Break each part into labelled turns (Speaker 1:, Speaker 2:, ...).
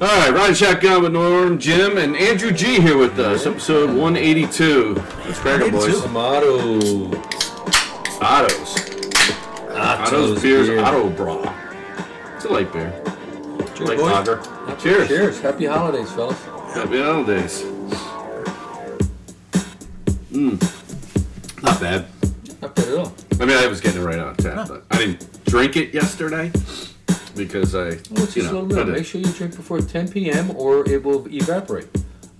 Speaker 1: All right, Ryan Shotgun with Norm, Jim, and Andrew G here with us. Episode 182. Let's crack it, boys.
Speaker 2: Tomato.
Speaker 1: Otto's.
Speaker 2: Ah,
Speaker 1: Otto's beers. Otto bra. It's a light beer.
Speaker 2: Cheers,
Speaker 1: Light
Speaker 2: boys.
Speaker 1: lager. Cheers.
Speaker 2: Cheers. Happy holidays, fellas.
Speaker 1: Happy holidays. Mmm. Not bad.
Speaker 2: Not bad at all.
Speaker 1: I mean, I was getting it right on tap, but I didn't drink it yesterday because I,
Speaker 2: Well, it's
Speaker 1: you
Speaker 2: just a
Speaker 1: know,
Speaker 2: little bit.
Speaker 1: had
Speaker 2: Make
Speaker 1: to-
Speaker 2: sure you drink before 10 p.m. or it will evaporate.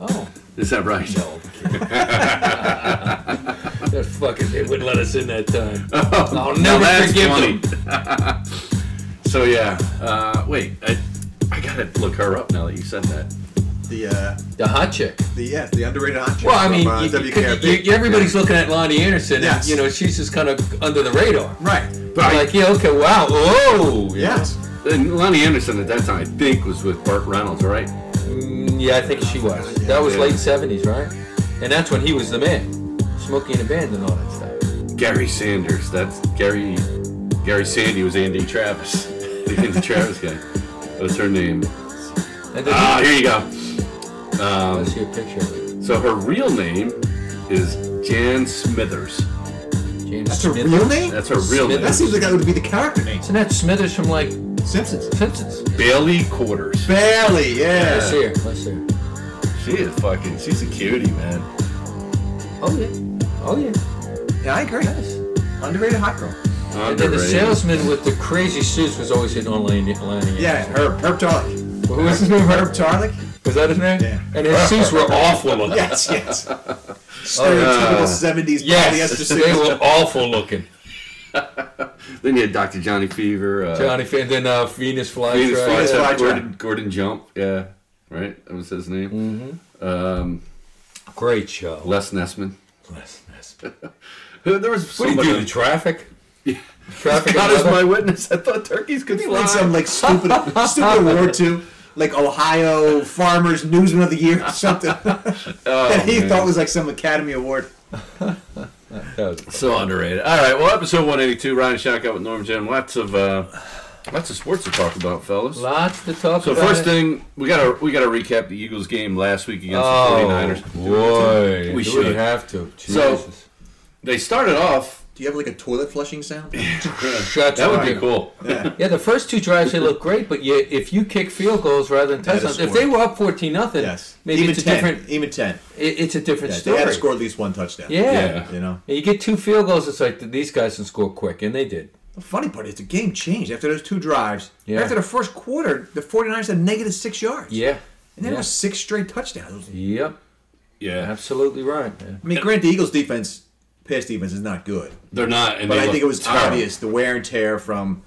Speaker 2: Oh,
Speaker 1: is that right?
Speaker 2: no. that fucking, they wouldn't let us in that time. I'll
Speaker 1: Now
Speaker 2: never
Speaker 1: that's
Speaker 2: forgive
Speaker 1: funny.
Speaker 2: them.
Speaker 1: so yeah, uh, wait, I, I gotta look her up now that you said that.
Speaker 3: The uh,
Speaker 2: The hot chick.
Speaker 3: the yeah, the underrated hot chick
Speaker 2: Well, I mean,
Speaker 3: from, uh,
Speaker 2: you- you could-
Speaker 3: WKRP.
Speaker 2: you- you- everybody's looking at Lonnie Anderson, and,
Speaker 3: Yes.
Speaker 2: you know, she's just kind of under the radar.
Speaker 3: right.
Speaker 1: But
Speaker 2: Like, yeah, okay, wow, oh,
Speaker 3: Yes.
Speaker 1: I, and uh, Lonnie Anderson at that time, I think, was with Burt Reynolds, right?
Speaker 2: Mm, yeah, I think she was. That was
Speaker 1: Yeah.
Speaker 2: late seventies, right? And that's when he was the man, smoking in a band and all that stuff.
Speaker 1: Gary Sanders. That's Gary. Gary Sandy was Andy Travis, the Andy Travis guy. That was her name.
Speaker 2: And then
Speaker 1: Ah, here you go.
Speaker 2: I see a picture of it.
Speaker 1: So her real name is Jan Smithers.
Speaker 2: James
Speaker 3: That's her
Speaker 2: Smithers.
Speaker 3: real name.
Speaker 1: That's her real
Speaker 3: that
Speaker 1: name.
Speaker 3: seems like that would be the character name.
Speaker 2: Isn't that Smithers from like
Speaker 3: Simpsons.
Speaker 2: Simpsons?
Speaker 1: Bailey Quarters.
Speaker 3: Barely. Yeah.
Speaker 2: Let's see her. Let's see her.
Speaker 1: She is fucking. She's a cutie, man.
Speaker 2: Oh yeah. Oh yeah.
Speaker 3: Yeah, I agree.
Speaker 2: Nice.
Speaker 3: Underrated hot girl.
Speaker 2: And then the
Speaker 1: Underrated.
Speaker 2: salesman with the crazy suits was always hitting on Lanny. Lanny
Speaker 3: Yeah, Herb Herb Tarlick.
Speaker 2: What was his name?
Speaker 3: Herb Tarlick.
Speaker 2: Was that his name?
Speaker 3: Yeah.
Speaker 2: And his suits were awful looking.
Speaker 3: Yes, yes. Stereotypical seventies polyester
Speaker 2: Yes. They
Speaker 3: suit.
Speaker 2: were awful looking.
Speaker 1: Then you had Dr. Johnny Fever. Uh,
Speaker 2: Johnny Fan. Then uh, Venus flies.
Speaker 1: Venus
Speaker 2: right?
Speaker 1: Flytrap,
Speaker 3: Venus Flytrap.
Speaker 1: Gordon, Gordon Jump. Yeah. Right? That was his name.
Speaker 3: Mm.
Speaker 1: Um,
Speaker 2: Great show.
Speaker 1: Les Nessman.
Speaker 2: Les Ness.
Speaker 1: There was so
Speaker 2: What do you
Speaker 1: much
Speaker 2: do?
Speaker 1: on-
Speaker 2: to Traffic? Traffic.
Speaker 1: God
Speaker 2: and
Speaker 1: is
Speaker 2: weather?
Speaker 1: my witness. I thought turkeys could fly.
Speaker 3: Like some like stupid stupid award too. Like Ohio Farmers Newsman of the Year or something. that he
Speaker 1: Oh, man.
Speaker 3: thought was like some Academy Award.
Speaker 2: That was-
Speaker 1: So underrated. All right. Well, episode 182. Ryan Shotgun with Norm Jim. Lots of uh, lots of sports to talk about, fellas.
Speaker 2: Lots to talk
Speaker 1: So
Speaker 2: about.
Speaker 1: first thing we gotta we gotta recap the Eagles game last week against
Speaker 2: oh,
Speaker 1: the 49ers.
Speaker 2: boy.
Speaker 1: We
Speaker 2: Do
Speaker 1: should.
Speaker 2: have to.
Speaker 1: So-
Speaker 2: Jesus.
Speaker 1: They started off.
Speaker 3: Do you have like a toilet flushing sound?
Speaker 2: Shots
Speaker 1: That would be
Speaker 2: fired.
Speaker 1: cool.
Speaker 3: Yeah.
Speaker 2: Yeah, the first two drives they look great, but you, if you kick field goals rather than
Speaker 3: That is
Speaker 2: touchdowns, if
Speaker 3: scored.
Speaker 2: they were up fourteen nothing,
Speaker 3: Yes.
Speaker 2: maybe
Speaker 3: even
Speaker 2: it's a
Speaker 3: ten.
Speaker 2: different,
Speaker 3: Even ten.
Speaker 2: it, it's a different
Speaker 3: Yeah,
Speaker 2: story.
Speaker 3: they had to score at least one touchdown.
Speaker 2: Yeah.
Speaker 1: Yeah.
Speaker 3: You know.
Speaker 2: And you get two field goals, it's like these guys can score quick, and they did.
Speaker 3: The funny part is the game changed after those two drives.
Speaker 2: Yeah.
Speaker 3: After the first quarter, the 49ers had negative six yards.
Speaker 2: Yeah.
Speaker 3: And then
Speaker 2: yeah.
Speaker 3: it was six straight touchdowns.
Speaker 2: Yep.
Speaker 1: Yeah,
Speaker 2: Absolutely right. Man.
Speaker 3: I mean, granted, the Eagles' defense, pass defense, is not good.
Speaker 1: they're not. And
Speaker 3: But
Speaker 1: they
Speaker 3: I think
Speaker 1: look
Speaker 3: it was
Speaker 1: terrible.
Speaker 3: obvious the wear and tear from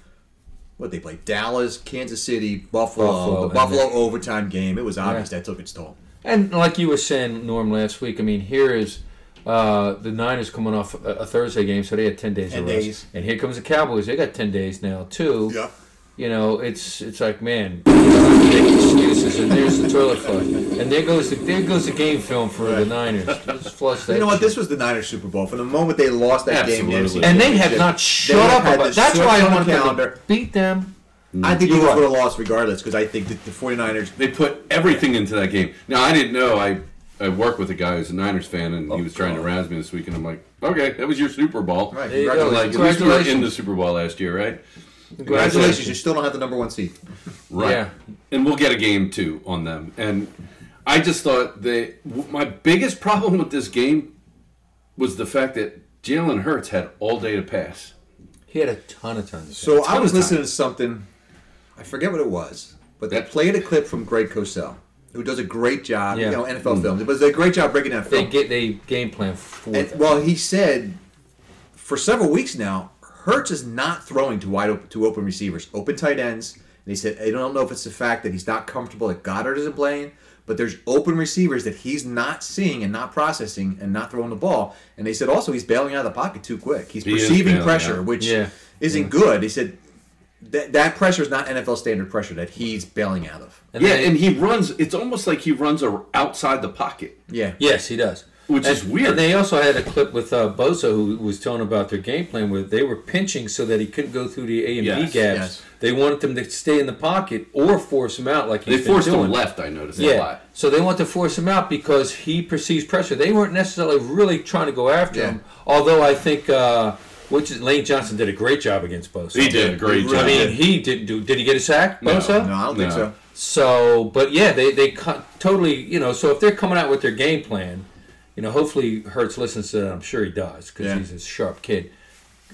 Speaker 3: what they played Dallas, Kansas City, Buffalo,
Speaker 2: Buffalo,
Speaker 3: the
Speaker 2: and
Speaker 3: Buffalo
Speaker 2: then-
Speaker 3: overtime game. It was obvious that took its toll.
Speaker 2: And like you were saying, Norm, last week, I mean, here is uh, the Niners coming off a, a Thursday game, so they had ten days.
Speaker 3: 10
Speaker 2: of rest.
Speaker 3: days.
Speaker 2: And here comes the Cowboys; they got ten days now too.
Speaker 3: Yeah.
Speaker 2: You know, it's it's like man, make excuses, and there's the toilet flush, and there goes the there goes the game film for the Niners. Just flush that.
Speaker 3: You know what?
Speaker 2: shit.
Speaker 3: This was the Niners Super Bowl. From the moment they lost that game,
Speaker 1: Absolutely.
Speaker 2: and they have
Speaker 3: have
Speaker 2: not shut up about. That's why I want them to beat them.
Speaker 3: I think
Speaker 2: You're
Speaker 3: they
Speaker 2: right.
Speaker 3: would have lost regardless because I think that the 49ers
Speaker 1: They put everything into that game. Now I didn't know. I I work with a guy who's a Niners fan, and he was trying to rouse me this week, and I'm like, okay, that was your Super Bowl.
Speaker 3: Right.
Speaker 2: There you go.
Speaker 1: I'm like, at least we were in the
Speaker 2: Congratulations.
Speaker 1: Super Bowl last year, right?
Speaker 3: Congratulations, you still don't have the number one seed.
Speaker 1: Right.
Speaker 2: Yeah.
Speaker 1: And we'll get a game too on them. And I just thought they. w- My biggest problem with this game was the fact that Jalen Hurts had all day to pass.
Speaker 2: He had a ton of time. to say.
Speaker 3: So I was
Speaker 1: of
Speaker 3: listening to something, I forget what it was, but they played a clip from Greg Cosell, who does a great job,
Speaker 2: Yeah. Mm.
Speaker 3: you know, NFL films. It was a great job breaking down
Speaker 2: they
Speaker 3: film.
Speaker 2: get they game plan for
Speaker 3: And,
Speaker 2: them.
Speaker 3: well, he said for several weeks now, Hertz is not throwing to wide open, to open receivers, open tight ends. And he said, I don't know if it's the fact that he's not comfortable that Goddard isn't playing, but there's open receivers that he's not seeing and not processing and not throwing the ball. And they said also he's bailing out of the pocket too quick. He's
Speaker 1: is
Speaker 3: perceiving
Speaker 1: bailing
Speaker 3: pressure,
Speaker 1: out.
Speaker 3: which
Speaker 2: Yeah.
Speaker 3: isn't good. He said that that pressure is not NFL standard pressure that he's bailing out of.
Speaker 2: And
Speaker 1: Yeah,
Speaker 2: they-
Speaker 1: and he runs. It's almost like he runs a, outside the pocket.
Speaker 3: Yeah.
Speaker 2: Yes, he does.
Speaker 1: Which is
Speaker 2: And-
Speaker 1: weird.
Speaker 2: And they also had a clip with uh, Bosa who was telling about their game plan where they were pinching so that he couldn't go through the A and
Speaker 1: Yes,
Speaker 2: B gaps.
Speaker 3: yes.
Speaker 2: They wanted them to stay in the pocket or force him out like he's
Speaker 1: They
Speaker 2: been
Speaker 1: forced
Speaker 2: doing.
Speaker 1: him left. I noticed a
Speaker 2: Yeah.
Speaker 1: lot.
Speaker 2: So they want to force him out because he perceives pressure. They weren't necessarily really trying to go after
Speaker 3: Yeah.
Speaker 2: him. Although I think, uh, which is, Lane Johnson did a great job against Bosa.
Speaker 1: He did a great
Speaker 2: I
Speaker 1: job.
Speaker 2: mean, he didn't do. Did he get a sack,
Speaker 1: No.
Speaker 2: Bosa?
Speaker 3: No, I don't think
Speaker 1: No.
Speaker 3: so.
Speaker 2: So, but yeah, they they cut, totally, you know. So if they're coming out with their game plan, you know, hopefully Hertz listens to that. I'm sure he does because
Speaker 3: Yeah.
Speaker 2: he's a sharp kid.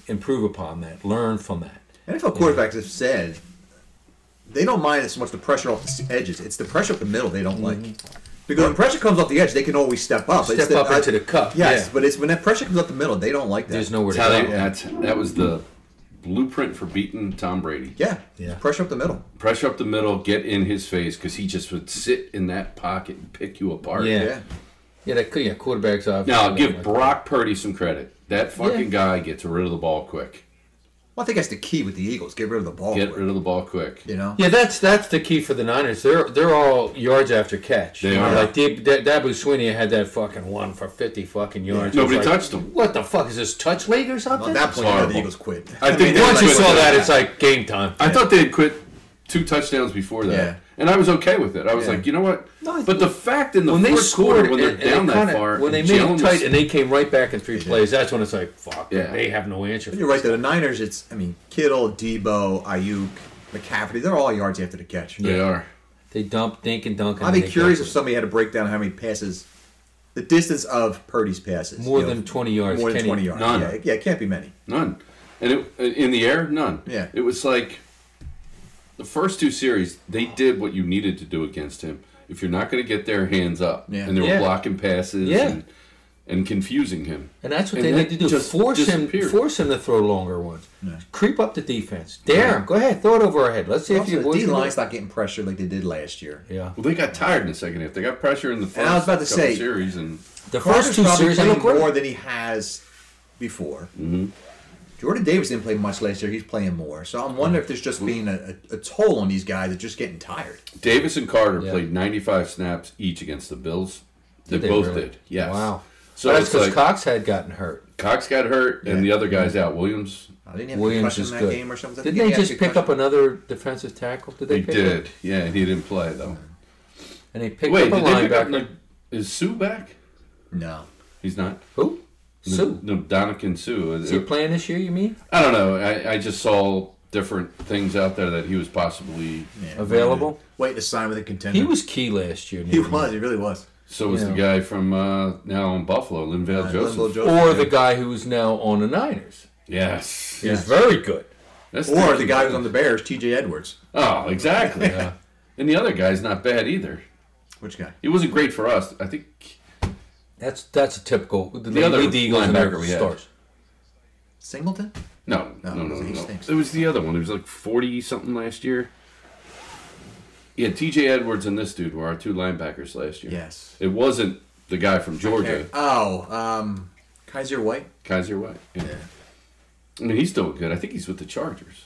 Speaker 2: Improve upon that. Learn from that.
Speaker 3: NFL quarterbacks have said they don't mind as much the pressure off the s- edges. It's the pressure up the middle they don't like. Because when pressure comes off the edge, they can always step up. It's
Speaker 2: Mm-hmm. Step up into the cup,
Speaker 3: Yes,
Speaker 2: yeah.
Speaker 3: but it's when that pressure comes up the middle, they don't like that.
Speaker 2: There's nowhere
Speaker 1: That's
Speaker 2: to
Speaker 1: how
Speaker 2: go.
Speaker 1: they, that's, that was the blueprint for beating Tom Brady.
Speaker 3: Yeah,
Speaker 2: Yeah.
Speaker 3: it's pressure up the middle.
Speaker 1: Pressure up the middle, get in his face, because he just would sit in that pocket and pick you apart.
Speaker 2: Yeah.
Speaker 3: Yeah.
Speaker 2: Yeah, that could. Yeah, quarterbacks. Obviously
Speaker 1: Now,
Speaker 2: don't
Speaker 1: give
Speaker 2: like
Speaker 1: Brock Purdy some credit. That fucking guy gets rid of the ball quick.
Speaker 3: Well, I think that's the key with the Eagles. Get rid of the ball.
Speaker 1: Get
Speaker 3: quick,
Speaker 1: rid of the ball quick.
Speaker 3: you know?
Speaker 2: Yeah, that's that's the key for the Niners. They're they're all yards after catch.
Speaker 1: They
Speaker 2: You know,
Speaker 1: are.
Speaker 2: Like D- D- Dabu Sweeney had that fucking one for fifty fucking yards.
Speaker 1: Nobody
Speaker 2: It's like,
Speaker 1: touched him.
Speaker 2: What the fuck is this touch league or
Speaker 3: Well,
Speaker 2: something?
Speaker 3: at that point, you know
Speaker 1: horrible.
Speaker 3: the Eagles quit.
Speaker 1: I think
Speaker 3: they
Speaker 2: Once you
Speaker 1: like- uh,
Speaker 2: saw that, it's like game time.
Speaker 1: I thought they had quit two touchdowns before that,
Speaker 3: Yeah.
Speaker 1: and I was okay with it. I was
Speaker 3: Yeah.
Speaker 1: like, you know what?
Speaker 2: No, I
Speaker 1: but
Speaker 2: think-
Speaker 1: the fact in the
Speaker 2: when they
Speaker 1: fourth
Speaker 2: scored,
Speaker 1: quarter, when they're
Speaker 2: and- and
Speaker 1: down
Speaker 2: they
Speaker 1: that
Speaker 2: kinda-
Speaker 1: far,
Speaker 2: when they made
Speaker 1: Jalen
Speaker 2: it
Speaker 1: was-
Speaker 2: tight and they came right back in three plays, that's when it's like, fuck,
Speaker 1: Yeah.
Speaker 2: they have no answer.
Speaker 3: You're right. though, The Niners, it's I mean Kittle, Debo, Ayuk, McCafferty. They're all yards after the catch.
Speaker 1: they are.
Speaker 2: They dump, dink, and dunk. and
Speaker 3: I'd be
Speaker 2: then they
Speaker 3: curious
Speaker 2: dunk.
Speaker 3: if somebody had a breakdown of how many passes, the distance of Purdy's passes.
Speaker 2: more
Speaker 3: you know,
Speaker 2: than twenty yards.
Speaker 3: more than
Speaker 2: Kenny.
Speaker 3: twenty yards.
Speaker 1: None.
Speaker 3: Yeah, it- yeah, it can't be many.
Speaker 1: None. And it, uh, in the air, none.
Speaker 3: Yeah.
Speaker 1: It was like the first two series, they did what you needed to do against him. If you're not going to get their hands up,
Speaker 3: Yeah.
Speaker 1: and they were
Speaker 2: Yeah.
Speaker 1: blocking passes,
Speaker 2: Yeah.
Speaker 1: and, and confusing him.
Speaker 2: And that's what
Speaker 1: And
Speaker 2: they
Speaker 1: that
Speaker 2: need to do.
Speaker 1: just
Speaker 2: force
Speaker 1: disappeared.
Speaker 2: him, force him to throw longer ones. Creep up the defense. Dare him. Go ahead, throw it over our head. Let's see if
Speaker 3: Also,
Speaker 2: you
Speaker 3: the
Speaker 2: boys
Speaker 3: D
Speaker 2: can do it.
Speaker 3: line's not getting pressured like they did last year.
Speaker 2: Yeah.
Speaker 1: Well, they got tired in the second half. They got pressure in the first
Speaker 3: And I was about to
Speaker 1: couple
Speaker 3: say-
Speaker 1: series, and
Speaker 2: The
Speaker 3: Carter's
Speaker 2: first two
Speaker 3: probably
Speaker 2: series, I
Speaker 3: playing
Speaker 2: look
Speaker 3: more
Speaker 2: more.
Speaker 3: than he has before.
Speaker 2: Mm-hmm.
Speaker 3: Jordan Davis didn't play much last year. He's playing more. So I'm wondering if there's
Speaker 2: Mm-hmm.
Speaker 3: just being a, a, a toll on these guys that just getting tired.
Speaker 1: Davis and Carter
Speaker 2: Yeah.
Speaker 1: played 95 snaps each against the Bills. They,
Speaker 2: Did they
Speaker 1: both
Speaker 2: really?
Speaker 1: did. Yes.
Speaker 2: Wow.
Speaker 1: So
Speaker 2: So that's
Speaker 1: it's
Speaker 2: because
Speaker 1: like-
Speaker 2: Cox had gotten hurt.
Speaker 1: Cox got hurt, and the other guy's out. Williams,
Speaker 3: I Uh, didn't he have
Speaker 2: Williams
Speaker 3: Williams
Speaker 2: is
Speaker 3: in that
Speaker 2: good.
Speaker 3: game or something.
Speaker 2: Didn't
Speaker 3: Yeah,
Speaker 2: they
Speaker 3: he had
Speaker 2: just pick up
Speaker 3: concussion.
Speaker 2: another defensive tackle? Did
Speaker 1: they
Speaker 2: they? pick up-
Speaker 1: did. Yeah, and he didn't play though.
Speaker 2: And they picked
Speaker 1: Wait,
Speaker 2: up a
Speaker 1: did they pick up?
Speaker 2: linebacker.
Speaker 1: Like, is Sue back?
Speaker 3: No.
Speaker 1: He's not.
Speaker 2: Who? Sue.
Speaker 1: No, Donovan Sue.
Speaker 2: Is he playing this year? You mean
Speaker 1: I don't know. I, I just saw different things out there that he was possibly.
Speaker 3: Yeah,
Speaker 2: available?
Speaker 3: Waiting to sign with a contender.
Speaker 2: He was key last year.
Speaker 3: He
Speaker 2: Newman.
Speaker 3: was. He really was.
Speaker 1: So was the
Speaker 2: Yeah.
Speaker 1: guy from uh, now in Buffalo, Linval
Speaker 3: Uh,
Speaker 1: Joseph.
Speaker 3: Linval Joseph.
Speaker 2: Or the guy who is now on the Niners.
Speaker 1: Yes.
Speaker 2: He was very good.
Speaker 1: That's
Speaker 3: Or the guy who's on the Bears, T.J. Edwards.
Speaker 1: Oh, exactly. And the other guy's not bad either.
Speaker 3: Which guy?
Speaker 1: He wasn't great for us. I think
Speaker 2: That's that's a typical. The, the
Speaker 1: other
Speaker 2: other Eagles and
Speaker 1: linebacker
Speaker 2: their
Speaker 1: we had.
Speaker 2: stars.
Speaker 3: Singleton?
Speaker 1: no, no, no,
Speaker 3: No, it
Speaker 1: no.
Speaker 3: was- Oh, he
Speaker 1: no.
Speaker 3: stinks.
Speaker 1: It was the other one. It was like forty something last year. Yeah, T.J. Edwards and this dude were our two linebackers last year.
Speaker 3: Yes.
Speaker 1: It wasn't the guy from Georgia,
Speaker 3: Oh, um, Kaiser White.
Speaker 1: Kaiser White. Yeah. I mean, he's still good. I think he's with the Chargers.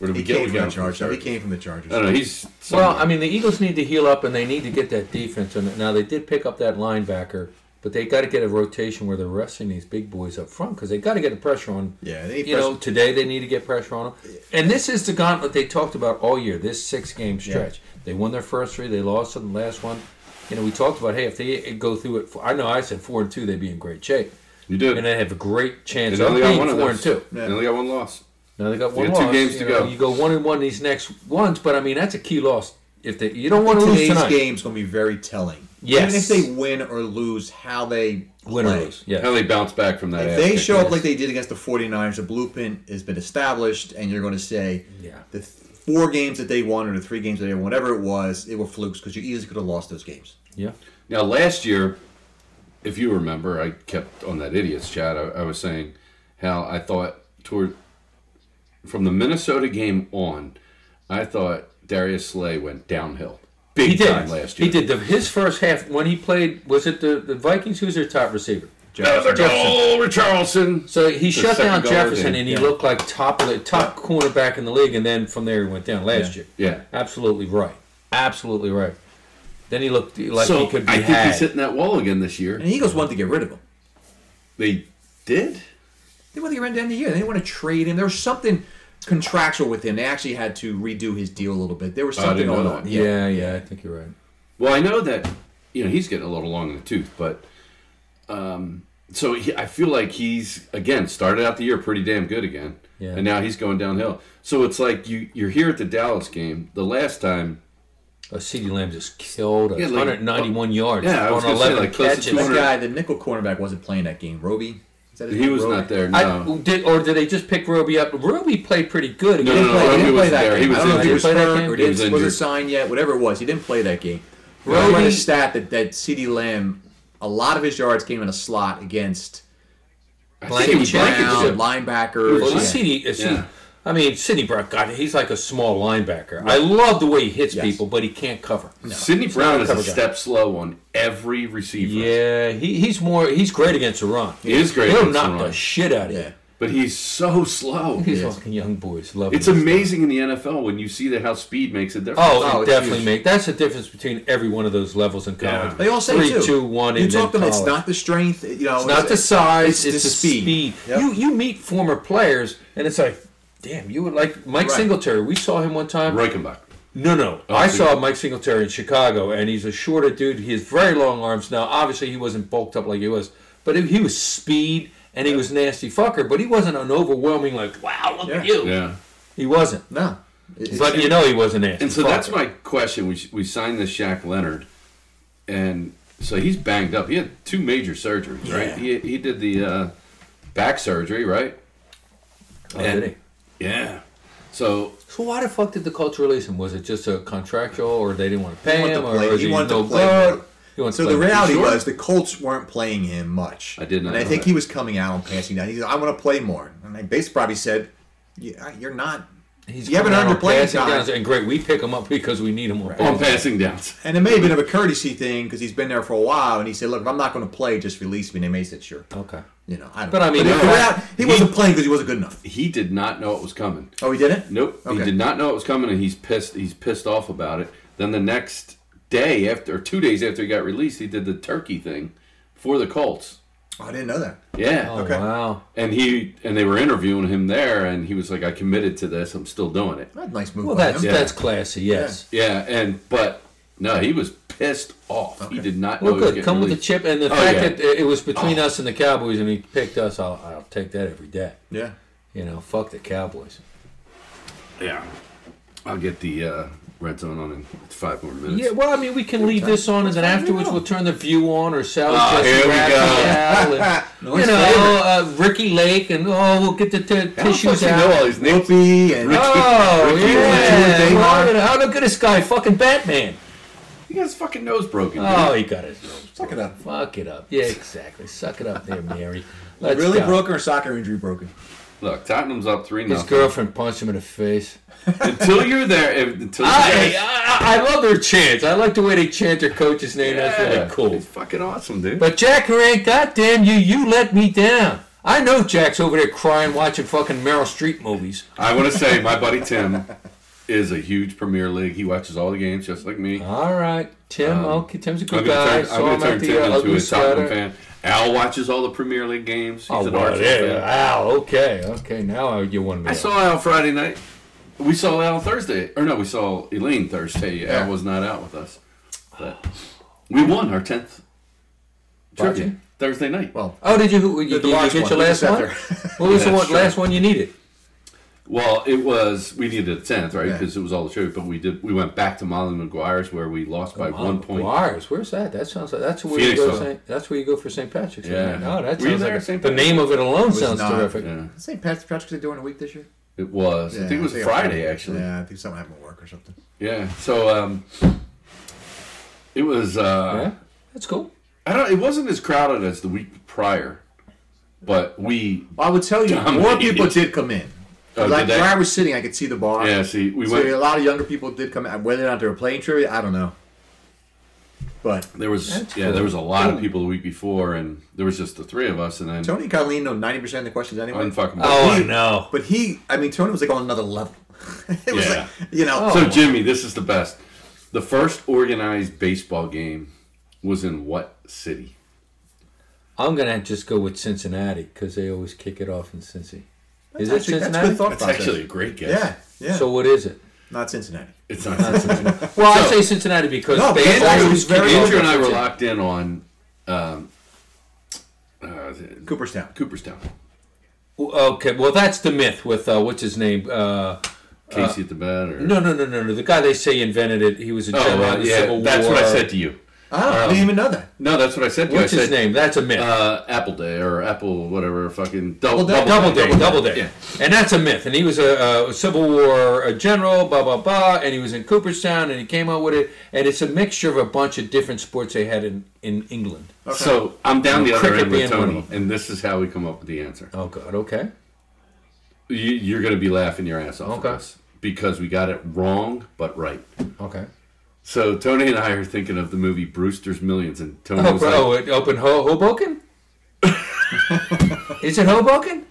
Speaker 1: Or did
Speaker 3: He
Speaker 1: we get
Speaker 3: came
Speaker 1: we
Speaker 3: from
Speaker 1: got
Speaker 3: the
Speaker 1: him from the
Speaker 3: Chargers. He
Speaker 1: Chargers?
Speaker 3: came from the Chargers.
Speaker 1: I don't know. He's
Speaker 2: Well,
Speaker 1: somewhere.
Speaker 2: I mean, the Eagles need to heal up, and they need to get that defense. And now they did pick up that linebacker, but they got to get a rotation where they're resting these big boys up front because they got to get a pressure on.
Speaker 3: Yeah, they need
Speaker 2: you know,
Speaker 3: pressure.
Speaker 2: today they need to get pressure on them. And this is the gauntlet they talked about all year. This six-game stretch, they won their first three, they lost in the last one. You know, we talked about hey, if they go through it, I know I said four and two, they'd be in great shape,
Speaker 1: you did.
Speaker 2: and they have a great
Speaker 1: They
Speaker 2: chance of
Speaker 1: only got
Speaker 2: being
Speaker 1: one of
Speaker 2: four
Speaker 1: those.
Speaker 2: and two.
Speaker 1: They only got one loss.
Speaker 2: Now they got
Speaker 1: They
Speaker 2: one
Speaker 1: got two
Speaker 2: loss,
Speaker 1: games
Speaker 2: you
Speaker 1: to
Speaker 2: know,
Speaker 1: go.
Speaker 2: You go one and one these next ones, but I mean that's a key loss. If they, you don't want to lose
Speaker 3: Today's
Speaker 2: tonight,
Speaker 3: game's going to be very telling.
Speaker 2: Yes.
Speaker 3: Even if they win or lose, how they
Speaker 2: win or
Speaker 3: play.
Speaker 2: lose. Yeah.
Speaker 1: How they bounce back from that.
Speaker 3: If
Speaker 1: ass
Speaker 3: they
Speaker 1: kick.
Speaker 3: show up
Speaker 2: yes.
Speaker 3: like they did against the 49ers, the blueprint has been established, and you're going to say
Speaker 2: Yeah.
Speaker 3: the th- four games that they won or the three games that they won, whatever it was, it were flukes because you easily could have lost those games.
Speaker 2: Yeah.
Speaker 1: Now, last year, if you remember, I kept on that idiots chat. I, I was saying how I thought toward from the Minnesota game on, I thought Darius Slay went downhill big
Speaker 2: He did.
Speaker 1: time last year.
Speaker 2: He did the, his first half when he played. Was it the, the Vikings? Who's their top receiver?
Speaker 1: Another goal, Richarlison.
Speaker 2: So he shut
Speaker 1: second
Speaker 2: down
Speaker 1: goal
Speaker 2: Jefferson,
Speaker 1: of the-
Speaker 2: and he
Speaker 3: yeah.
Speaker 2: looked like top of the top cornerback in the league. And then from there, he went down last
Speaker 3: Yeah.
Speaker 2: year.
Speaker 1: Yeah,
Speaker 2: Absolutely right. Absolutely right. Then he looked like
Speaker 1: so
Speaker 2: he could be
Speaker 1: I think
Speaker 2: had.
Speaker 1: he's hitting that wall again this year.
Speaker 3: And Eagles wanted to get rid of him.
Speaker 1: They did.
Speaker 3: They wanted to get rid of him the year. They didn't want to trade him. There was something contractual with him. They actually had to redo his deal a little bit. There was
Speaker 1: Oh, I
Speaker 3: something
Speaker 1: didn't know that.
Speaker 3: going on.
Speaker 2: yeah, yeah, I think you're right.
Speaker 1: Well, I know that you know he's getting a little long in the tooth, but um, so he, I feel like he's again started out the year pretty damn good again,
Speaker 2: Yeah.
Speaker 1: and now he's going downhill. So it's like you you're here at the Dallas game. The last time,
Speaker 2: Oh, CeeDee Lamb just killed us.
Speaker 1: Yeah, like-
Speaker 2: 191 yards
Speaker 1: Yeah, I was
Speaker 2: on
Speaker 1: gonna say,
Speaker 2: 11
Speaker 1: like, close to
Speaker 2: catches.
Speaker 3: That
Speaker 1: 200.
Speaker 3: guy, the nickel cornerback, wasn't playing that game. Roby? Is that his
Speaker 1: he
Speaker 3: name?
Speaker 1: was
Speaker 3: Roby?
Speaker 1: not there. No,
Speaker 2: I, did, or did they just pick Roby up? Roby played pretty good.
Speaker 1: No,
Speaker 2: again.
Speaker 1: no, no, Roby
Speaker 3: didn't
Speaker 1: wasn't
Speaker 3: that
Speaker 1: there. He
Speaker 3: game.
Speaker 1: was
Speaker 3: I don't know if he
Speaker 1: injured.
Speaker 3: was
Speaker 2: Did he play that
Speaker 3: hurt
Speaker 2: game?
Speaker 3: or
Speaker 1: He was
Speaker 3: didn't, was not
Speaker 1: injured.
Speaker 3: signed yet. Whatever it was, he didn't play that game. I
Speaker 2: Roby-
Speaker 3: read a stat that that C.D. Lamb, a lot of his yards came in a slot against
Speaker 1: I think he was Blankenship.
Speaker 2: Blankenship.
Speaker 3: down,
Speaker 2: Well,
Speaker 3: linebackers. Yeah.
Speaker 2: CD, uh, CD
Speaker 1: Yeah.
Speaker 2: I mean, Sidney Brock, God, he's like a small linebacker. I love the way he hits
Speaker 3: Yes.
Speaker 2: people, but he can't cover.
Speaker 1: Sidney Brown is a
Speaker 2: cover guy.
Speaker 1: step slow on every receiver.
Speaker 2: Yeah, he, he's more. He's great against the run.
Speaker 1: He is great
Speaker 2: He'll
Speaker 1: against the
Speaker 2: knock
Speaker 1: run.
Speaker 2: the shit out of
Speaker 3: Yeah.
Speaker 2: you.
Speaker 1: but he's so slow.
Speaker 2: These fucking young boys love.
Speaker 1: It's
Speaker 2: him.
Speaker 1: amazing in the NFL when you see that how speed makes a difference.
Speaker 2: Oh,
Speaker 3: Oh,
Speaker 2: it
Speaker 3: it's
Speaker 2: definitely
Speaker 3: huge.
Speaker 2: make that's the difference between every one of those levels in college.
Speaker 1: Yeah.
Speaker 3: They all say
Speaker 2: three,
Speaker 3: too.
Speaker 2: two, one.
Speaker 3: You
Speaker 2: and
Speaker 3: talk to
Speaker 2: then
Speaker 3: them. It's
Speaker 2: college.
Speaker 3: not the strength. You know,
Speaker 2: It's not the size, it's, the, speed.
Speaker 3: Yep.
Speaker 2: You you meet former players, and it's like, damn, you would like Mike
Speaker 3: Right.
Speaker 2: Singletary. We saw him one time.
Speaker 1: Reichenbach.
Speaker 2: No, no, I
Speaker 1: dude.
Speaker 2: saw Mike Singletary in Chicago, and he's a shorter dude. He has very long arms now. Obviously, he wasn't bulked up like he was, but he- he was speed and he was nasty fucker. But he wasn't an overwhelming like, wow, look at
Speaker 3: Yeah.
Speaker 2: you.
Speaker 1: Yeah.
Speaker 2: He wasn't.
Speaker 3: No, It- it's-
Speaker 2: But you know he wasn't nasty.
Speaker 1: And so that's
Speaker 2: fucker.
Speaker 1: my question. We, we signed this Shaq Leonard, and so he's banged up. He had two major surgeries, right?
Speaker 3: Yeah.
Speaker 1: He, he did the uh, back surgery, right?
Speaker 2: Oh, did he?
Speaker 1: Yeah. So
Speaker 2: So why the fuck did the Colts release him? Was it just a contractual, or they didn't want to pay
Speaker 3: wanted to
Speaker 2: him, or
Speaker 3: play-
Speaker 2: was
Speaker 3: he
Speaker 2: he
Speaker 3: wanted to
Speaker 2: no
Speaker 3: play
Speaker 2: good?
Speaker 3: more.
Speaker 2: He wanted to
Speaker 3: So
Speaker 2: play
Speaker 3: the
Speaker 2: more.
Speaker 3: reality
Speaker 1: sure?
Speaker 3: was the Colts weren't playing him much.
Speaker 1: I did not
Speaker 3: and I
Speaker 1: know
Speaker 3: think
Speaker 1: that.
Speaker 3: he was coming out on passing down. He said, "I want to play more." And they basically probably said, "Yeah, "You're not."
Speaker 2: He's
Speaker 3: You haven't
Speaker 2: coming out
Speaker 3: earned
Speaker 2: on
Speaker 3: your playing
Speaker 2: passing
Speaker 3: time.
Speaker 2: downs, and great, we pick him up because we need him. on
Speaker 3: Oh,
Speaker 1: on passing
Speaker 2: passing.
Speaker 1: downs.
Speaker 3: And it may have been of a courtesy thing because he's been there for a while. And he said, "Look, if I'm not going to play, just release me." And they may said, "Sure."
Speaker 2: Okay.
Speaker 3: You know, I don't.
Speaker 2: But
Speaker 3: know.
Speaker 2: I mean,
Speaker 3: the
Speaker 2: no.
Speaker 3: reality- he,
Speaker 1: He-
Speaker 3: wasn't playing because he wasn't good enough.
Speaker 1: He did not know it was coming.
Speaker 3: Oh, he didn't.
Speaker 1: Nope. He
Speaker 3: Okay.
Speaker 1: did not know it was coming, and he's pissed. He's pissed off about it. Then the next day, after or two days after he got released, he did the turkey thing for the Colts.
Speaker 3: Oh, I didn't know that.
Speaker 1: Yeah.
Speaker 2: Oh
Speaker 3: Okay.
Speaker 2: wow.
Speaker 1: And he and they were interviewing him there, and he was like, "I committed to this. I'm still doing it."
Speaker 3: That's a nice move.
Speaker 2: Well,
Speaker 3: by
Speaker 2: that's
Speaker 3: him.
Speaker 1: Yeah.
Speaker 2: that's classy. Yes.
Speaker 1: Yeah. And but no, he was pissed off. He did not know.
Speaker 2: Well,
Speaker 1: he was
Speaker 2: good.
Speaker 1: getting
Speaker 2: Come with the
Speaker 1: released.
Speaker 2: chip, and the
Speaker 1: Oh,
Speaker 2: fact
Speaker 1: yeah. Oh.
Speaker 2: that it was between us and the Cowboys, and he picked us. I'll, I'll take that every day.
Speaker 3: yeah.
Speaker 2: You know, fuck the Cowboys.
Speaker 1: Yeah. I'll get the uh, red zone on in five more minutes.
Speaker 2: Yeah, well, I mean, we can leave this on, and then afterwards we'll turn the view on, or Sally
Speaker 1: Ah,
Speaker 2: Jesse
Speaker 1: here we
Speaker 2: Raphael, and,
Speaker 3: No,
Speaker 2: you
Speaker 3: it's
Speaker 2: know,
Speaker 3: favorite.
Speaker 2: uh, Ricky Lake, and oh, we'll get the t- tissues
Speaker 1: you
Speaker 2: out.
Speaker 1: know all these names.
Speaker 3: Whoopi and
Speaker 2: Oh,
Speaker 1: Ricky
Speaker 3: Lake,
Speaker 2: yeah.
Speaker 3: Julie
Speaker 2: Well,
Speaker 3: Daymar.
Speaker 2: look at- oh, look at this guy, fucking Batman.
Speaker 1: He got his fucking nose broken. dude.
Speaker 2: Oh, he got it.
Speaker 3: suck it up.
Speaker 2: Fuck it up. Yeah, exactly. Suck it up there, Mary. Let's
Speaker 3: really
Speaker 2: go.
Speaker 3: broken or soccer injury broken?
Speaker 1: Look, Tottenham's up three
Speaker 2: His
Speaker 1: nothing.
Speaker 2: girlfriend punched him in the face.
Speaker 1: until you're there. if- Until you're
Speaker 2: I,
Speaker 1: there,
Speaker 2: I, I love their chants. I like the way they chant their coach's name. That's really cool.
Speaker 1: It's fucking awesome, dude.
Speaker 2: But Jack Horan, goddamn you, you let me down. I know Jack's over there crying, watching fucking Meryl Streep movies.
Speaker 1: I want to say my buddy Tim is a huge Premier League. He watches all the games just like me.
Speaker 2: All right, Tim. okay, Tim's a
Speaker 1: I'm gonna
Speaker 2: good guy.
Speaker 1: turn, I'm
Speaker 2: Saw
Speaker 1: gonna
Speaker 2: him at
Speaker 1: turn
Speaker 2: the
Speaker 1: Tim
Speaker 2: uh,
Speaker 1: into
Speaker 2: ugly
Speaker 1: a Tottenham
Speaker 2: scatter.
Speaker 1: fan. Al watches all the Premier League games. He's
Speaker 2: Oh,
Speaker 1: an
Speaker 2: wow,
Speaker 1: Arsenal
Speaker 2: yeah.
Speaker 1: fan.
Speaker 2: Wow, okay, okay. Now you won me.
Speaker 1: I saw Al Friday night. We saw Al Thursday, or no, we saw Elaine Thursday.
Speaker 3: Yeah.
Speaker 1: Al was not out with us, but we won our tenth trivia
Speaker 2: Watching?
Speaker 1: Thursday night.
Speaker 3: Well,
Speaker 2: Oh, did you, who- did
Speaker 3: the
Speaker 2: you
Speaker 3: large
Speaker 2: get
Speaker 3: one.
Speaker 2: your
Speaker 3: We
Speaker 2: last
Speaker 3: just sat
Speaker 2: one?
Speaker 3: there.
Speaker 2: What was
Speaker 1: Yeah,
Speaker 2: the one,
Speaker 1: sure.
Speaker 2: last one you needed?
Speaker 1: Well, it was we needed a tenth, right?
Speaker 3: Yeah.
Speaker 1: Because it was all the trivia. But we did. We went back to Molly McGuire's where we lost by one point.
Speaker 2: Wires. Where's that? That sounds like that's where
Speaker 1: Phoenix,
Speaker 2: you go.
Speaker 1: though.
Speaker 2: Saint, that's where you go for St. Patrick's.
Speaker 1: Yeah.
Speaker 2: right? Oh, that
Speaker 1: Were you
Speaker 2: sounds
Speaker 1: there
Speaker 2: like
Speaker 1: at St.
Speaker 2: the
Speaker 1: Patrick's?
Speaker 2: name of it alone sounds
Speaker 3: not.
Speaker 2: terrific.
Speaker 1: Yeah,
Speaker 3: St. Patrick's Patrick's Day during the week this year?
Speaker 1: it was. I think it was Friday actually. Yeah.
Speaker 3: Yeah, I think something happened at work or something.
Speaker 1: So um, it was. Uh,
Speaker 2: Yeah, that's cool.
Speaker 1: I don't. It wasn't as crowded as the week prior, but we.
Speaker 3: I would tell you,
Speaker 1: Dominated.
Speaker 3: more people did come in.
Speaker 1: Oh,
Speaker 3: like
Speaker 1: did they?
Speaker 3: where I was sitting, I could see the bar.
Speaker 1: Yeah. See, we
Speaker 3: so
Speaker 1: went.
Speaker 3: a lot of younger people did come in. Whether or not they were playing trivia, I don't know. But
Speaker 1: There was
Speaker 2: That's
Speaker 1: yeah,
Speaker 2: cool.
Speaker 1: there was a lot of people the week before, and there was just the three of us, and then
Speaker 3: Tony Colleen know 90% of the questions anyway.
Speaker 1: unfucking.
Speaker 2: Oh, I
Speaker 3: he-
Speaker 2: know.
Speaker 3: But he, I mean, Tony was like on another level. it was
Speaker 1: Yeah.
Speaker 2: Oh,
Speaker 3: like, you know,
Speaker 1: so Jimmy, this is the best. The first organized baseball game was in what city?
Speaker 2: I'm gonna just go with Cincinnati because they always kick it off in Cincy. Is
Speaker 3: That's
Speaker 2: it
Speaker 3: actually- That's
Speaker 2: Cincinnati?
Speaker 3: good thought
Speaker 1: That's
Speaker 3: process.
Speaker 1: actually a great guess.
Speaker 3: yeah, yeah.
Speaker 2: So what is it?
Speaker 3: not Cincinnati.
Speaker 1: It's not.
Speaker 2: Not Cincinnati. well, I say Cincinnati because
Speaker 3: No,
Speaker 2: they
Speaker 3: but Andrew
Speaker 2: always
Speaker 3: was
Speaker 2: kick
Speaker 3: very
Speaker 2: it off
Speaker 1: Andrew and I
Speaker 2: in
Speaker 1: were
Speaker 2: Cincy.
Speaker 1: locked in on um, uh,
Speaker 3: Cooperstown.
Speaker 1: Cooperstown.
Speaker 2: Okay, well that's the myth with uh, what's his name? Uh,
Speaker 1: Casey at the bat, or
Speaker 2: no, no, no, no, no. The guy they say invented it. He was a
Speaker 1: Oh,
Speaker 2: general
Speaker 1: uh,
Speaker 2: in the
Speaker 1: yeah,
Speaker 2: Civil
Speaker 1: that's
Speaker 2: War.
Speaker 1: what I said to you.
Speaker 3: Oh, I didn't even know that.
Speaker 1: No, that's what I said to you. I
Speaker 2: What's his
Speaker 1: said,
Speaker 2: name? That's a myth.
Speaker 1: Uh, Apple Day or Apple whatever fucking double
Speaker 3: Day.
Speaker 2: Doubleday, Doubleday,
Speaker 1: Yeah.
Speaker 2: and that's a myth. And he was a, a Civil War a general, blah blah blah. And he was in Cooperstown, and he came out with it. And it's a mixture of a bunch of different sports they had in, in England.
Speaker 1: So I'm down the other
Speaker 2: Cricket
Speaker 1: end with
Speaker 2: being one
Speaker 1: Tony,
Speaker 2: of
Speaker 1: and this is how we come up with the answer.
Speaker 2: Oh God, okay,
Speaker 1: You, you're going to be laughing your ass off
Speaker 2: Okay.
Speaker 1: at this because we got it wrong but right.
Speaker 2: okay.
Speaker 1: So Tony and I are thinking of the movie Brewster's Millions, and Tony
Speaker 2: Oh,
Speaker 1: was
Speaker 2: bro,
Speaker 1: like,
Speaker 2: it opened Ho- Hoboken. Is it Hoboken?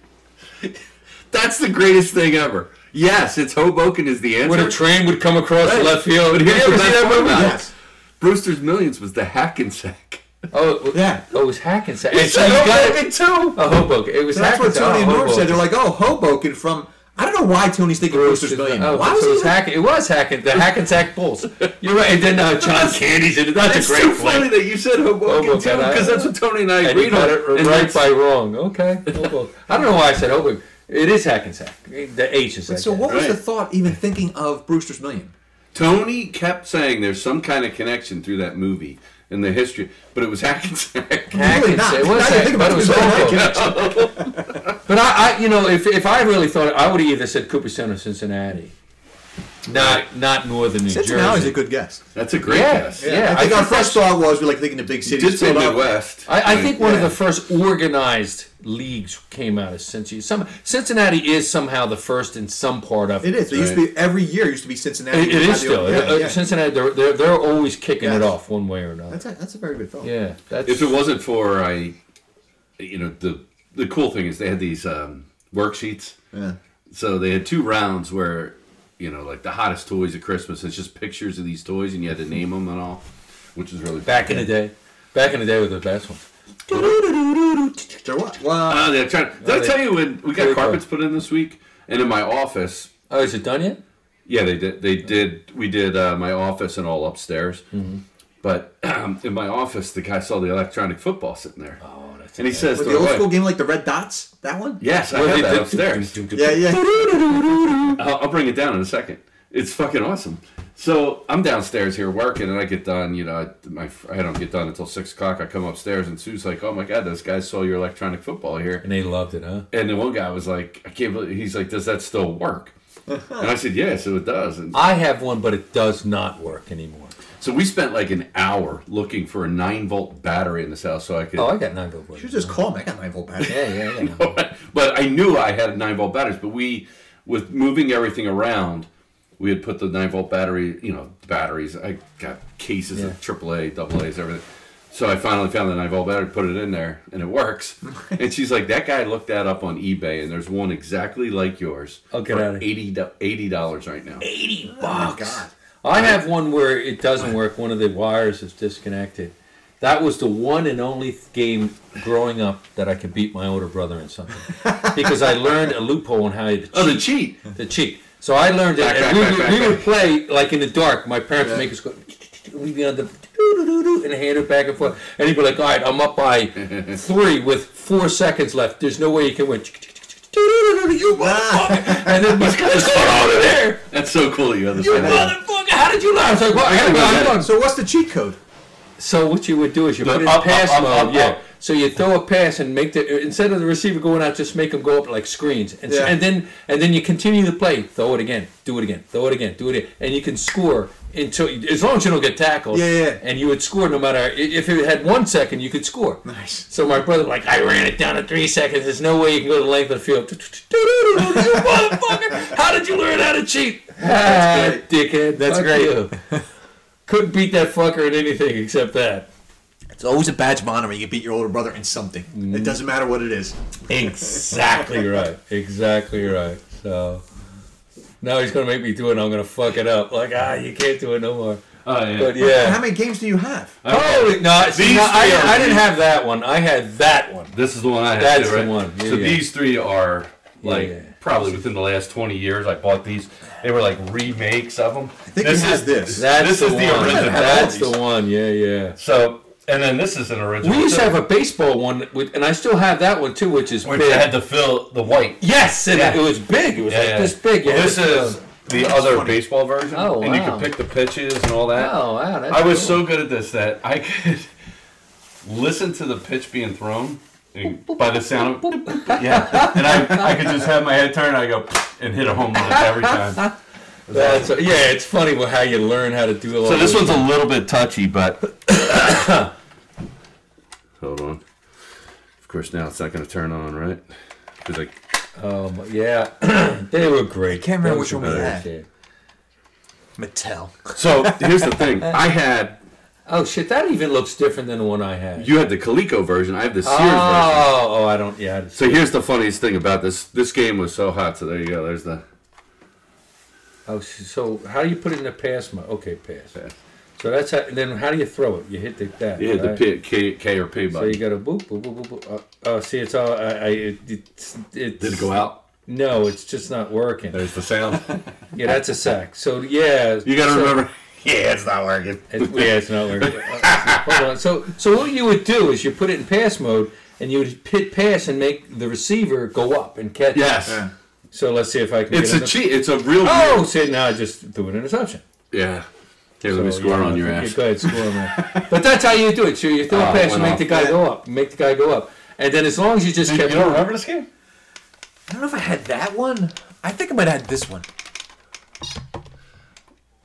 Speaker 1: "That's the greatest thing ever." Yes, it's Hoboken is the answer.
Speaker 2: When a train would come across
Speaker 1: Right.
Speaker 2: left field.
Speaker 1: But here's
Speaker 2: You
Speaker 1: the
Speaker 2: ever see
Speaker 1: best
Speaker 2: that
Speaker 1: part
Speaker 2: movie?
Speaker 1: about it.
Speaker 3: Yes.
Speaker 1: Brewster's Millions was the Hackensack.
Speaker 2: Oh, it was-
Speaker 3: Yeah.
Speaker 2: Oh, it was Hackensack.
Speaker 1: It's
Speaker 2: And so you got it.
Speaker 1: Hoboken too.
Speaker 2: Oh, Hoboken. It was
Speaker 3: So that's what
Speaker 2: Hackensack.
Speaker 3: Tony
Speaker 2: Oh,
Speaker 3: and Norm
Speaker 2: Hoboken.
Speaker 3: said. They're like, oh, Hoboken from. I don't know why Tony's thinking Brewster's Million.
Speaker 2: Oh,
Speaker 3: why
Speaker 2: so
Speaker 3: was
Speaker 2: it
Speaker 3: he
Speaker 2: was Hack- It was Hacken. The Hackensack Bulls. You're right. And then uh, John Candy's in it. That's
Speaker 1: It's
Speaker 2: a
Speaker 1: so
Speaker 2: great play.
Speaker 1: funny that you said Hoboken,
Speaker 2: Hoboken,
Speaker 1: too,
Speaker 2: I-
Speaker 1: because that's what Tony and I
Speaker 2: And you
Speaker 1: agreed
Speaker 2: got
Speaker 1: on.
Speaker 2: it
Speaker 1: and
Speaker 2: right
Speaker 1: that's-
Speaker 2: by wrong. Okay. Hoboken. I don't know why I said Hoboken. It is Hackensack. The H is.
Speaker 3: So what was
Speaker 1: Right.
Speaker 3: the thought even thinking of Brewster's Million?
Speaker 1: Tony kept saying there's some kind of connection through that movie and the history, but it was Hackensack.
Speaker 2: Hack-
Speaker 3: Really not.
Speaker 2: It
Speaker 3: Now
Speaker 2: was
Speaker 3: you
Speaker 2: Hack-
Speaker 3: think
Speaker 2: but
Speaker 3: about it,
Speaker 2: it was
Speaker 3: there's no
Speaker 2: Hoboken.
Speaker 3: connection.
Speaker 2: But I, I, you know, if if I really thought, it, I would have either said Cooperstown or Cincinnati. Not not northern New
Speaker 3: Cincinnati's
Speaker 2: Jersey.
Speaker 3: a good guess.
Speaker 1: That's a great
Speaker 2: Yeah.
Speaker 1: guess.
Speaker 2: Yeah.
Speaker 3: I
Speaker 2: I
Speaker 3: think
Speaker 2: think
Speaker 3: our first thought was we like thinking the big
Speaker 1: You
Speaker 3: cities.
Speaker 1: did say
Speaker 3: Philadelphia.
Speaker 1: Midwest.
Speaker 2: I, I
Speaker 1: Like,
Speaker 2: think one of
Speaker 3: yeah.
Speaker 2: the first organized leagues came out of Cincinnati. Some, Cincinnati is somehow the first in some part of
Speaker 3: It is. It used to be every year. Used to be Cincinnati.
Speaker 2: It- it
Speaker 3: Yeah,
Speaker 2: is still.
Speaker 3: yeah,
Speaker 2: uh,
Speaker 3: yeah.
Speaker 2: Cincinnati, they're, they're, they're always kicking
Speaker 3: Yes.
Speaker 2: it off one way or another.
Speaker 3: That's a, that's a very good thought.
Speaker 2: yeah. That's,
Speaker 1: if it wasn't for I, you know the the cool thing is they had these um, worksheets.
Speaker 3: Yeah.
Speaker 1: So they had two rounds where, you know, like the hottest toys of Christmas. It's just pictures of these toys, and you had to name them and all, which is really
Speaker 2: back in the day, back in the day were the best ones.
Speaker 3: There was. Well,
Speaker 1: Oh, they're trying. Did I tell you when we got
Speaker 2: Very cool.
Speaker 1: carpets put in this week? And in my office,
Speaker 2: Oh, is it done yet?
Speaker 1: Yeah, they did. They did. We did uh, my office and all upstairs.
Speaker 2: Mm-hmm.
Speaker 1: But um, in my office, the guy saw the electronic football sitting there,
Speaker 2: Oh, that's
Speaker 1: and he says,
Speaker 3: with
Speaker 1: to
Speaker 3: the
Speaker 1: my
Speaker 3: old
Speaker 1: wife,
Speaker 3: school game like the Red Dots, that one.
Speaker 1: "Yes, I
Speaker 2: Well,
Speaker 1: have
Speaker 2: they
Speaker 1: that
Speaker 2: did-
Speaker 1: upstairs.
Speaker 3: Yeah, yeah.
Speaker 1: I'll, I'll bring it down in a second. It's fucking awesome." So I'm downstairs here working, and I get done. You know, I, my I don't get done until six o'clock. I come upstairs, and Sue's like, "Oh my god, those guys saw your electronic football here."
Speaker 2: And they loved it, huh?
Speaker 1: And the one guy was like, "I can't believe." He's like, "Does that still work?" and I said, "Yeah, so it does." And
Speaker 2: I have one, but it does not work anymore.
Speaker 1: So we spent like an hour looking for a nine volt battery in this house, so I could.
Speaker 2: Oh, I got nine volt
Speaker 3: You
Speaker 2: batteries.
Speaker 3: just call me. I got nine volt battery.
Speaker 2: Yeah, yeah, yeah.
Speaker 1: but I knew I had nine volt batteries. But we, with moving everything around, we had put the nine volt battery. You know, batteries. I got cases of AAA, AA's, everything. So I finally found the nine volt battery, put it in there, and it works. and she's like, "That guy looked that up on eBay, and there's one exactly like yours
Speaker 2: I'll get
Speaker 1: for
Speaker 2: outta here.
Speaker 1: eighty dollars right now."
Speaker 2: Eighty
Speaker 3: Oh,
Speaker 2: bucks.
Speaker 3: God.
Speaker 2: I have one where it doesn't work. One of the wires is disconnected. That was the one and only th- game growing up that I could beat my older brother in something because I learned a loophole on how to cheat.
Speaker 1: Oh, the cheat.
Speaker 2: the cheat. So I learned it.
Speaker 1: Back,
Speaker 2: and
Speaker 1: back,
Speaker 2: we,
Speaker 1: back,
Speaker 2: would,
Speaker 1: back,
Speaker 2: we would
Speaker 1: back.
Speaker 2: play like in the dark. My parents would make us go. We'd be on the doo-doo-doo-doo and hand it back and forth. And he'd be like, "All right, I'm up by three with four seconds left. There's no way you can win." Doo-doo-doo-doo, You
Speaker 3: Ah.
Speaker 2: motherfucker! And then what's going on over there?
Speaker 1: That's so cool. that You have this.
Speaker 2: You
Speaker 1: idea.
Speaker 2: motherfucker! How did you learn? I was like, "Well, I
Speaker 1: gotta go get
Speaker 2: got
Speaker 1: it."
Speaker 2: to learn."
Speaker 3: So what's the cheat code?
Speaker 2: So what you would do is you
Speaker 1: The
Speaker 2: put it in
Speaker 1: up, up,
Speaker 2: pass
Speaker 1: up,
Speaker 2: mode,
Speaker 1: up,
Speaker 2: yeah.
Speaker 1: up.
Speaker 2: So you throw a pass and make the instead of the receiver going out, just make them go up like screens, and, so-
Speaker 3: Yeah.
Speaker 2: and then and then you continue the play. Throw it again, do it again, throw it again, do it again, and you can score until as long as you don't get tackled.
Speaker 3: Yeah, yeah.
Speaker 2: And you would score no matter i- if it had one second, you could score.
Speaker 3: Nice.
Speaker 2: So my brother like I ran it down to three seconds. There's no way you can go the length of the field. You motherfucker! How did you learn how to cheat? That's dickhead.
Speaker 3: That's
Speaker 2: Fuck
Speaker 3: great.
Speaker 2: you. Couldn't beat that fucker at anything except that.
Speaker 3: It's always a badge of honor when you beat your older brother in something. It doesn't matter what it is.
Speaker 2: Exactly right. Exactly right. So now he's gonna make me do it. and I'm gonna fuck it up. Like ah, you can't do it no more.
Speaker 1: Oh, yeah.
Speaker 2: But
Speaker 3: How
Speaker 2: yeah.
Speaker 3: many games do you have?
Speaker 2: Holy no! See,
Speaker 1: These
Speaker 2: no, I,
Speaker 1: three are-
Speaker 2: I didn't have that one. I had that one.
Speaker 1: This is the one I had.
Speaker 2: That's
Speaker 1: too, right?
Speaker 2: the one. Yeah,
Speaker 1: so
Speaker 2: yeah.
Speaker 1: these three are like
Speaker 2: Yeah.
Speaker 1: probably within the last twenty years. I bought these. They were like remakes of them. I
Speaker 3: think
Speaker 1: this
Speaker 3: he has this.
Speaker 2: That's
Speaker 1: this
Speaker 2: the
Speaker 1: is
Speaker 2: one.
Speaker 1: the original.
Speaker 2: That's the one. Yeah, yeah.
Speaker 1: So and then this is an original.
Speaker 2: We used to
Speaker 1: too,
Speaker 2: have a baseball one, with, and I still have that one too, which is
Speaker 1: which
Speaker 2: big.
Speaker 1: I had to fill the white.
Speaker 2: yes, and
Speaker 1: Yeah.
Speaker 2: it was big. It was like this big. You
Speaker 1: Well,
Speaker 2: had
Speaker 1: this
Speaker 2: to fill-
Speaker 1: is the other baseball version.
Speaker 2: Oh,
Speaker 1: And you
Speaker 2: wow.
Speaker 1: can pick the pitches and all that.
Speaker 2: Oh wow! That's
Speaker 1: I was
Speaker 2: cool.
Speaker 1: so good at this that I could listen to the pitch being thrown and by the sound of yeah, and I, I could just have my head turned. I go and hit a home run every time.
Speaker 2: That's yeah, it's funny wha- how you learn how to do a lot.
Speaker 1: So
Speaker 2: of
Speaker 1: this
Speaker 2: those-
Speaker 1: one's a little bit touchy, but hold on. Of course, now it's not going to turn on, right? Because like
Speaker 2: um, yeah, they were great.
Speaker 3: can't remember
Speaker 2: Those
Speaker 3: which
Speaker 2: were
Speaker 3: one we
Speaker 2: great,
Speaker 3: had.
Speaker 2: yeah.
Speaker 3: Mattel.
Speaker 1: so, here's the thing: I had
Speaker 2: Oh shit, that even looks different than the one I had.
Speaker 1: you had the Coleco version. I have the Sears version.
Speaker 2: oh, oh, I don't. Yeah, I just,
Speaker 1: So here's the funniest thing about this: this game was so hot. So there you go. There's the
Speaker 2: oh, sh- so how do you put it in the pass mode? Okay, pass.
Speaker 1: Pass.
Speaker 2: So that's how. Then how do you throw it? You hit the that.
Speaker 1: you had the
Speaker 2: right?
Speaker 1: P, K, K or P
Speaker 2: So
Speaker 1: button.
Speaker 2: you got to boop boop boop boop. boop. Uh, oh, see, it's all. I, I it, it's, it's
Speaker 1: Did it go out?
Speaker 2: No, it's just not working.
Speaker 1: There's the sound.
Speaker 2: Yeah, that's a sack. So yeah,
Speaker 1: You got to
Speaker 2: so-
Speaker 1: remember. Yeah, it's not working.
Speaker 2: It's, yeah, it's not working. Uh, Hold on. So, so what you would do is you put it in pass mode, and you would hit pass and make the receiver go up and catch. it.
Speaker 1: Yes,
Speaker 3: Yeah.
Speaker 2: So let's see if I can.
Speaker 1: it's
Speaker 2: get
Speaker 1: a
Speaker 2: another-
Speaker 1: cheat. It's a real.
Speaker 2: Oh, see, now I just threw an interception.
Speaker 1: Yeah. Here, let me
Speaker 2: So,
Speaker 1: score
Speaker 2: yeah,
Speaker 1: on your
Speaker 2: okay,
Speaker 1: ass.
Speaker 2: Go ahead, score on that. But that's how you do it. So you throw
Speaker 1: Ah,
Speaker 2: a
Speaker 1: it
Speaker 2: pass
Speaker 1: went
Speaker 2: and make
Speaker 1: off.
Speaker 2: the guy go up. Make the guy go up, and then as long as you just kept.
Speaker 1: remember this game?
Speaker 3: I don't know if I had that one. I think I might have had this one.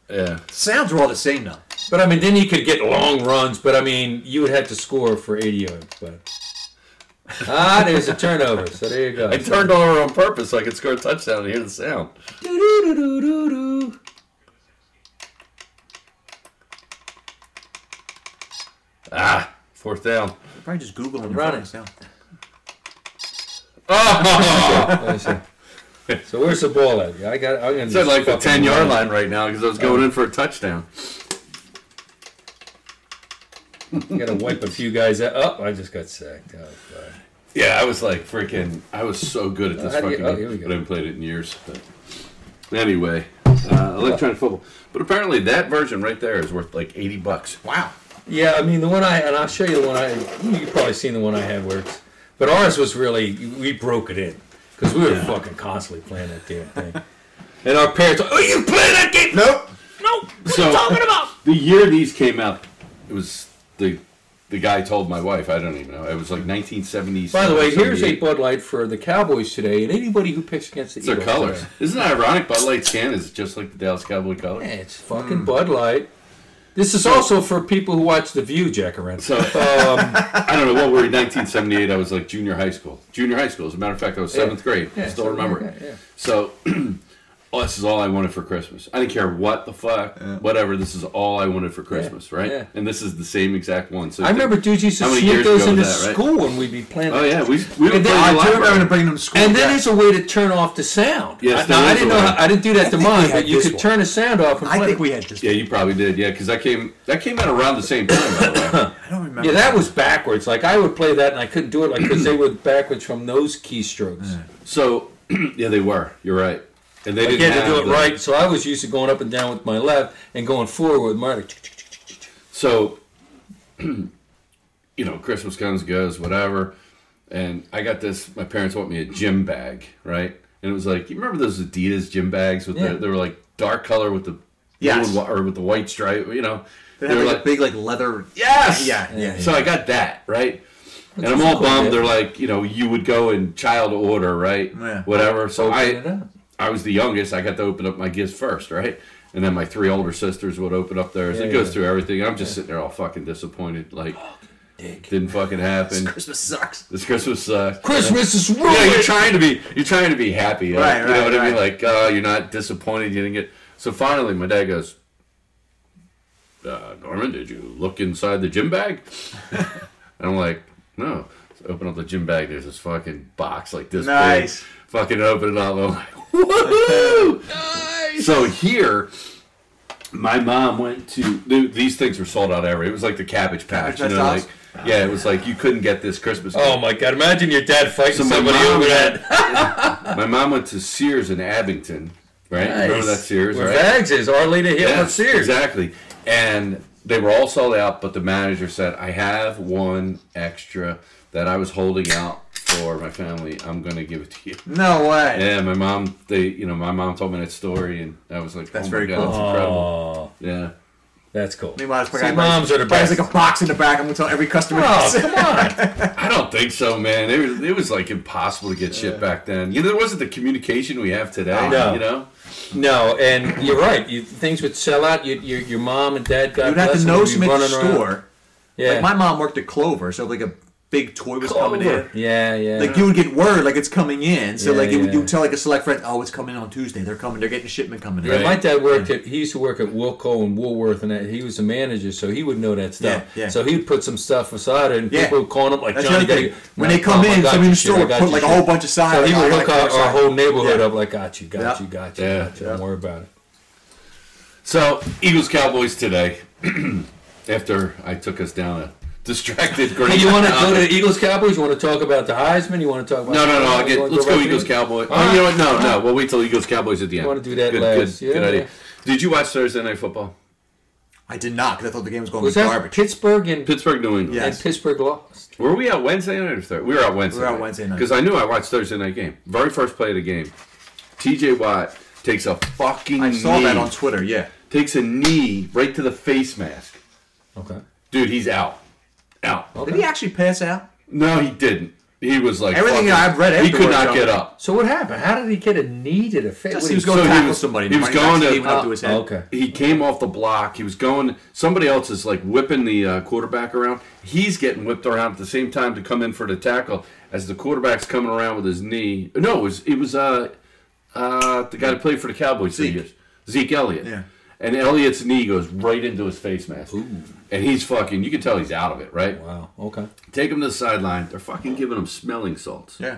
Speaker 1: Yeah.
Speaker 3: Sounds were all the same though.
Speaker 2: But I mean, then you could get long runs. But I mean, you would have to score for eighty yards. But ah, there's a turnover. So there you go.
Speaker 1: I turned over on purpose so I could score a touchdown and hear the sound.
Speaker 2: Do-do-do-do-do-do.
Speaker 1: Ah, fourth down.
Speaker 3: Probably just Google on your
Speaker 2: Run
Speaker 3: phone
Speaker 2: it.
Speaker 3: sound.
Speaker 1: Oh,
Speaker 2: Let me see. So where's the ball at? I got. I'm gonna.
Speaker 1: it's at
Speaker 2: just
Speaker 1: like the
Speaker 2: fucking
Speaker 1: ten yard
Speaker 2: run.
Speaker 1: line right now because I was going in for a touchdown.
Speaker 2: I gotta wipe a few guys out. Oh, I just got sacked. Oh, God.
Speaker 1: Yeah, I was like freaking. I was so good at this
Speaker 2: How do you-
Speaker 1: fucking
Speaker 2: oh,
Speaker 1: game.
Speaker 2: here we go.
Speaker 1: but I haven't played it in years. But anyway, uh, electronic football. But apparently, that version right there is worth like eighty bucks.
Speaker 3: Wow.
Speaker 2: Yeah, I mean the one I and I'll show you the one I. You've probably seen the one I had where it's, but ours was really we broke it in because we were fucking constantly playing that damn thing. And our parents, were, oh, you play that game?
Speaker 3: Nope.
Speaker 2: No, what
Speaker 1: So-
Speaker 2: are you talking about?
Speaker 1: The year these came out, it was the the guy told my wife. I don't even know. It was like nineteen seventy.
Speaker 2: By the way, here's a Bud Light for the Cowboys today, and anybody who picks against the
Speaker 1: It's their
Speaker 2: Eagles
Speaker 1: colors.
Speaker 2: today.
Speaker 1: Isn't that ironic? Bud Light's can is just like the Dallas Cowboy color.
Speaker 2: Yeah, it's fucking
Speaker 1: Hmm.
Speaker 2: Bud Light. This is also for people who watch The View, Jack Um, Arendt.
Speaker 1: So I don't know what were we, 1978. I was like junior high school. Junior high school. As a matter of fact, I was seventh grade.
Speaker 2: Yeah,
Speaker 1: Still
Speaker 2: something
Speaker 1: remember
Speaker 2: like
Speaker 1: it.
Speaker 2: that, yeah.
Speaker 1: So oh, this is all I wanted for Christmas. I didn't care what the fuck, whatever. This is all I wanted for Christmas, right?
Speaker 2: yeah.
Speaker 1: And this is the same exact one. So
Speaker 2: I remember dudes used
Speaker 1: How
Speaker 2: to
Speaker 1: many
Speaker 2: sneak
Speaker 1: years
Speaker 2: those
Speaker 1: ago
Speaker 2: into
Speaker 1: was that, right?
Speaker 2: school when we'd be playing.
Speaker 1: Oh yeah, we we were
Speaker 2: And
Speaker 1: playing
Speaker 2: then I
Speaker 1: a
Speaker 2: do
Speaker 1: lot
Speaker 3: I
Speaker 1: of-
Speaker 3: remember bringing them to school.
Speaker 2: And then
Speaker 3: Yeah.
Speaker 2: there's a way to turn off the sound.
Speaker 1: Yes,
Speaker 2: I, now,
Speaker 1: there
Speaker 2: I
Speaker 1: is
Speaker 2: didn't
Speaker 1: a
Speaker 2: know.
Speaker 1: way.
Speaker 2: How, I didn't do that to
Speaker 3: think we
Speaker 2: mine,
Speaker 3: had
Speaker 2: but you
Speaker 3: this
Speaker 2: could
Speaker 3: one.
Speaker 2: turn the sound off and
Speaker 3: I
Speaker 2: play.
Speaker 3: think we had just.
Speaker 1: Yeah, you probably did. Yeah, because I came that came out around the same time. By the way.
Speaker 3: I don't remember.
Speaker 2: yeah, that was backwards. Like I would play that and I couldn't do it, like because they were backwards from those keystrokes.
Speaker 1: So yeah, they were. You're right. And they
Speaker 2: I
Speaker 1: didn't
Speaker 2: had to
Speaker 1: have
Speaker 2: do it
Speaker 1: the-
Speaker 2: right, so I was used to going up and down with my left and going forward with my.
Speaker 1: So, you know, Christmas comes, goes, whatever. And I got this. My parents bought me a gym bag, right? And it was like, you remember those Adidas gym bags with
Speaker 2: Yeah.
Speaker 1: the, they were like dark color with the
Speaker 3: Yes.
Speaker 1: blue and whi- or with the white stripe, you know.
Speaker 3: They
Speaker 1: They,
Speaker 3: had
Speaker 1: were
Speaker 3: like,
Speaker 1: like,
Speaker 3: a big like leather.
Speaker 1: yes,
Speaker 3: Yeah, yeah,
Speaker 1: So I got that right. And I'm
Speaker 2: is
Speaker 1: all
Speaker 2: cool,
Speaker 1: bummed.
Speaker 2: yeah.
Speaker 1: They're like, you know, you would go in child order, right?
Speaker 3: Yeah.
Speaker 1: Whatever. So
Speaker 2: Open
Speaker 1: I,
Speaker 2: it up.
Speaker 1: I was the youngest. I got to open up my gifts first, right? And then my three older sisters would open up theirs.
Speaker 2: Yeah,
Speaker 1: it goes
Speaker 2: yeah.
Speaker 1: through everything. I'm just sitting there all fucking disappointed. Like, didn't fucking happen.
Speaker 3: Christmas sucks.
Speaker 1: This Christmas sucks.
Speaker 2: Christmas is ruined.
Speaker 1: Yeah, you're trying to be you're trying to be happy. uh,
Speaker 3: Right,
Speaker 1: you know
Speaker 3: right,
Speaker 1: what I mean?
Speaker 3: right.
Speaker 1: Like, uh, you're not disappointed you didn't get so finally my dad goes, uh, Norman, did you look inside the gym bag? and I'm like, No. So I open up the gym bag, there's this fucking box like this
Speaker 3: Nice.
Speaker 1: big. Fucking open it up. I'm like, Woohoo! So here my mom went to th- these things were sold out everywhere. It was like the Cabbage Patch,
Speaker 3: Cabbage
Speaker 1: you
Speaker 3: Patch
Speaker 1: know, like
Speaker 3: dolls?
Speaker 1: yeah, it was like you couldn't get this Christmas.
Speaker 2: Oh my God! Imagine your dad fighting
Speaker 1: So my
Speaker 2: somebody
Speaker 1: mom
Speaker 2: over
Speaker 1: had-
Speaker 2: that.
Speaker 1: my mom went to Sears in Abington, right? You Remember that Sears,
Speaker 2: Where
Speaker 1: right?
Speaker 2: Vags is our lady here
Speaker 1: Yes,
Speaker 2: on Sears.
Speaker 1: Exactly. And they were all sold out, but the manager said, I have one extra that I was holding out for my family. I'm going to give it to you.
Speaker 3: No way.
Speaker 1: Yeah, my mom, they, you know, my mom told me that story, and I was like,
Speaker 3: That's
Speaker 1: oh my
Speaker 3: very
Speaker 1: God,
Speaker 3: cool.
Speaker 1: That's incredible.
Speaker 2: Oh,
Speaker 1: Yeah.
Speaker 2: that's cool.
Speaker 3: Meanwhile, this
Speaker 2: See, moms are the
Speaker 3: There's
Speaker 2: best.
Speaker 3: like a box in the back. I'm gonna tell every customer.
Speaker 2: Oh, come on!
Speaker 1: I don't think so, man. It was, it was like impossible to get shit back then. You know, there wasn't the communication we have today.
Speaker 2: No.
Speaker 1: You know,
Speaker 2: no, and you're right. You, things would sell out. You, your, your mom and dad, God
Speaker 3: You'd have
Speaker 2: bless
Speaker 3: to
Speaker 2: them,
Speaker 3: know
Speaker 2: would be
Speaker 3: some at the
Speaker 2: running around.
Speaker 3: store.
Speaker 2: Yeah,
Speaker 3: Like my mom worked at Clover, so like a big toy was coming in.
Speaker 2: yeah, yeah.
Speaker 3: Like you would get word like it's coming in, so
Speaker 2: Yeah,
Speaker 3: like it would,
Speaker 2: yeah.
Speaker 3: you would tell like a select friend, oh, it's coming on Tuesday. They're coming. They're getting shipment coming in.
Speaker 1: Right.
Speaker 2: Yeah, my dad worked at. He used to work at Wilco and Woolworth, and that, he was a manager, so he would know that stuff.
Speaker 3: Yeah, yeah.
Speaker 2: So he'd put some stuff aside, and
Speaker 3: Yeah.
Speaker 2: people would call him like
Speaker 3: That's
Speaker 2: Johnny.
Speaker 3: the other thing.
Speaker 2: Gotti,
Speaker 3: When
Speaker 2: "No,
Speaker 3: they come
Speaker 2: Tom, I
Speaker 3: in,
Speaker 2: got
Speaker 3: somebody
Speaker 2: you
Speaker 3: in the
Speaker 2: shit, I
Speaker 3: store
Speaker 2: got
Speaker 3: put
Speaker 2: you
Speaker 3: like a
Speaker 2: shit."
Speaker 3: whole bunch of signs.
Speaker 2: So he
Speaker 3: like,
Speaker 2: would
Speaker 3: "I
Speaker 2: hook
Speaker 3: like
Speaker 2: our,
Speaker 3: Clover
Speaker 2: our
Speaker 3: sign."
Speaker 2: whole neighborhood
Speaker 3: Yeah.
Speaker 2: up like, "Got you, got
Speaker 3: Yeah.
Speaker 2: you, got you,
Speaker 1: Yeah.
Speaker 2: got you. Don't worry about it."
Speaker 1: so Eagles Cowboys today. after I took us down a distracted.
Speaker 2: Hey,
Speaker 1: Green
Speaker 2: you want to go to the Eagles Cowboys? You want to talk about the Heisman? You want to talk about
Speaker 1: Uh, No, no, no. I'll
Speaker 2: You
Speaker 1: get,
Speaker 2: wanna
Speaker 1: let's
Speaker 2: right
Speaker 1: go
Speaker 2: to
Speaker 1: Eagles
Speaker 2: the-
Speaker 1: Cowboys.
Speaker 2: All
Speaker 1: Oh, you know what? No, no. We'll wait till Eagles Cowboys at the end.
Speaker 2: wanna do that
Speaker 1: good,
Speaker 2: last,
Speaker 1: Good, good
Speaker 2: yeah.
Speaker 1: idea. Did you watch Thursday Night Football?
Speaker 3: I did not because I thought the game was going to
Speaker 2: Was
Speaker 3: be
Speaker 2: that
Speaker 3: garbage.
Speaker 2: Pittsburgh and,
Speaker 1: Pittsburgh, New England.
Speaker 3: Yeah.
Speaker 2: and Pittsburgh lost?
Speaker 1: Were we out Wednesday night or Thursday? We were out Wednesday.
Speaker 3: We were out Wednesday night.
Speaker 1: Because I knew I watched Thursday night game. Very first play of the game. TJ Watt takes a fucking
Speaker 3: I saw
Speaker 1: knee.
Speaker 3: that on Twitter. Yeah,
Speaker 1: takes a knee right to the face mask.
Speaker 2: Okay.
Speaker 1: Dude, he's out. Out.
Speaker 3: did he actually pass out?
Speaker 1: No, he didn't. He was like
Speaker 3: Everything
Speaker 1: fucking-
Speaker 3: I've read
Speaker 1: He could
Speaker 3: afterwards,
Speaker 1: not
Speaker 3: um,
Speaker 1: get up.
Speaker 2: So what happened? How did he get a knee to the face? What
Speaker 3: Just he
Speaker 2: do
Speaker 3: was
Speaker 2: you-
Speaker 3: going
Speaker 1: so
Speaker 3: to
Speaker 1: he
Speaker 3: tackle
Speaker 1: was-
Speaker 3: somebody.
Speaker 1: he was
Speaker 3: Nobody
Speaker 1: going
Speaker 3: actually
Speaker 1: to-
Speaker 3: even up to Oh, his head.
Speaker 2: okay.
Speaker 1: He came off the block. He was going. Somebody else is like whipping the uh, quarterback around. He's getting whipped around at the same time to come in for the tackle as the quarterback's coming around with his knee. No, it was it was uh, uh the guy that played for the Cowboys Zeke,
Speaker 3: Zeke.
Speaker 1: years, Zeke Elliott.
Speaker 3: Yeah.
Speaker 1: And Elliott's knee goes right into his face mask. And he's fucking. You can tell he's out of it, right?
Speaker 2: Wow. Okay.
Speaker 1: Take him to the sideline. They're fucking giving him smelling salts.
Speaker 3: Yeah.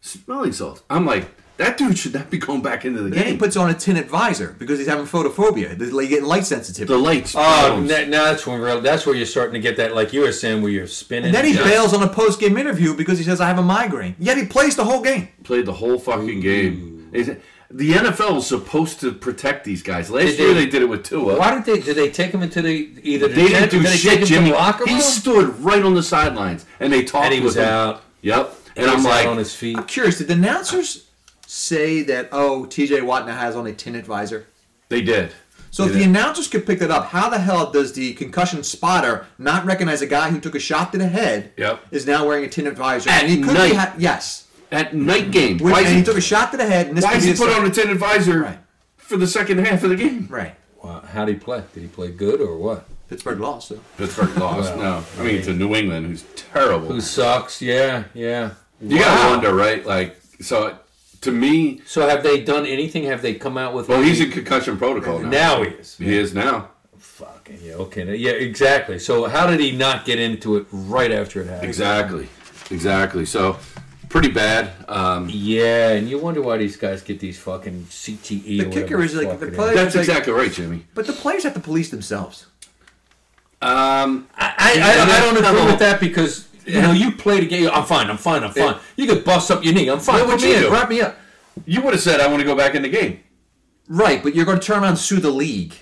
Speaker 1: Smelling salts. I'm like, that dude should not be going back into the
Speaker 3: Then he
Speaker 1: game.
Speaker 3: puts on a tinted visor because he's having photophobia. He's like, getting light sensitive.
Speaker 1: the lights.
Speaker 2: Oh,
Speaker 1: problems.
Speaker 2: now, now that's when real, that's where you're starting to get that, like you were saying, where you're spinning.
Speaker 3: And then he
Speaker 2: Yeah.
Speaker 3: bails on a post game interview because he says, I have a migraine. Yet he plays the whole game.
Speaker 1: played the whole fucking game. Is- The NFL was supposed to protect these guys. Last
Speaker 2: Did they-
Speaker 1: year they did it with Tua.
Speaker 2: Why did they? Did they take him into the either? The
Speaker 1: They
Speaker 2: tent
Speaker 1: didn't
Speaker 2: or
Speaker 1: do
Speaker 2: did they
Speaker 1: shit,
Speaker 2: take him
Speaker 1: Jimmy.
Speaker 2: To the locker room?
Speaker 1: He stood right on the sidelines and they talked.
Speaker 2: and he was
Speaker 1: with him.
Speaker 2: out.
Speaker 1: Yep. And
Speaker 2: He
Speaker 1: I'm
Speaker 2: was out
Speaker 1: like,
Speaker 2: on his feet.
Speaker 3: I'm curious, did the announcers say that, oh, TJ Watt now has on a tinted visor?
Speaker 1: they did.
Speaker 3: So if
Speaker 1: They
Speaker 3: the
Speaker 1: did.
Speaker 3: announcers could pick that up, how the hell does the concussion spotter not recognize a guy who took a shot to the head
Speaker 1: Yep.
Speaker 3: is now wearing a tinted visor?
Speaker 1: At
Speaker 3: and he could
Speaker 1: night.
Speaker 3: be ha- yes.
Speaker 1: at
Speaker 2: Mm-hmm.
Speaker 1: night game,
Speaker 3: Which,
Speaker 1: why
Speaker 3: and
Speaker 1: is
Speaker 3: he,
Speaker 1: he,
Speaker 3: took a shot to the head and this
Speaker 1: why
Speaker 3: could
Speaker 1: is
Speaker 3: be
Speaker 1: he
Speaker 3: the
Speaker 1: put
Speaker 3: start-
Speaker 1: on a ten advisor
Speaker 3: Right.
Speaker 1: for the second half of the game?
Speaker 3: Right.
Speaker 2: Wow, how did he play? Did he play good or what?
Speaker 3: Pittsburgh lost, so.
Speaker 1: Pittsburgh lost. no, I mean to New England, who's terrible.
Speaker 2: Who sucks? Yeah, yeah.
Speaker 1: you gotta wonder, right? Like, so to me,
Speaker 2: So have they done anything? Have they come out with?
Speaker 1: well, he's in concussion protocol now.
Speaker 2: now he is.
Speaker 1: He is now.
Speaker 2: Fucking yeah. Okay. Yeah. Exactly. So how did he not get into it right after it happened?
Speaker 1: Exactly, exactly. So pretty bad. Um,
Speaker 2: Yeah, and you wonder why these guys get these fucking CTE.
Speaker 3: The
Speaker 2: or
Speaker 3: kicker
Speaker 2: whatever
Speaker 3: is, like,
Speaker 2: fuck
Speaker 3: the
Speaker 2: it is.
Speaker 3: play-
Speaker 1: that's
Speaker 3: Like-
Speaker 1: exactly right, Jimmy.
Speaker 3: But the players have to police themselves.
Speaker 1: Um,
Speaker 2: I, I, I don't agree with that because you
Speaker 1: Yeah.
Speaker 2: know you played a game. I'm fine. I'm fine. I'm fine.
Speaker 1: Yeah.
Speaker 2: You could bust up your knee. I'm fine.
Speaker 1: What would
Speaker 2: Put me
Speaker 1: you
Speaker 2: in.
Speaker 1: do?
Speaker 2: Wrap me up.
Speaker 1: you would have said, "I want to go back in the game."
Speaker 3: Right, but you're going to turn around and sue the league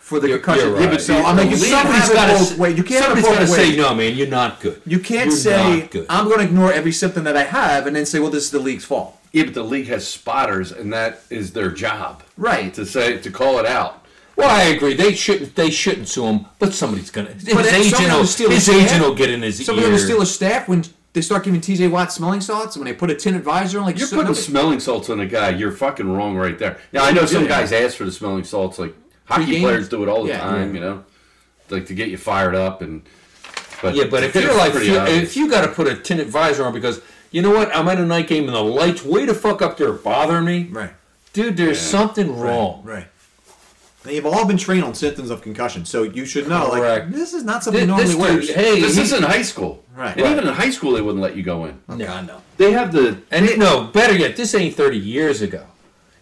Speaker 3: for the
Speaker 2: You're-
Speaker 3: concussion.
Speaker 2: you're right. Yeah, but
Speaker 3: So I'm like,
Speaker 2: The
Speaker 3: you
Speaker 2: league
Speaker 3: somebody's
Speaker 2: has gotta
Speaker 3: got
Speaker 2: s-
Speaker 3: to wait. You can't have it
Speaker 2: Somebody's got to
Speaker 3: both
Speaker 2: say
Speaker 3: ways.
Speaker 2: no, man. You're not good.
Speaker 3: You can't
Speaker 2: You're
Speaker 3: say
Speaker 2: not good.
Speaker 3: I'm going to ignore every symptom that I have and then say, well, this is the league's fault.
Speaker 1: Yeah, but the league has spotters, and that is their job,
Speaker 3: Right.
Speaker 1: To say to call it out.
Speaker 2: Well, I agree. They shouldn't. They shouldn't sue him, but somebody's gonna. His
Speaker 3: But then
Speaker 2: agent
Speaker 3: someone
Speaker 2: will.
Speaker 3: will steal
Speaker 2: His
Speaker 3: his
Speaker 2: agent
Speaker 3: hand.
Speaker 2: will get in his
Speaker 3: Somebody
Speaker 2: ear.
Speaker 3: on the Steelers staff when they start giving T.J. Watt smelling salts when they put a tin advisor on, like
Speaker 1: You're
Speaker 3: so-
Speaker 1: putting
Speaker 3: nobody-
Speaker 1: smelling salts on a guy. You're fucking wrong right there. Now I know some
Speaker 3: Yeah.
Speaker 1: guys ask for the smelling salts. Like hockey
Speaker 3: Pre-game?
Speaker 1: players do it all the
Speaker 3: Yeah.
Speaker 1: time. You know, like to get you fired up and. But
Speaker 2: Yeah, but if
Speaker 1: it's
Speaker 2: you're like,
Speaker 1: pretty
Speaker 2: if you,
Speaker 1: obvious.
Speaker 2: if you got to put a tinted visor on because you know what, I'm at a night game and the lights way to fuck up there are bothering me.
Speaker 3: Right,
Speaker 2: Dude, there's something wrong.
Speaker 3: right. They've all been trained on symptoms of concussion, so you should know.
Speaker 2: Correct.
Speaker 3: Like, this is not
Speaker 2: Thi-
Speaker 3: something
Speaker 2: this
Speaker 3: normally
Speaker 2: dude,
Speaker 3: wears.
Speaker 2: hey,
Speaker 1: this
Speaker 2: he-
Speaker 1: isn't high school,
Speaker 3: Right.
Speaker 1: And
Speaker 3: Right.
Speaker 1: even in high school, they wouldn't let you go in.
Speaker 3: Oh, God, no.
Speaker 1: They have the
Speaker 2: and no, better yet, this ain't 30 years ago.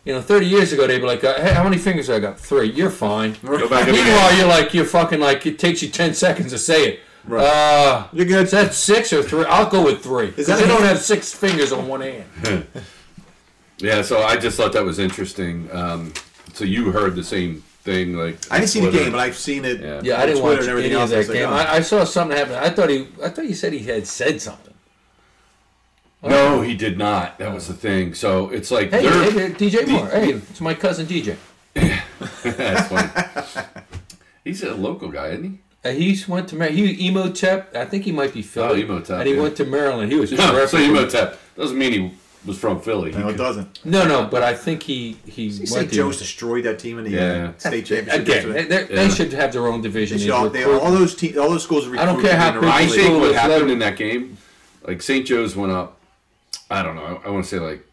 Speaker 2: You know, 30 years ago, they'd be like, uh, hey, how many fingers I got? Three. You're fine.
Speaker 1: Go back and
Speaker 2: Meanwhile, you're like, you're fucking like, it takes you 10 seconds to say it.
Speaker 3: Right.
Speaker 2: Uh,
Speaker 3: You're good.
Speaker 2: is that six or three? I'll go with three. Because
Speaker 3: that-
Speaker 2: they don't have six fingers on one hand.
Speaker 1: Yeah, so I just thought that was interesting. Um, so you heard the same thing, like
Speaker 3: I didn't see the
Speaker 1: Twitter.
Speaker 3: game, but I've seen it.
Speaker 1: Yeah.
Speaker 2: Yeah, I
Speaker 3: on
Speaker 2: didn't
Speaker 3: Twitter
Speaker 2: watch
Speaker 3: and everything
Speaker 2: any of
Speaker 3: else.
Speaker 2: that
Speaker 3: It's like,
Speaker 2: game.
Speaker 3: oh.
Speaker 2: I, I saw something happen. I thought he, I thought you said he had said something.
Speaker 1: no, he did not. That was the thing. So it's like
Speaker 2: Hey,
Speaker 1: they're-
Speaker 2: hey, DJ Moore. Hey, it's my cousin DJ.
Speaker 1: That's funny. He's a local guy, isn't he?
Speaker 2: Uh, he went to Mar- he Emotep. I think he might be Philly.
Speaker 1: Oh, Emotep,
Speaker 2: And he
Speaker 1: yeah.
Speaker 2: went to Maryland. He was
Speaker 1: No,
Speaker 2: terrific.
Speaker 1: so Emotep doesn't mean he was from Philly. He
Speaker 3: No, it
Speaker 1: could-
Speaker 3: doesn't.
Speaker 2: No, no, but I think he he
Speaker 3: You say
Speaker 2: went to
Speaker 3: Joe's destroyed that team in the uh,
Speaker 1: Yeah.
Speaker 3: state championship.
Speaker 2: again. They,
Speaker 3: yesterday.
Speaker 2: they- they
Speaker 1: Yeah.
Speaker 2: should have their own division.
Speaker 3: They should
Speaker 2: These
Speaker 3: all, they,
Speaker 2: recruit-
Speaker 3: all those te- all those schools.
Speaker 2: I don't care how
Speaker 3: recruiting
Speaker 1: I
Speaker 2: big the
Speaker 3: around.
Speaker 1: think
Speaker 2: school
Speaker 1: what
Speaker 2: is
Speaker 1: happened
Speaker 2: level-
Speaker 1: in that game, like St. Joe's went up. I don't know. I, I want to say like,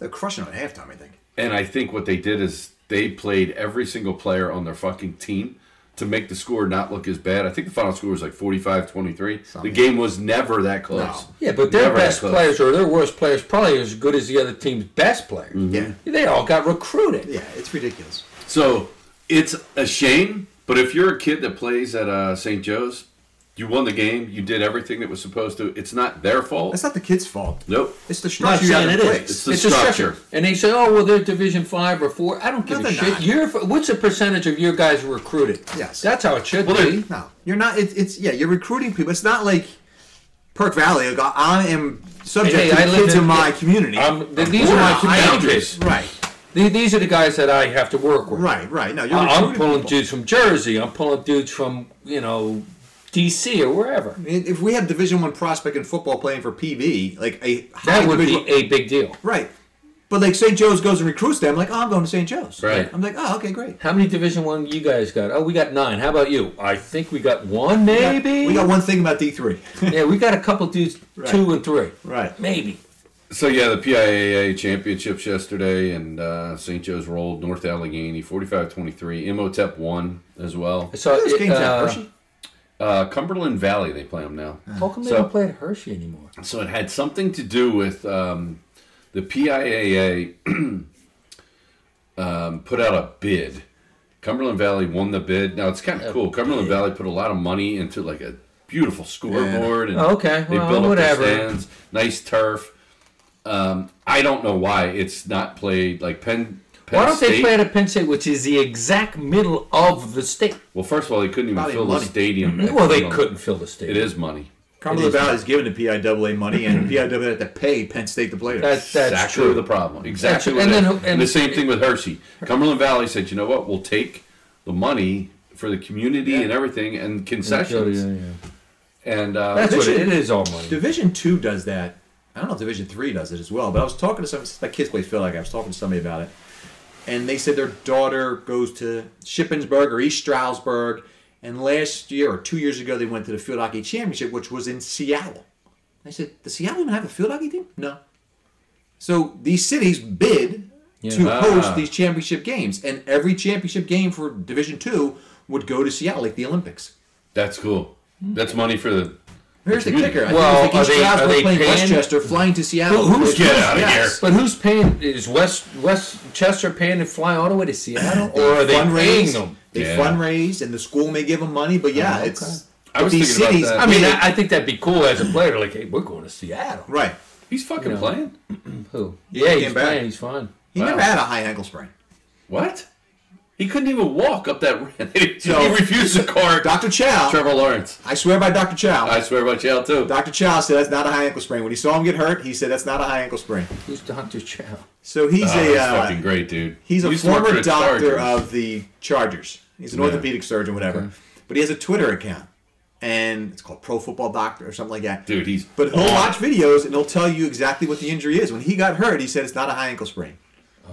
Speaker 3: They're crushing them at halftime. I think.
Speaker 1: and I think what they did is they played every single player on their fucking team to make the score not look as bad. I think the final score was like 45-23. The game was never that close.
Speaker 2: Yeah, but their
Speaker 1: Never that
Speaker 2: best
Speaker 1: close.
Speaker 2: players or their worst players probably as good as the other team's best players.
Speaker 1: Mm-hmm.
Speaker 3: Yeah.
Speaker 2: They all got recruited.
Speaker 3: Yeah, it's ridiculous.
Speaker 1: So it's a shame, but if you're a kid that plays at uh, St. Joe's, you won the game, you did everything that was supposed to. It's not their fault.
Speaker 3: That's not the kid's fault.
Speaker 1: nope.
Speaker 3: It's the
Speaker 2: not
Speaker 3: structure you
Speaker 2: saying
Speaker 3: have in
Speaker 2: it is.
Speaker 3: place.
Speaker 1: It's the
Speaker 2: it's a
Speaker 1: structure.
Speaker 2: structure. And they say, oh, well, they're Division 5 or 4. I don't give
Speaker 3: No,
Speaker 2: a
Speaker 3: they're
Speaker 2: shit.
Speaker 3: not.
Speaker 2: You're, what's the percentage of your guys recruited?
Speaker 3: Yes.
Speaker 2: That's how it should
Speaker 1: Well,
Speaker 2: be.
Speaker 1: they're-
Speaker 3: No, you're not. It's, it's yeah, you're recruiting people. It's not like Park Valley. Like, I am subject
Speaker 2: Hey,
Speaker 3: to the
Speaker 2: I live
Speaker 3: kids in,
Speaker 2: in-
Speaker 3: my community.
Speaker 2: Um, th- these are
Speaker 1: Or
Speaker 2: my
Speaker 1: not.
Speaker 2: communities.
Speaker 3: right,
Speaker 2: Th- These are the guys that I have to work with.
Speaker 3: right, right. No, you're
Speaker 2: I- I'm
Speaker 3: recruiting
Speaker 2: pulling
Speaker 3: people.
Speaker 2: dudes from Jersey. I'm pulling dudes from, you know, D.C. or wherever.
Speaker 3: I mean, If we had Division One prospect in football playing for PV, like a high
Speaker 2: That would be
Speaker 3: division-
Speaker 2: a big deal.
Speaker 3: right. But like St. Joe's goes and recruits them, like, oh, I'm going to St. Joe's.
Speaker 1: Right.
Speaker 3: I'm like, oh, okay, great.
Speaker 2: How many Division One you guys got? Oh, we got nine. How about you? I think we got one, maybe.
Speaker 3: We got one thing about D3.
Speaker 2: yeah, we got a couple dudes,
Speaker 3: Right.
Speaker 2: two and three,
Speaker 3: right.
Speaker 2: maybe.
Speaker 1: So yeah, the PIAA championships yesterday, and uh, St. Joe's rolled North Allegheny 45-23. Imhotep won as well.
Speaker 2: So
Speaker 3: Those
Speaker 2: it,
Speaker 3: games at
Speaker 2: uh,
Speaker 3: Hershey?
Speaker 1: Uh, Cumberland Valley, they play them now.
Speaker 2: How come they
Speaker 1: So-
Speaker 2: don't play at Hershey anymore?
Speaker 1: So it had something to do with um, the PIAA um, put out a bid. Cumberland Valley won the bid. Now it's kind of cool. Cumberland Valley put a lot of money into like a beautiful scoreboard and
Speaker 2: Oh, okay.
Speaker 1: they
Speaker 2: Well,
Speaker 1: built up
Speaker 2: whatever.
Speaker 1: their stands, nice turf. Um, I don't know why it's not played like Penn. Penn
Speaker 2: Why don't
Speaker 1: State,
Speaker 2: they play it at Penn State, which is the exact middle of the state?
Speaker 1: Well, first of all, they couldn't even
Speaker 3: Probably
Speaker 1: fill
Speaker 3: money.
Speaker 1: the stadium. at
Speaker 2: Well, they
Speaker 1: Cumberland.
Speaker 2: couldn't fill the state.
Speaker 1: It is money.
Speaker 3: Cumberland
Speaker 2: It is-
Speaker 3: Valley is giving the PIAA money, and the PIAA had to pay Penn State to play there.
Speaker 2: That, that's
Speaker 1: exactly
Speaker 2: true.
Speaker 1: the problem. Exactly.
Speaker 2: That's-
Speaker 1: what
Speaker 2: and
Speaker 1: it is.
Speaker 2: then- and-
Speaker 1: the same thing with Hershey. Cumberland Valley said, you know what? We'll take the money for the community and everything and concessions.
Speaker 2: Yeah, yeah, yeah.
Speaker 1: And uh,
Speaker 2: That's what it,
Speaker 3: Division-
Speaker 2: it is. All money.
Speaker 3: Division two does that. I don't know if Division three does it as well, but I was talking to some my kids play Phil. Like I was talking to somebody about it, and they said their daughter goes to Shippensburg or East Stroudsburg, and last year or two years ago they went to the field hockey championship, which was in Seattle. I said, does Seattle even have a field hockey team? No. So these cities bid to
Speaker 2: Yeah.
Speaker 3: host these championship games, and every championship game for Division two would go to Seattle, like the Olympics.
Speaker 1: that's cool. That's money for the.
Speaker 3: Here's the
Speaker 1: Community.
Speaker 3: kicker. I
Speaker 2: Well,
Speaker 3: think it
Speaker 2: are
Speaker 3: was like East
Speaker 2: they- are
Speaker 3: Stroudsburg
Speaker 2: they
Speaker 3: playing
Speaker 2: paying?
Speaker 3: Westchester, flying to Seattle.
Speaker 2: Who- who's-
Speaker 1: Get out of here.
Speaker 2: But who's paying? Is West Westchester paying to fly all the way to Seattle, or are they paying them?
Speaker 3: They
Speaker 1: Yeah.
Speaker 3: fundraise, and the school may give them money, but yeah,
Speaker 2: Oh, okay.
Speaker 3: it's
Speaker 1: I was
Speaker 3: these
Speaker 1: thinking about
Speaker 3: cities.
Speaker 1: that.
Speaker 2: I mean, I, I think that'd be cool as a player. Like, hey, we're going to Seattle.
Speaker 3: right?
Speaker 1: He's fucking
Speaker 2: Yeah.
Speaker 1: playing.
Speaker 2: Who?
Speaker 3: Yeah,
Speaker 2: Yeah,
Speaker 3: he
Speaker 2: he's
Speaker 3: came back.
Speaker 2: playing. He's fine.
Speaker 3: He never
Speaker 1: Wow.
Speaker 3: had a high ankle sprain.
Speaker 1: What? He couldn't even walk up that. ramp. he
Speaker 3: So-
Speaker 1: refused the car.
Speaker 3: Dr. Chow,
Speaker 1: Trevor Lawrence.
Speaker 3: I swear by Dr. Chow.
Speaker 1: I swear by jail too.
Speaker 3: Dr. Chow said that's not a high ankle sprain. When he saw him get hurt, he said that's not a high ankle sprain.
Speaker 2: Who's Doctor Chow?
Speaker 3: So he's
Speaker 1: Oh,
Speaker 3: a
Speaker 1: he's
Speaker 3: uh,
Speaker 1: fucking great, dude.
Speaker 3: He's
Speaker 1: He
Speaker 3: a
Speaker 1: used to work for
Speaker 3: former
Speaker 1: the
Speaker 3: doctor
Speaker 1: Chargers.
Speaker 3: of the Chargers. He's an
Speaker 1: Yeah.
Speaker 3: orthopedic surgeon, whatever. But he has a Twitter account, and it's called Pro Football Doctor or something like that.
Speaker 1: Dude, he's
Speaker 3: But he'll
Speaker 1: on.
Speaker 3: watch videos and he'll tell you exactly what the injury is. When he got hurt, he said it's not a high ankle sprain.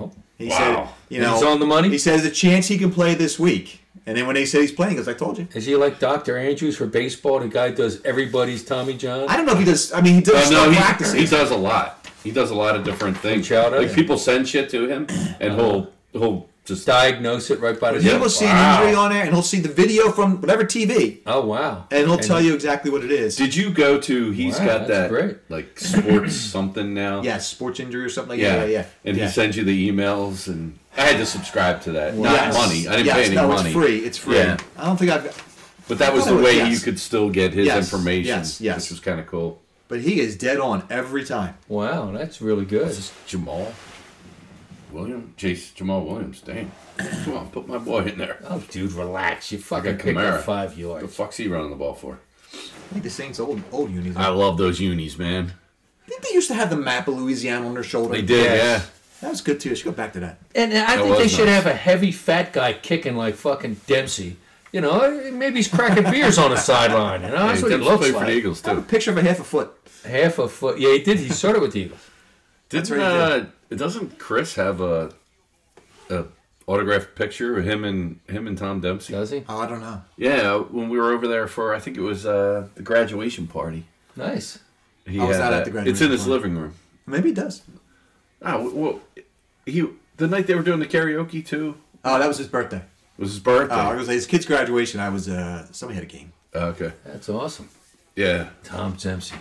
Speaker 2: Oh,
Speaker 3: He
Speaker 1: Wow.
Speaker 3: said, you know,
Speaker 2: He's on the money?
Speaker 3: He says the chance he can play this week. And then when they said he's playing, he goes, I told you.
Speaker 2: is he like Doctor Andrews for baseball? The guy does everybody's Tommy John.
Speaker 3: I don't know if he does. I mean, he does
Speaker 1: Oh,
Speaker 3: still
Speaker 1: no, he,
Speaker 3: practice.
Speaker 1: he does a lot. He does a lot of different things.
Speaker 2: Shout out. eh? Uh-huh.
Speaker 1: Like people send shit to him, and he'll he'll Just
Speaker 2: diagnose it right by the
Speaker 3: He
Speaker 2: cell.
Speaker 3: will see an
Speaker 2: Wow.
Speaker 3: injury on there, and he'll see the video from whatever TV,
Speaker 2: Oh wow!
Speaker 3: and he'll tell you exactly what it is.
Speaker 1: did you go to? He's
Speaker 2: Wow,
Speaker 1: got that
Speaker 2: that's great.
Speaker 1: like sports something now.
Speaker 3: yeah, sports injury or something like
Speaker 1: Yeah,
Speaker 3: that. Yeah, yeah.
Speaker 1: And
Speaker 3: yeah.
Speaker 1: he sends you the emails, and I had to subscribe to that. Not
Speaker 3: Yes.
Speaker 1: money. I didn't
Speaker 3: Yes,
Speaker 1: pay any
Speaker 3: no,
Speaker 1: money.
Speaker 3: It's free. It's free.
Speaker 1: Yeah.
Speaker 3: I don't think I've.
Speaker 1: But that was
Speaker 3: Oh,
Speaker 1: the way
Speaker 3: yes.
Speaker 1: you could still get his
Speaker 3: Yes,
Speaker 1: information,
Speaker 3: yes, yes.
Speaker 1: which was kind of cool.
Speaker 3: But he is dead on every time.
Speaker 2: Wow, that's really good.
Speaker 1: This is Jamal Williams, Chase Jamal Williams. Damn, come on, put my boy in there.
Speaker 2: Oh, dude, relax. You fucking
Speaker 1: Like a
Speaker 2: picked
Speaker 1: Camaro.
Speaker 2: up five
Speaker 1: The
Speaker 2: yards.
Speaker 1: fuck's he running the ball for?
Speaker 3: I think the Saints old old unis.
Speaker 1: I love those unis, man.
Speaker 3: Didn't they used to have the map of Louisiana on their shoulder?
Speaker 1: They did,
Speaker 2: Yes.
Speaker 3: That was good too. Let's go back to that.
Speaker 2: And I think
Speaker 1: was
Speaker 2: they should
Speaker 1: nice.
Speaker 2: have a heavy fat guy kicking like fucking Dempsey. You know, maybe he's cracking beers on the sideline. You know,
Speaker 1: yeah.
Speaker 2: that's what he
Speaker 1: Dempsey
Speaker 2: looks
Speaker 1: played for the
Speaker 2: like.
Speaker 1: Eagles
Speaker 3: I have a
Speaker 1: too.
Speaker 3: picture of a half a foot.
Speaker 2: Half a foot. Yeah, he did. He started with the Eagles.
Speaker 1: Didn't,
Speaker 3: right, he
Speaker 1: uh, doesn't Chris have a, a autographed picture of him and him and Tom Dempsey?
Speaker 2: Does he?
Speaker 3: Oh, I don't know.
Speaker 1: Yeah, when we were over there for I think it was uh, the graduation party.
Speaker 2: Nice.
Speaker 1: He
Speaker 3: I
Speaker 2: Oh,
Speaker 3: was
Speaker 1: had
Speaker 3: not at
Speaker 1: that.
Speaker 3: the graduation
Speaker 1: It's in his
Speaker 3: party.
Speaker 1: living room.
Speaker 3: Maybe it does.
Speaker 1: Ah, well, he the night they were doing the karaoke too
Speaker 3: Oh, that was his birthday.
Speaker 1: was his birthday. Ah,
Speaker 3: Oh, I was gonna say his kid's graduation. I was uh somebody had a game.
Speaker 1: okay,
Speaker 2: That's awesome.
Speaker 1: yeah,
Speaker 2: Tom Dempsey.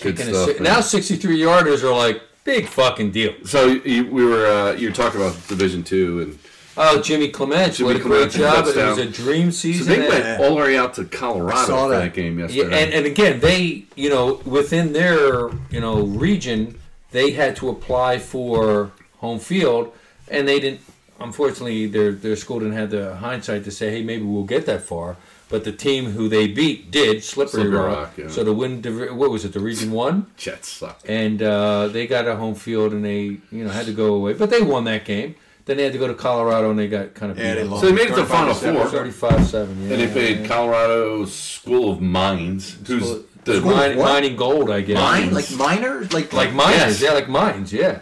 Speaker 1: good
Speaker 2: Kicking a
Speaker 1: stuff.
Speaker 2: si-
Speaker 1: man.
Speaker 2: now 63 yarders are like big fucking deal.
Speaker 1: so you, we were uh, you were talking about Division Two, and
Speaker 2: Oh, Jimmy Clements.
Speaker 1: Jimmy
Speaker 2: what a
Speaker 1: Clements,
Speaker 2: great job. It
Speaker 1: touchdown.
Speaker 2: was a dream
Speaker 1: so
Speaker 2: season.
Speaker 1: they
Speaker 2: And-
Speaker 1: went all the way out to Colorado
Speaker 3: I saw
Speaker 1: for
Speaker 3: that.
Speaker 1: that game
Speaker 2: Yeah,
Speaker 1: yesterday.
Speaker 2: and, and again, they you know within their you know region, they had to apply for home field, and they didn't. Unfortunately, their their school didn't have the hindsight to say, hey, maybe we'll get that far. But the team who they beat did slippery,
Speaker 1: Slippery
Speaker 2: rock.
Speaker 1: Rock, yeah.
Speaker 2: So the win, div- what was it, the region one,
Speaker 1: Jets suck.
Speaker 2: and uh, they got a home field, and they you know had to go away, but they won that game. Then they had to go to Colorado, and they got kind of
Speaker 3: Yeah,
Speaker 2: beat
Speaker 3: they
Speaker 2: up.
Speaker 3: lost.
Speaker 1: So they made it to the
Speaker 3: 35
Speaker 1: Final Four.
Speaker 3: seven.
Speaker 2: thirty-five seven. Yeah,
Speaker 1: And they played Colorado School of Mines, who's
Speaker 2: School-
Speaker 1: the
Speaker 3: School-
Speaker 2: Mine-
Speaker 3: What?
Speaker 2: mining gold, I guess.
Speaker 3: Mine, like minor, like
Speaker 2: Like mines,
Speaker 1: Yes.
Speaker 2: yeah, like mines, yeah.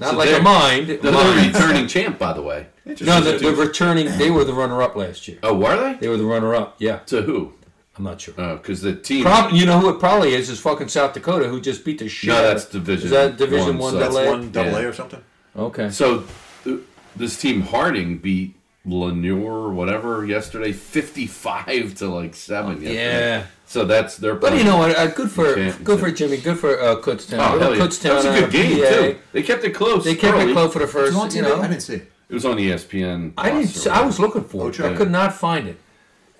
Speaker 2: Not
Speaker 1: So
Speaker 2: like a
Speaker 1: they're-
Speaker 2: mind.
Speaker 1: they're the
Speaker 2: mines.
Speaker 1: returning champ, by the way.
Speaker 2: No,
Speaker 3: Interesting.
Speaker 2: they're, they're returning. They were the runner-up last year.
Speaker 1: Oh, were they?
Speaker 2: They were the runner-up. Yeah,
Speaker 1: To who?
Speaker 2: I'm not sure.
Speaker 1: Because the team.
Speaker 2: Prob- you know who it probably is is fucking South Dakota who just beat the shit.
Speaker 1: No,
Speaker 2: out of-
Speaker 1: that's Division
Speaker 2: Is that
Speaker 1: One,
Speaker 2: Division One?
Speaker 1: so
Speaker 3: that's
Speaker 2: double A?
Speaker 3: one double
Speaker 1: Yeah.
Speaker 3: A or something.
Speaker 2: Okay.
Speaker 1: So th- this team Harding beat Lanier or whatever yesterday, fifty-five to like seven. yesterday.
Speaker 2: yeah.
Speaker 1: So that's their.
Speaker 2: But you know what? Uh, good for
Speaker 1: You can't-
Speaker 2: good for Jimmy. Good for uh, Kutztown.
Speaker 1: Oh, hell yeah.
Speaker 2: Kutztown.
Speaker 1: That was a
Speaker 2: uh,
Speaker 1: good game
Speaker 2: PA.
Speaker 1: too. They kept it close.
Speaker 2: They kept
Speaker 1: early.
Speaker 2: it close for the
Speaker 3: It's
Speaker 2: first.
Speaker 3: on
Speaker 2: you
Speaker 3: TV.
Speaker 2: know,
Speaker 3: I didn't see it.
Speaker 1: It was on E ESPN.
Speaker 2: I didn't. I was looking for it.
Speaker 3: Oh,
Speaker 2: I could not find it.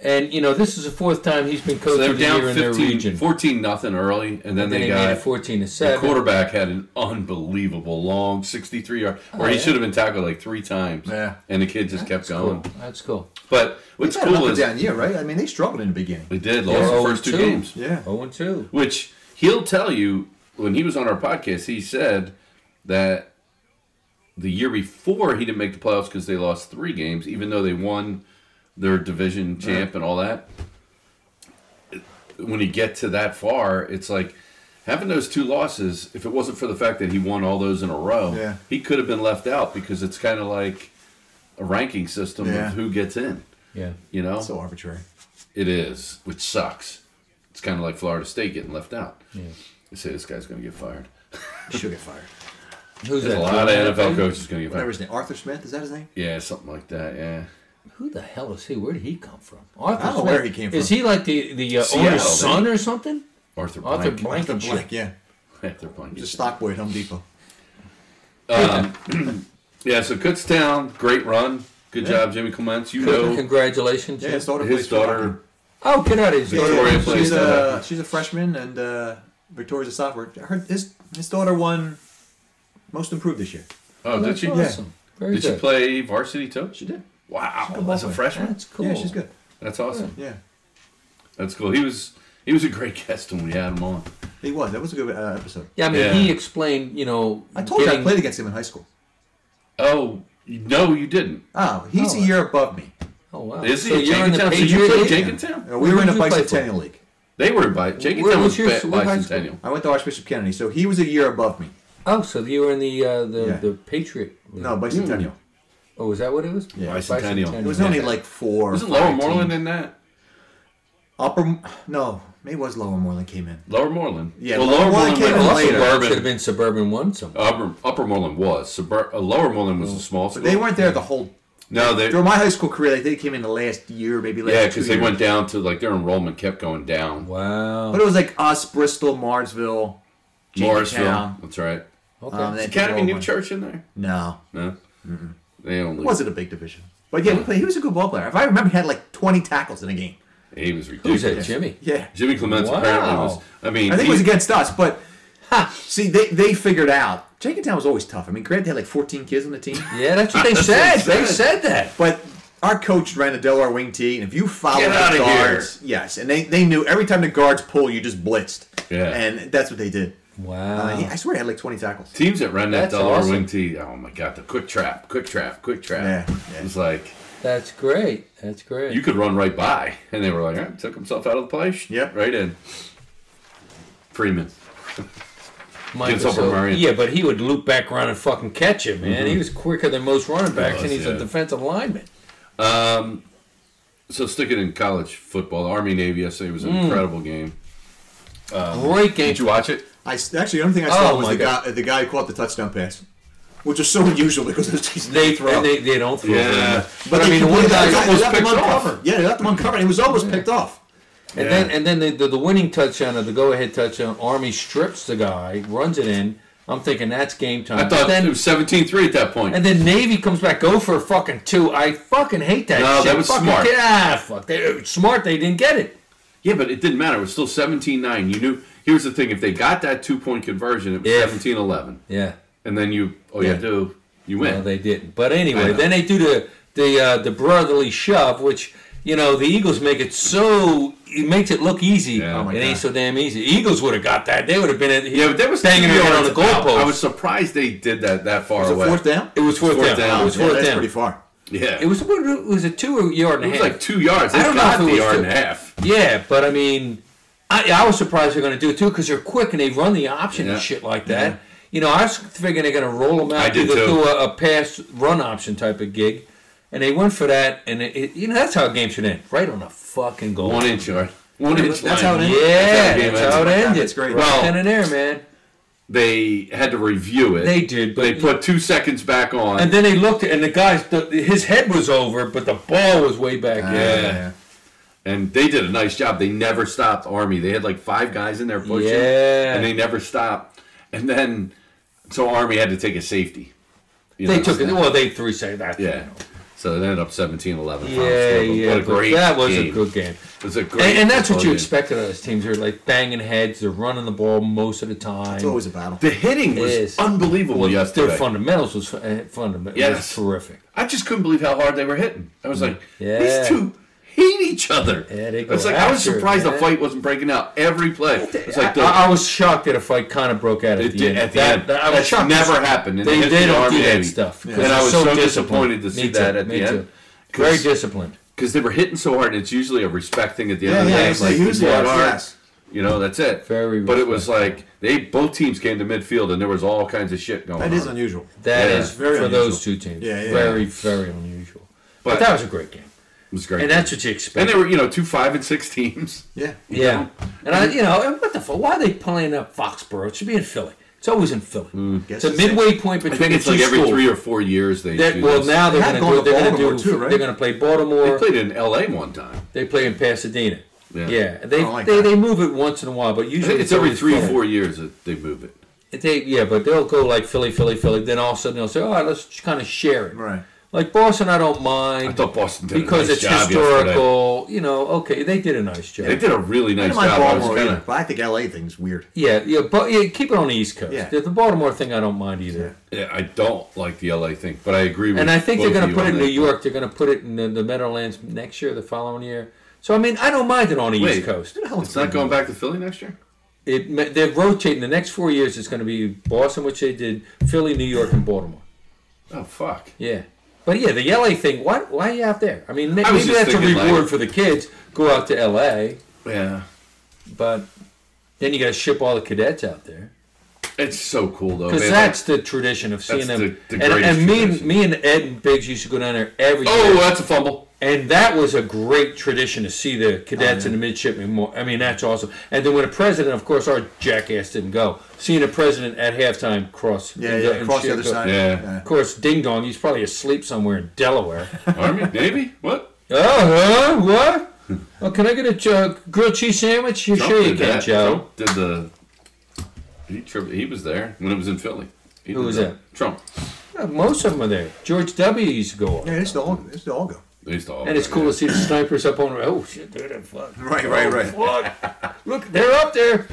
Speaker 2: And you know, this is the fourth time he's been
Speaker 1: So
Speaker 2: coaching
Speaker 1: they were
Speaker 2: the year
Speaker 1: down
Speaker 2: in their
Speaker 1: 15,
Speaker 2: region.
Speaker 1: 14 nothing early, and then
Speaker 2: Then
Speaker 1: they
Speaker 2: they made it
Speaker 1: got.
Speaker 2: 14 to
Speaker 1: The
Speaker 2: 7.
Speaker 1: quarterback had an unbelievable long 63 yard, where he
Speaker 2: yeah.
Speaker 1: should have been tackled like three times.
Speaker 3: Yeah.
Speaker 1: And the kid just kept going.
Speaker 2: Cool. That's cool.
Speaker 1: But what's
Speaker 3: They had an
Speaker 1: cool
Speaker 3: up
Speaker 1: is
Speaker 3: and down year, right? I mean, they struggled in the beginning.
Speaker 1: they did
Speaker 2: They're
Speaker 1: lost the
Speaker 2: 0
Speaker 1: first two
Speaker 2: and
Speaker 1: games.
Speaker 2: 0
Speaker 3: Yeah.
Speaker 2: Oh, and 2.
Speaker 1: which he'll tell you when he was on our podcast he said that the year before he didn't make the playoffs because they lost three games even though they won their division champ and all that when you get to that far it's like having those two losses if it wasn't for the fact that he won all those in a row
Speaker 3: Yeah.
Speaker 1: he could have been left out because it's kind of like a ranking system
Speaker 3: Yeah.
Speaker 1: of who gets in
Speaker 2: Yeah.
Speaker 1: you know
Speaker 3: So arbitrary.
Speaker 1: it is, which sucks. It's kind of like Florida State getting left out.
Speaker 2: Yeah.
Speaker 1: They say this guy's going to get fired.
Speaker 3: She'll get fired.
Speaker 2: Who's
Speaker 1: There's a
Speaker 2: that?
Speaker 1: lot of NFL
Speaker 2: Jordan?
Speaker 1: coaches going to get
Speaker 3: Whatever
Speaker 1: fired.
Speaker 3: his name, Arthur Smith. Is that his name?
Speaker 1: Yeah, something like that. Yeah.
Speaker 2: Who the hell is he? Where did he come from? Arthur
Speaker 3: I don't know
Speaker 2: Smith.
Speaker 3: where he came
Speaker 2: Is
Speaker 3: from.
Speaker 2: he like the, the uh,
Speaker 1: Seattle,
Speaker 2: owner's
Speaker 1: they-
Speaker 2: son or something?
Speaker 1: Arthur
Speaker 2: Arthur
Speaker 1: Blank.
Speaker 2: Blank and
Speaker 3: Blank.
Speaker 2: shit.
Speaker 3: Yeah.
Speaker 1: Arthur Blank. Um,
Speaker 3: He's a stock boy at Home Depot.
Speaker 1: Yeah, so Kutztown, great run. Good job, Jimmy Clements. You know
Speaker 2: Congratulations.
Speaker 3: Yeah, his daughter.
Speaker 1: his
Speaker 3: plays for Hawking.
Speaker 1: daughter.
Speaker 2: Oh, get out of his
Speaker 1: Victoria
Speaker 2: door.
Speaker 3: Yeah,
Speaker 1: plays
Speaker 3: she's
Speaker 1: that.
Speaker 3: a she's a freshman, and uh, Victoria's a sophomore. Her his his daughter won most improved this year.
Speaker 1: Oh, did
Speaker 2: That's
Speaker 1: she?
Speaker 2: awesome. Very
Speaker 1: Did she
Speaker 2: good.
Speaker 1: play varsity too?
Speaker 3: She did.
Speaker 1: Wow, that's a freshman.
Speaker 2: That's cool.
Speaker 3: Yeah, she's good.
Speaker 1: That's awesome.
Speaker 3: Yeah,
Speaker 1: That's cool. He was he was a great guest when we had him on.
Speaker 3: he was. That was a good uh, episode.
Speaker 2: Yeah, I mean,
Speaker 1: Yeah.
Speaker 2: he explained, you know.
Speaker 3: I told you I
Speaker 2: getting-
Speaker 3: played against him in high school.
Speaker 1: Oh, no, you didn't.
Speaker 3: Oh, he's
Speaker 2: Oh.
Speaker 3: a year above me.
Speaker 2: Oh, wow.
Speaker 1: Is he?
Speaker 2: So you're in the
Speaker 1: Jenkintown? So you
Speaker 2: Patriot
Speaker 1: played
Speaker 2: League?
Speaker 1: Jenkintown?
Speaker 3: Uh, we were in a
Speaker 2: Who'd you play for?
Speaker 3: bicentennial league.
Speaker 1: They were by
Speaker 2: Where
Speaker 1: Jenkintown
Speaker 2: was
Speaker 1: was,
Speaker 2: your-
Speaker 1: was
Speaker 2: what high school?
Speaker 1: bicentennial.
Speaker 3: I went to Archbishop Kennedy, so he was a year above me.
Speaker 2: Oh, so you were in the uh, the,
Speaker 3: Yeah.
Speaker 2: the Patriot. League.
Speaker 3: No, bicentennial.
Speaker 2: Oh, is that what it was?
Speaker 3: Yeah.
Speaker 1: Bicentennial.
Speaker 3: It was only like four.
Speaker 1: Wasn't Hmm.
Speaker 3: or
Speaker 1: Lower
Speaker 3: five
Speaker 1: Moreland
Speaker 3: teams.
Speaker 1: in that?
Speaker 3: Upper? No, maybe it was Lower Moreland came in.
Speaker 1: Lower Moreland.
Speaker 3: Yeah,
Speaker 1: Well, Lower
Speaker 3: Lower
Speaker 1: Moreland
Speaker 3: Moreland
Speaker 1: went
Speaker 3: came in
Speaker 1: to
Speaker 3: later.
Speaker 2: Should have
Speaker 1: suburban.
Speaker 2: been suburban one. Some.
Speaker 1: Upper, Upper Moreland was. Subur- uh, Lower Moreland was a small school.
Speaker 3: They weren't there the whole
Speaker 1: No, they
Speaker 3: During my high school career, I think it came in the last year, maybe last
Speaker 1: yeah,
Speaker 3: two
Speaker 1: because they
Speaker 3: years.
Speaker 1: went down to like their enrollment kept going down.
Speaker 2: Wow.
Speaker 3: But it was like us, Bristol, Martinsville,
Speaker 1: Morrisville,
Speaker 3: Jamestown.
Speaker 1: that's right.
Speaker 2: Okay.
Speaker 3: Um, then
Speaker 1: Academy New
Speaker 3: Groveland.
Speaker 1: Church in there?
Speaker 3: No,
Speaker 1: No, they only
Speaker 3: it wasn't a big division. But yeah, we played, he was a good ball player. If I remember, he had like 20 tackles in a game.
Speaker 1: he was
Speaker 2: Who's
Speaker 1: ridiculous.
Speaker 2: that, Jimmy?
Speaker 3: Yeah,
Speaker 1: Jimmy Clements apparently
Speaker 2: Wow.
Speaker 1: was. I mean,
Speaker 3: I think
Speaker 1: he-
Speaker 3: it was against us, but see, they they figured out. Jenkintown was always tough. I mean, granted, they had like 14 kids on the team,
Speaker 2: Yeah, that's what they
Speaker 1: That's what they
Speaker 2: said.
Speaker 1: said.
Speaker 2: They said that.
Speaker 3: but our coach ran a Delaware wing tee, and if you followed
Speaker 1: Get
Speaker 3: the
Speaker 1: outta
Speaker 3: guards, yes, and they, they knew every time the guards pull, you just blitzed.
Speaker 1: Yeah.
Speaker 3: and that's what they did.
Speaker 2: Wow.
Speaker 3: Uh, he- I swear, he had like 20 tackles.
Speaker 1: teams that ran that
Speaker 2: That's
Speaker 1: dollar
Speaker 2: awesome.
Speaker 1: wing tee. Oh my god, the quick trap, quick trap, quick trap.
Speaker 3: Yeah, yeah.
Speaker 1: It was like
Speaker 2: That's great. That's great.
Speaker 1: you could run right by, and they were like, "All right, took himself out of the play. sh-
Speaker 3: Yep.
Speaker 1: right in. Freeman.
Speaker 2: Mike
Speaker 1: Gives
Speaker 2: was
Speaker 1: up a
Speaker 2: so-
Speaker 1: Marion. Mm-hmm.
Speaker 2: yeah, but he would loop back around and fucking catch him, man. He was quicker than most running backs,
Speaker 1: was,
Speaker 2: and he's
Speaker 1: yeah.
Speaker 2: a defensive lineman.
Speaker 1: So sticking in college football, Army Navy yesterday was an
Speaker 2: Hmm.
Speaker 1: incredible game.
Speaker 2: great game.
Speaker 1: Did you watch it?
Speaker 3: I s- actually the only thing I
Speaker 2: Oh,
Speaker 3: saw was
Speaker 2: my
Speaker 3: the
Speaker 2: God.
Speaker 3: guy the guy who caught the touchdown pass, which was so unusual because those guys
Speaker 2: They
Speaker 3: throw.
Speaker 2: throw. They, they don't throw.
Speaker 1: Yeah.
Speaker 2: very much. But,
Speaker 3: they
Speaker 2: I mean, the one
Speaker 3: completely-
Speaker 2: guy
Speaker 3: they
Speaker 1: almost
Speaker 3: left him
Speaker 1: picked off.
Speaker 3: uncovered. Yeah, they left him uncovered. He was almost picked off.
Speaker 2: And then and then the, the, the winning touchdown or the go ahead touchdown, Army strips the guy, runs it in. I'm thinking that's game time.
Speaker 1: I
Speaker 2: But
Speaker 1: thought
Speaker 2: then,
Speaker 1: it was 17-3 at that point.
Speaker 2: and then Navy comes back, go for a fucking two. I fucking hate that
Speaker 1: No,
Speaker 2: shit.
Speaker 1: that was
Speaker 2: Fucking
Speaker 1: smart.
Speaker 2: Get, ah, fuck. They, smart they didn't get it.
Speaker 1: yeah, but it didn't matter. It was still 17-9. You knew. Here's the thing: if they got that two-point conversion, it was
Speaker 2: If.
Speaker 1: 17-11.
Speaker 2: Yeah.
Speaker 1: and then you all you
Speaker 2: Yeah.
Speaker 1: have to do you win.
Speaker 2: No, they didn't. But
Speaker 1: I
Speaker 2: anyway,
Speaker 1: know.
Speaker 2: then they do the the uh, the brotherly shove, which you know the Eagles make it so it makes it look easy.
Speaker 1: Yeah. Oh, my
Speaker 2: it ain't
Speaker 3: God.
Speaker 2: so damn easy. Eagles would have got that. They would have been at
Speaker 1: yeah, but that was
Speaker 2: banging
Speaker 1: two
Speaker 2: around on
Speaker 1: yards
Speaker 2: the
Speaker 1: out. I was
Speaker 2: goalpost.
Speaker 1: surprised they did that that far
Speaker 3: Was it
Speaker 1: away.
Speaker 3: fourth down?
Speaker 2: It was fourth,
Speaker 1: Fourth
Speaker 2: down.
Speaker 1: down.
Speaker 2: It was
Speaker 3: Yeah,
Speaker 2: fourth
Speaker 3: that's
Speaker 2: down.
Speaker 3: pretty far.
Speaker 1: Yeah,
Speaker 2: It was what it was a two yard and
Speaker 1: It
Speaker 2: a
Speaker 1: was
Speaker 2: half.
Speaker 1: like two yards. They
Speaker 2: I don't know
Speaker 1: got
Speaker 2: if it
Speaker 1: the
Speaker 2: was
Speaker 1: yard
Speaker 2: two.
Speaker 1: and a half.
Speaker 2: Yeah, but I mean, I, I was surprised they're going to do it too because they're quick and they run the option
Speaker 1: Yeah.
Speaker 2: and shit like that. You know, I was figuring they're going to roll them out
Speaker 1: I did
Speaker 2: do the-
Speaker 1: too.
Speaker 2: do a, a pass run option type of gig, and they went for that. And it, it, you know, that's how a game should end, right on the fucking goal.
Speaker 1: One inch yard. One inch.
Speaker 3: that's
Speaker 1: line.
Speaker 3: how it ended.
Speaker 1: That's how
Speaker 2: Yeah,
Speaker 1: the game
Speaker 2: that's
Speaker 1: ends.
Speaker 2: how it ended.
Speaker 3: That's great.
Speaker 2: Right
Speaker 1: Well-
Speaker 2: then and there, man.
Speaker 1: They had to review it.
Speaker 2: They did, but-
Speaker 1: they put two seconds back on.
Speaker 2: And then they looked, and the guy's the, his head was over, but the ball was way back.
Speaker 1: Yeah.
Speaker 2: in.
Speaker 1: And they did a nice job. They never stopped Army. They had like five guys in there pushing,
Speaker 2: Yeah.
Speaker 1: and they never stopped. And then, so Army had to take a safety. You
Speaker 2: they
Speaker 1: know,
Speaker 2: took it.
Speaker 1: so-
Speaker 2: Well, they three seconds. that's-
Speaker 1: Yeah. So it ended up 17-11. final
Speaker 2: yeah,
Speaker 1: score, but
Speaker 2: yeah.
Speaker 1: What a
Speaker 2: but
Speaker 1: great
Speaker 2: that was
Speaker 1: game.
Speaker 2: a good game.
Speaker 1: It was a great
Speaker 2: And, and that's what
Speaker 1: football
Speaker 2: you
Speaker 1: game.
Speaker 2: expected out of those teams. They're like banging heads. They're running the ball most of the time.
Speaker 3: It's always a battle.
Speaker 1: The hitting was
Speaker 2: Yes.
Speaker 1: unbelievable
Speaker 2: Well,
Speaker 1: yesterday.
Speaker 2: Their fundamentals was uh, fundamental.
Speaker 1: Yes.
Speaker 2: Yes, terrific.
Speaker 1: I just couldn't believe how hard they were hitting. I was like,
Speaker 2: Yeah.
Speaker 1: these two hate each other.
Speaker 2: Yeah, they
Speaker 1: I was
Speaker 2: go
Speaker 1: like, I was
Speaker 2: after it,
Speaker 1: surprised the
Speaker 2: man.
Speaker 1: fight wasn't breaking out every play. It's like the,
Speaker 2: I, I was shocked that a fight kind of broke out at
Speaker 1: it
Speaker 2: the
Speaker 1: did-
Speaker 2: end.
Speaker 1: at the
Speaker 2: That-
Speaker 1: end.
Speaker 2: that- I was
Speaker 1: That's
Speaker 2: shocked.
Speaker 1: never happened. in the
Speaker 2: They,
Speaker 1: history
Speaker 2: they
Speaker 1: of
Speaker 2: don't
Speaker 1: Army
Speaker 2: do that
Speaker 1: Navy.
Speaker 2: stuff. 'cause
Speaker 1: And
Speaker 2: they're
Speaker 1: I was so, disappointed
Speaker 2: disciplined.
Speaker 1: to see
Speaker 2: Me
Speaker 1: that
Speaker 2: too,
Speaker 1: at
Speaker 2: me
Speaker 1: the end
Speaker 2: too. Very
Speaker 1: 'Cause-
Speaker 2: disciplined.
Speaker 1: because they were hitting so hard. And it's usually a respect thing at the end
Speaker 3: Yeah,
Speaker 1: of the
Speaker 3: yeah,
Speaker 1: day.
Speaker 3: it's a
Speaker 1: like
Speaker 3: huge
Speaker 1: you
Speaker 3: loss,
Speaker 1: are,
Speaker 3: yes.
Speaker 1: you know, that's it.
Speaker 2: Very
Speaker 1: but it was like they both teams came to midfield and there was all kinds of shit going on.
Speaker 3: That is unusual.
Speaker 2: That is
Speaker 1: Yeah.
Speaker 3: Very
Speaker 2: for
Speaker 3: unusual.
Speaker 2: those two teams.
Speaker 3: Yeah, yeah.
Speaker 2: very, very unusual. But,
Speaker 1: But-
Speaker 2: that was a great game,
Speaker 1: It was great.
Speaker 2: and that's what you
Speaker 1: and
Speaker 2: expect.
Speaker 1: they were you know two five and six teams.
Speaker 3: Yeah.
Speaker 2: yeah, and I, you know, and what the fuck? Why are they playing up Foxborough? It should be in Philly. It's always in Philly. It's a
Speaker 3: Guess it's-
Speaker 2: midway point
Speaker 1: Mm. I
Speaker 2: between
Speaker 1: think it's
Speaker 2: the two
Speaker 1: like every
Speaker 2: schools.
Speaker 1: three or four years they
Speaker 2: That-
Speaker 1: do
Speaker 2: well,
Speaker 1: this.
Speaker 2: now they're
Speaker 3: They have
Speaker 2: going to
Speaker 3: gone to
Speaker 2: they're going
Speaker 3: Baltimore
Speaker 2: to do
Speaker 3: too, right?
Speaker 2: they're going to play
Speaker 1: They
Speaker 2: Baltimore.
Speaker 1: played in L.A. one time.
Speaker 2: They play in Pasadena.
Speaker 1: Yeah.
Speaker 2: Yeah, they
Speaker 3: don't like
Speaker 2: they,
Speaker 3: that.
Speaker 2: they move it once in a while, but
Speaker 1: I
Speaker 2: usually
Speaker 1: think it's every
Speaker 2: always
Speaker 1: three or
Speaker 2: Philly.
Speaker 1: four years that they move it.
Speaker 2: They yeah, but they'll go like Philly, Philly, Philly. Then all of a sudden they'll say, "All right, let's kind of share it."
Speaker 3: Right.
Speaker 2: Like Boston, I don't mind.
Speaker 1: I thought Boston did
Speaker 2: because
Speaker 1: a nice
Speaker 2: it's
Speaker 1: job yesterday.
Speaker 2: historical. You know, okay, they did a nice job.
Speaker 1: They did a really
Speaker 3: I
Speaker 1: nice
Speaker 3: don't mind
Speaker 1: job. I was
Speaker 3: Baltimore
Speaker 1: kind
Speaker 3: either,
Speaker 1: of
Speaker 3: but I think LA thing's weird.
Speaker 2: yeah, yeah, but yeah, keep it on the East Coast.
Speaker 3: Yeah.
Speaker 2: The, the Baltimore thing, I don't mind either.
Speaker 1: yeah, I don't like the L.A. thing, but I agree with.
Speaker 2: And I think
Speaker 1: both
Speaker 2: they're going
Speaker 1: of
Speaker 2: to
Speaker 1: you
Speaker 2: put it
Speaker 1: on
Speaker 2: in New
Speaker 1: that.
Speaker 2: York. They're going to put it in the, the Meadowlands next year, the following year. So I mean, I don't mind it on the
Speaker 1: Wait.
Speaker 2: East Coast.
Speaker 1: It's not going back to Philly next year.
Speaker 2: It ma- they're rotating the next four years. It's going to be Boston, which they did, Philly, New York, and Baltimore.
Speaker 1: Oh fuck!
Speaker 2: Yeah, but yeah, the LA thing. Why why are you out there? I mean, ma-
Speaker 1: I was
Speaker 2: maybe
Speaker 1: just
Speaker 2: that's a
Speaker 1: thinking, like-
Speaker 2: reward for the kids. Go out to LA,
Speaker 1: Yeah,
Speaker 2: but then you got to ship all the cadets out there.
Speaker 1: It's so cool though.
Speaker 2: Because
Speaker 1: man.
Speaker 2: that's the tradition of seeing
Speaker 1: That's
Speaker 2: them.
Speaker 1: the- the
Speaker 2: and
Speaker 1: greatest
Speaker 2: and me, and-
Speaker 1: tradition.
Speaker 2: me and Ed and Biggs used to go down there every
Speaker 1: Like, oh,
Speaker 2: year.
Speaker 1: that's a fumble.
Speaker 2: And that was a great tradition to see the cadets and the midshipmen. More. I mean, that's awesome. And then when a president, of course, our jackass didn't go. Seeing a president at halftime cross.
Speaker 3: Yeah,
Speaker 2: and
Speaker 3: yeah,
Speaker 2: go- and
Speaker 3: across the
Speaker 2: cheer
Speaker 3: other
Speaker 2: go-
Speaker 3: side.
Speaker 1: Yeah.
Speaker 2: Of course, Ding Dong, he's probably asleep somewhere in Delaware.
Speaker 1: Army, Navy, what?
Speaker 2: Uh huh. What? Well, can I get a uh, grilled cheese sandwich? Sure,
Speaker 1: Trump
Speaker 2: you
Speaker 1: did
Speaker 2: can,
Speaker 1: that.
Speaker 2: Joe.
Speaker 1: Trump did the he, tri- he was there when it was in Philly. He
Speaker 2: Who
Speaker 1: did
Speaker 2: was
Speaker 1: Trump.
Speaker 2: Yeah, Uh, most of them are there. George W. used to go on.
Speaker 3: Yeah, it's the all. It's the all go.
Speaker 1: They used to all
Speaker 2: And it's
Speaker 1: go,
Speaker 2: cool
Speaker 1: yeah.
Speaker 2: to see the snipers up on. Oh shit! They're there, fuck.
Speaker 3: Right, right, right.
Speaker 2: Fuck. Look, they're up there.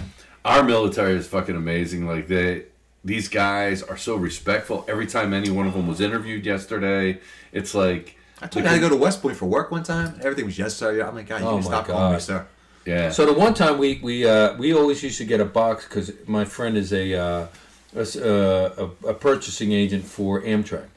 Speaker 1: Our military is fucking amazing. Like they, these guys are so respectful. Every time any one of them was interviewed yesterday, it's like,
Speaker 3: I took I had to go to West Point for work one time. Everything was yes, sir. I'm like, God, you
Speaker 2: Oh
Speaker 3: can
Speaker 2: my
Speaker 3: stop calling me
Speaker 2: God.
Speaker 3: sir.
Speaker 1: yeah,
Speaker 2: So the one time we we uh, we always used to get a box because my friend is a, uh, a, s- uh, a a purchasing agent for Amtrak,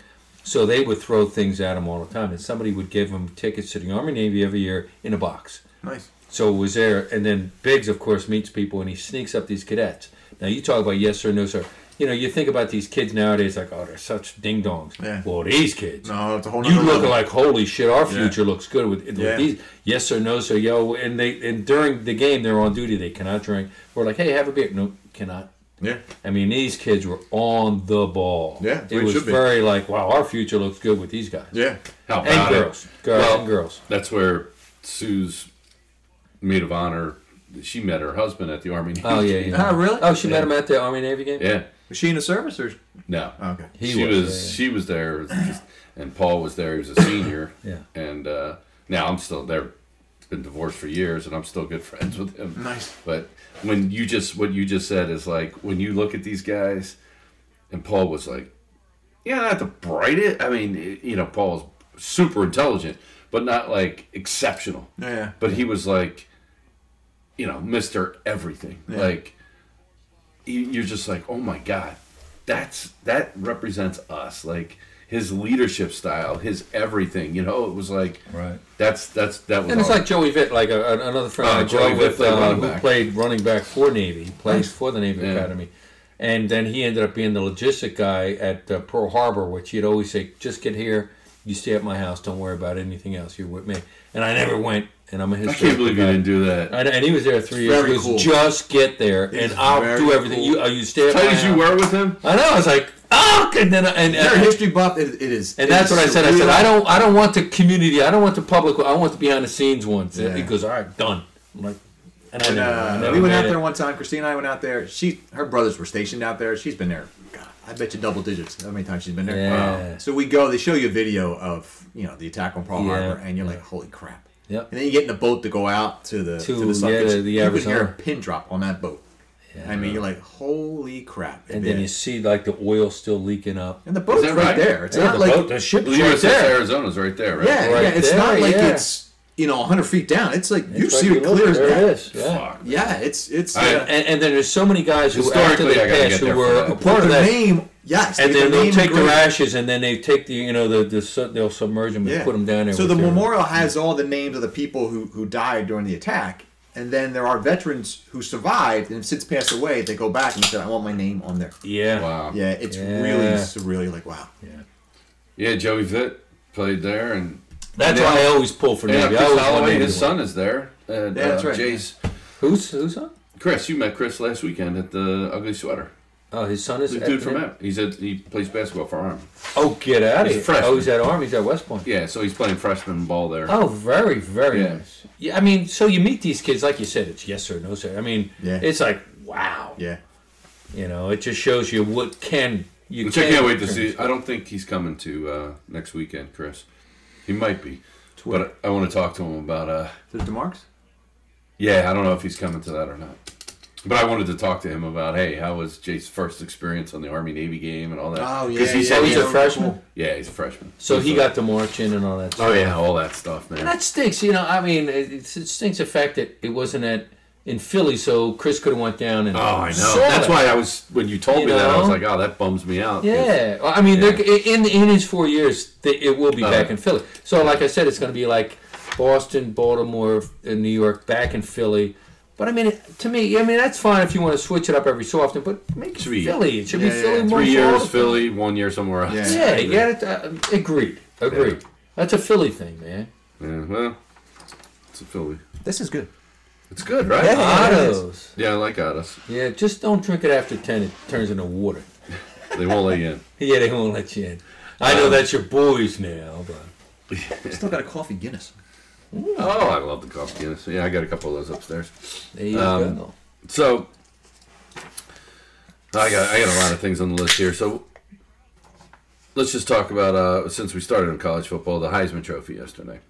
Speaker 2: so they would throw things at him all the time, and somebody would give him tickets to the Army Navy every year in a box.
Speaker 3: Nice.
Speaker 2: So it was there, and then Biggs, of course, meets people and he sneaks up these cadets. Now you talk about yes sir, no sir. You know, you think about these kids nowadays, like oh, they're such ding dongs.
Speaker 3: Yeah.
Speaker 2: Well, these kids.
Speaker 3: No, it's a whole.
Speaker 2: You
Speaker 3: nother
Speaker 2: look
Speaker 3: level.
Speaker 2: like holy shit. Our future looks good with, with
Speaker 3: Yeah.
Speaker 2: these. Yes sir, no sir, yo. And they and during the game they're on duty. They cannot drink. We're like, hey, have a beer. No, cannot.
Speaker 3: Yeah.
Speaker 2: I mean, these kids were on the ball.
Speaker 3: Yeah, that's the way
Speaker 2: it
Speaker 3: it
Speaker 2: was
Speaker 3: should be.
Speaker 2: very like, wow, our future looks good with these guys.
Speaker 3: Yeah.
Speaker 1: how
Speaker 2: and
Speaker 1: about it?
Speaker 2: girls, girls,
Speaker 1: Well,
Speaker 2: and girls.
Speaker 1: That's where Sue's maid of honor. She met her husband at the Army.
Speaker 2: Oh yeah, yeah.
Speaker 3: Oh, really?
Speaker 2: Oh, she
Speaker 3: Yeah.
Speaker 2: met him at the Army Navy game.
Speaker 1: yeah.
Speaker 3: Was she in the service or?
Speaker 1: No,
Speaker 3: Okay.
Speaker 2: He
Speaker 1: she was,
Speaker 2: was,
Speaker 1: she was there, as just- and Paul was there. He was a senior.
Speaker 2: Yeah.
Speaker 1: and uh, now I'm still there. Been divorced for years, and I'm still good friends with him.
Speaker 3: Nice.
Speaker 1: But when you just what you just said is like when you look at these guys, and Paul was like, "Yeah, not the brightest. I mean, you know, Paul's super intelligent, but not like exceptional.
Speaker 3: Yeah.
Speaker 1: But he was like, you know, Mister Everything. Like, you- you're just like, oh my god, that's that represents us. Like his leadership style, his everything. You know, it was like,
Speaker 2: Right.
Speaker 1: That's that's that was.
Speaker 2: And it's
Speaker 1: all-
Speaker 2: like Joey Vitt, like a, a- another friend
Speaker 1: Oh,
Speaker 2: I
Speaker 1: Joey Vitt
Speaker 2: Joey with,
Speaker 1: played
Speaker 2: uh,
Speaker 1: running
Speaker 2: who
Speaker 1: back.
Speaker 2: played running back for Navy. He plays for the Navy
Speaker 1: Yeah.
Speaker 2: Academy. And then he ended up being the logistic guy at uh, Pearl Harbor, which he'd always say, just get here, you stay at my house, don't worry about anything else, you're with me. And I never went, and I'm a
Speaker 1: I can't
Speaker 2: historian.
Speaker 1: believe you didn't do that.
Speaker 2: And, and he was there three years.
Speaker 3: Very
Speaker 2: He was,
Speaker 3: cool.
Speaker 2: Just get there, and I'll
Speaker 3: very
Speaker 2: do everything.
Speaker 3: cool.
Speaker 2: You, uh, you stay at
Speaker 1: Tight
Speaker 2: my
Speaker 1: as you
Speaker 2: house.
Speaker 1: were with him.
Speaker 2: I know. I was like, oh, and then I- and,
Speaker 3: You're a
Speaker 2: and-
Speaker 3: history buff. It, it is.
Speaker 2: and
Speaker 3: it
Speaker 2: that's
Speaker 3: is
Speaker 2: what I said. I said
Speaker 3: surreal.
Speaker 2: I don't. I don't want the community. I don't want the public. I want the behind the scenes ones.
Speaker 3: Yeah.
Speaker 2: It goes all right, done. I'm like, and I
Speaker 3: And,
Speaker 2: never- I
Speaker 3: uh,
Speaker 2: never
Speaker 3: we went
Speaker 2: made
Speaker 3: out
Speaker 2: it.
Speaker 3: there one time. Christine and I went out there. She, her brothers were stationed out there. She's been there. God, I bet you double digits. How many times she's been there? Um,
Speaker 2: Yeah. Wow.
Speaker 3: So we go. They show you a video of you know the attack on Pearl
Speaker 2: Yeah,
Speaker 3: Harbor, and you're
Speaker 2: yeah.
Speaker 3: like, holy crap.
Speaker 2: Yep.
Speaker 3: And then you get in the boat to go out to the to,
Speaker 2: To,
Speaker 3: the sunken
Speaker 2: yeah,
Speaker 3: ship.
Speaker 2: the- the
Speaker 3: you can hear a
Speaker 2: Arizona.
Speaker 3: pin drop on that boat. I mean, you're like, holy crap.
Speaker 2: And then you see like the oil still leaking up.
Speaker 3: and the boat's
Speaker 1: Is
Speaker 3: right,
Speaker 1: that right?
Speaker 3: there. It's
Speaker 2: Yeah,
Speaker 3: not
Speaker 2: the
Speaker 3: like
Speaker 2: boat, the ship
Speaker 1: The
Speaker 2: is right
Speaker 1: USS
Speaker 2: there.
Speaker 1: Arizona's right there, right?
Speaker 3: yeah,
Speaker 2: right
Speaker 3: yeah. It's
Speaker 2: there,
Speaker 3: not like
Speaker 2: yeah.
Speaker 3: it's you know 100 feet down. It's like you
Speaker 2: It's
Speaker 3: see
Speaker 2: like
Speaker 3: it clear
Speaker 2: look,
Speaker 3: as
Speaker 2: there it
Speaker 3: day.
Speaker 2: is. Yeah.
Speaker 1: Fuck.
Speaker 3: Yeah, it's it's.
Speaker 1: I-
Speaker 3: uh,
Speaker 2: And, and then there's so many guys who after
Speaker 1: Historically,
Speaker 2: they
Speaker 1: I gotta
Speaker 2: pass
Speaker 1: get
Speaker 2: who
Speaker 1: there
Speaker 2: were
Speaker 1: for
Speaker 2: a
Speaker 1: that.
Speaker 2: part
Speaker 3: the
Speaker 2: of that.
Speaker 3: name, yes,
Speaker 2: And
Speaker 3: the
Speaker 2: then they'll
Speaker 3: name
Speaker 2: take their
Speaker 3: engraved.
Speaker 2: ashes and then they take the you know the, the su- they'll submerge them and
Speaker 3: Yeah.
Speaker 2: put them down there.
Speaker 3: So
Speaker 2: with
Speaker 3: the
Speaker 2: their-
Speaker 3: memorial has all the names of the people who who died during the attack, and then there are veterans who survived and have since passed away. They go back and said, "I want my name on there."
Speaker 2: Yeah.
Speaker 1: Wow.
Speaker 3: Yeah, it's
Speaker 2: Yeah.
Speaker 3: really surreally like wow.
Speaker 2: Yeah.
Speaker 1: Yeah, Joey Vitt played there, and
Speaker 2: That's
Speaker 1: Yeah.
Speaker 2: why I always pull for
Speaker 1: yeah,
Speaker 2: Navy. I
Speaker 1: Chris
Speaker 2: always want
Speaker 1: Holloway,
Speaker 2: Navy
Speaker 1: his
Speaker 2: to
Speaker 1: son is there. And,
Speaker 3: Yeah, that's
Speaker 1: uh,
Speaker 3: right.
Speaker 1: Jay's
Speaker 2: win. Who's who's on?
Speaker 1: Chris. You met Chris last weekend at the Ugly Sweater.
Speaker 2: Oh, his son is
Speaker 1: The
Speaker 2: at
Speaker 1: dude
Speaker 2: the
Speaker 1: from
Speaker 2: Navy?
Speaker 1: him. He's at he plays basketball for Arm.
Speaker 2: Oh, get out of
Speaker 1: He's a
Speaker 2: here!
Speaker 1: freshman.
Speaker 2: Oh, he's at Army. He's at West Point.
Speaker 1: Yeah, so he's playing freshman ball there.
Speaker 2: Oh, very, very
Speaker 1: Yeah.
Speaker 2: nice. Yeah, I mean, so you meet these kids, like you said, it's yes or no sir. I mean,
Speaker 3: Yeah.
Speaker 2: it's like wow.
Speaker 3: Yeah,
Speaker 2: You know, it just shows you what can you.
Speaker 1: Which
Speaker 2: can
Speaker 1: I can't wait to
Speaker 2: turn.
Speaker 1: see. I don't think he's coming to uh, next weekend, Chris. He might be, but I, want to talk to him about. Uh,
Speaker 3: so the marks.
Speaker 1: yeah, I don't know if he's coming to that or not. But I wanted to talk to him about, hey, how was Jay's first experience on the Army Navy game and all that?
Speaker 3: Oh yeah,
Speaker 1: 'Cause he
Speaker 3: yeah,
Speaker 1: said
Speaker 2: Oh, he's
Speaker 1: he-
Speaker 2: a freshman?
Speaker 1: Yeah, he's a freshman.
Speaker 2: So he got to march in and all that. Stuff.
Speaker 1: Oh yeah, all that stuff, man.
Speaker 2: And that stinks. You know, I mean, it, it it stinks the fact that it wasn't at in Philly, so Chris could have went down and.
Speaker 1: oh, I know.
Speaker 2: saw
Speaker 1: That's
Speaker 2: that.
Speaker 1: why I was when you told
Speaker 2: You
Speaker 1: me that I was
Speaker 2: know?
Speaker 1: like, oh, that bums me out. 'cause-
Speaker 2: Yeah, Well, I mean, they're in in his four years, they, it will be
Speaker 1: Uh-huh.
Speaker 2: back in Philly. So, like I said, it's going to be like Boston, Baltimore, and New York, back in Philly, But I mean, to me, I mean that's fine if you want to switch it up every so often. But make it
Speaker 1: Three.
Speaker 2: Philly. It should
Speaker 3: Yeah,
Speaker 2: be
Speaker 3: yeah,
Speaker 2: Philly
Speaker 3: yeah.
Speaker 2: more
Speaker 1: Three
Speaker 2: so
Speaker 1: years
Speaker 2: often.
Speaker 1: Philly, one year somewhere else.
Speaker 3: Yeah.
Speaker 2: Yeah, you got it. Uh, agreed. Agreed. That's a Philly thing, man.
Speaker 1: Yeah, well, it's a Philly.
Speaker 3: This is good.
Speaker 1: It's good, right?
Speaker 3: Yeah.
Speaker 1: Yeah,
Speaker 2: Autos.
Speaker 1: I like Otis.
Speaker 2: Yeah, just don't drink it after ten. It turns into water.
Speaker 1: They won't let you in.
Speaker 2: Yeah, they won't let you in. Uh-huh. I know that's your boys now, but
Speaker 3: Still got a coffee Guinness.
Speaker 1: Oh, I love the coffee Guinness. Yeah, I got a couple of those upstairs.
Speaker 2: there you
Speaker 1: Um,
Speaker 2: go.
Speaker 1: So I got I got a lot of things on the list here. So let's just talk about uh, since we started in college football, the Heisman Trophy yesterday.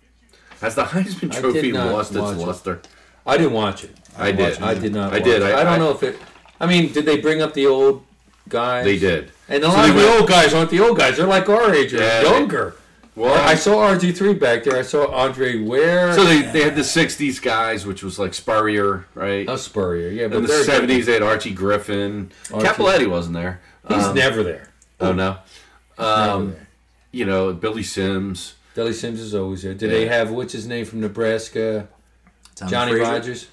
Speaker 1: Has the Heisman
Speaker 2: I did
Speaker 1: Trophy
Speaker 2: not
Speaker 1: lost its
Speaker 2: watch it.
Speaker 1: luster?
Speaker 2: I didn't watch it.
Speaker 1: I did.
Speaker 2: I did not.
Speaker 1: I
Speaker 2: watch
Speaker 1: did.
Speaker 2: It. I, don't know if it. I mean, did they bring up the old guys?
Speaker 1: They did.
Speaker 2: And a
Speaker 1: So
Speaker 2: lot
Speaker 1: they
Speaker 2: of the
Speaker 1: went-
Speaker 2: old guys aren't the old guys. They're like our age or
Speaker 1: Yeah, they-
Speaker 2: younger.
Speaker 1: Well,
Speaker 2: I saw RG3 back there. I saw Andre Ware.
Speaker 1: so they, they had the '60s guys, which was like Spurrier, right?
Speaker 2: Oh, Spurrier. Yeah, but
Speaker 1: In the
Speaker 2: they're-
Speaker 1: '70s, they had Archie Griffin.
Speaker 2: Archie.
Speaker 1: Capoletti wasn't there.
Speaker 2: He's
Speaker 1: Um,
Speaker 2: never there.
Speaker 1: Oh no.
Speaker 2: never
Speaker 1: Um,
Speaker 2: there.
Speaker 1: you know Billy Sims.
Speaker 2: Deli Sims is always there. Did they
Speaker 1: Yeah.
Speaker 2: have what's his name from Nebraska?
Speaker 3: Um,
Speaker 2: Johnny Rogers.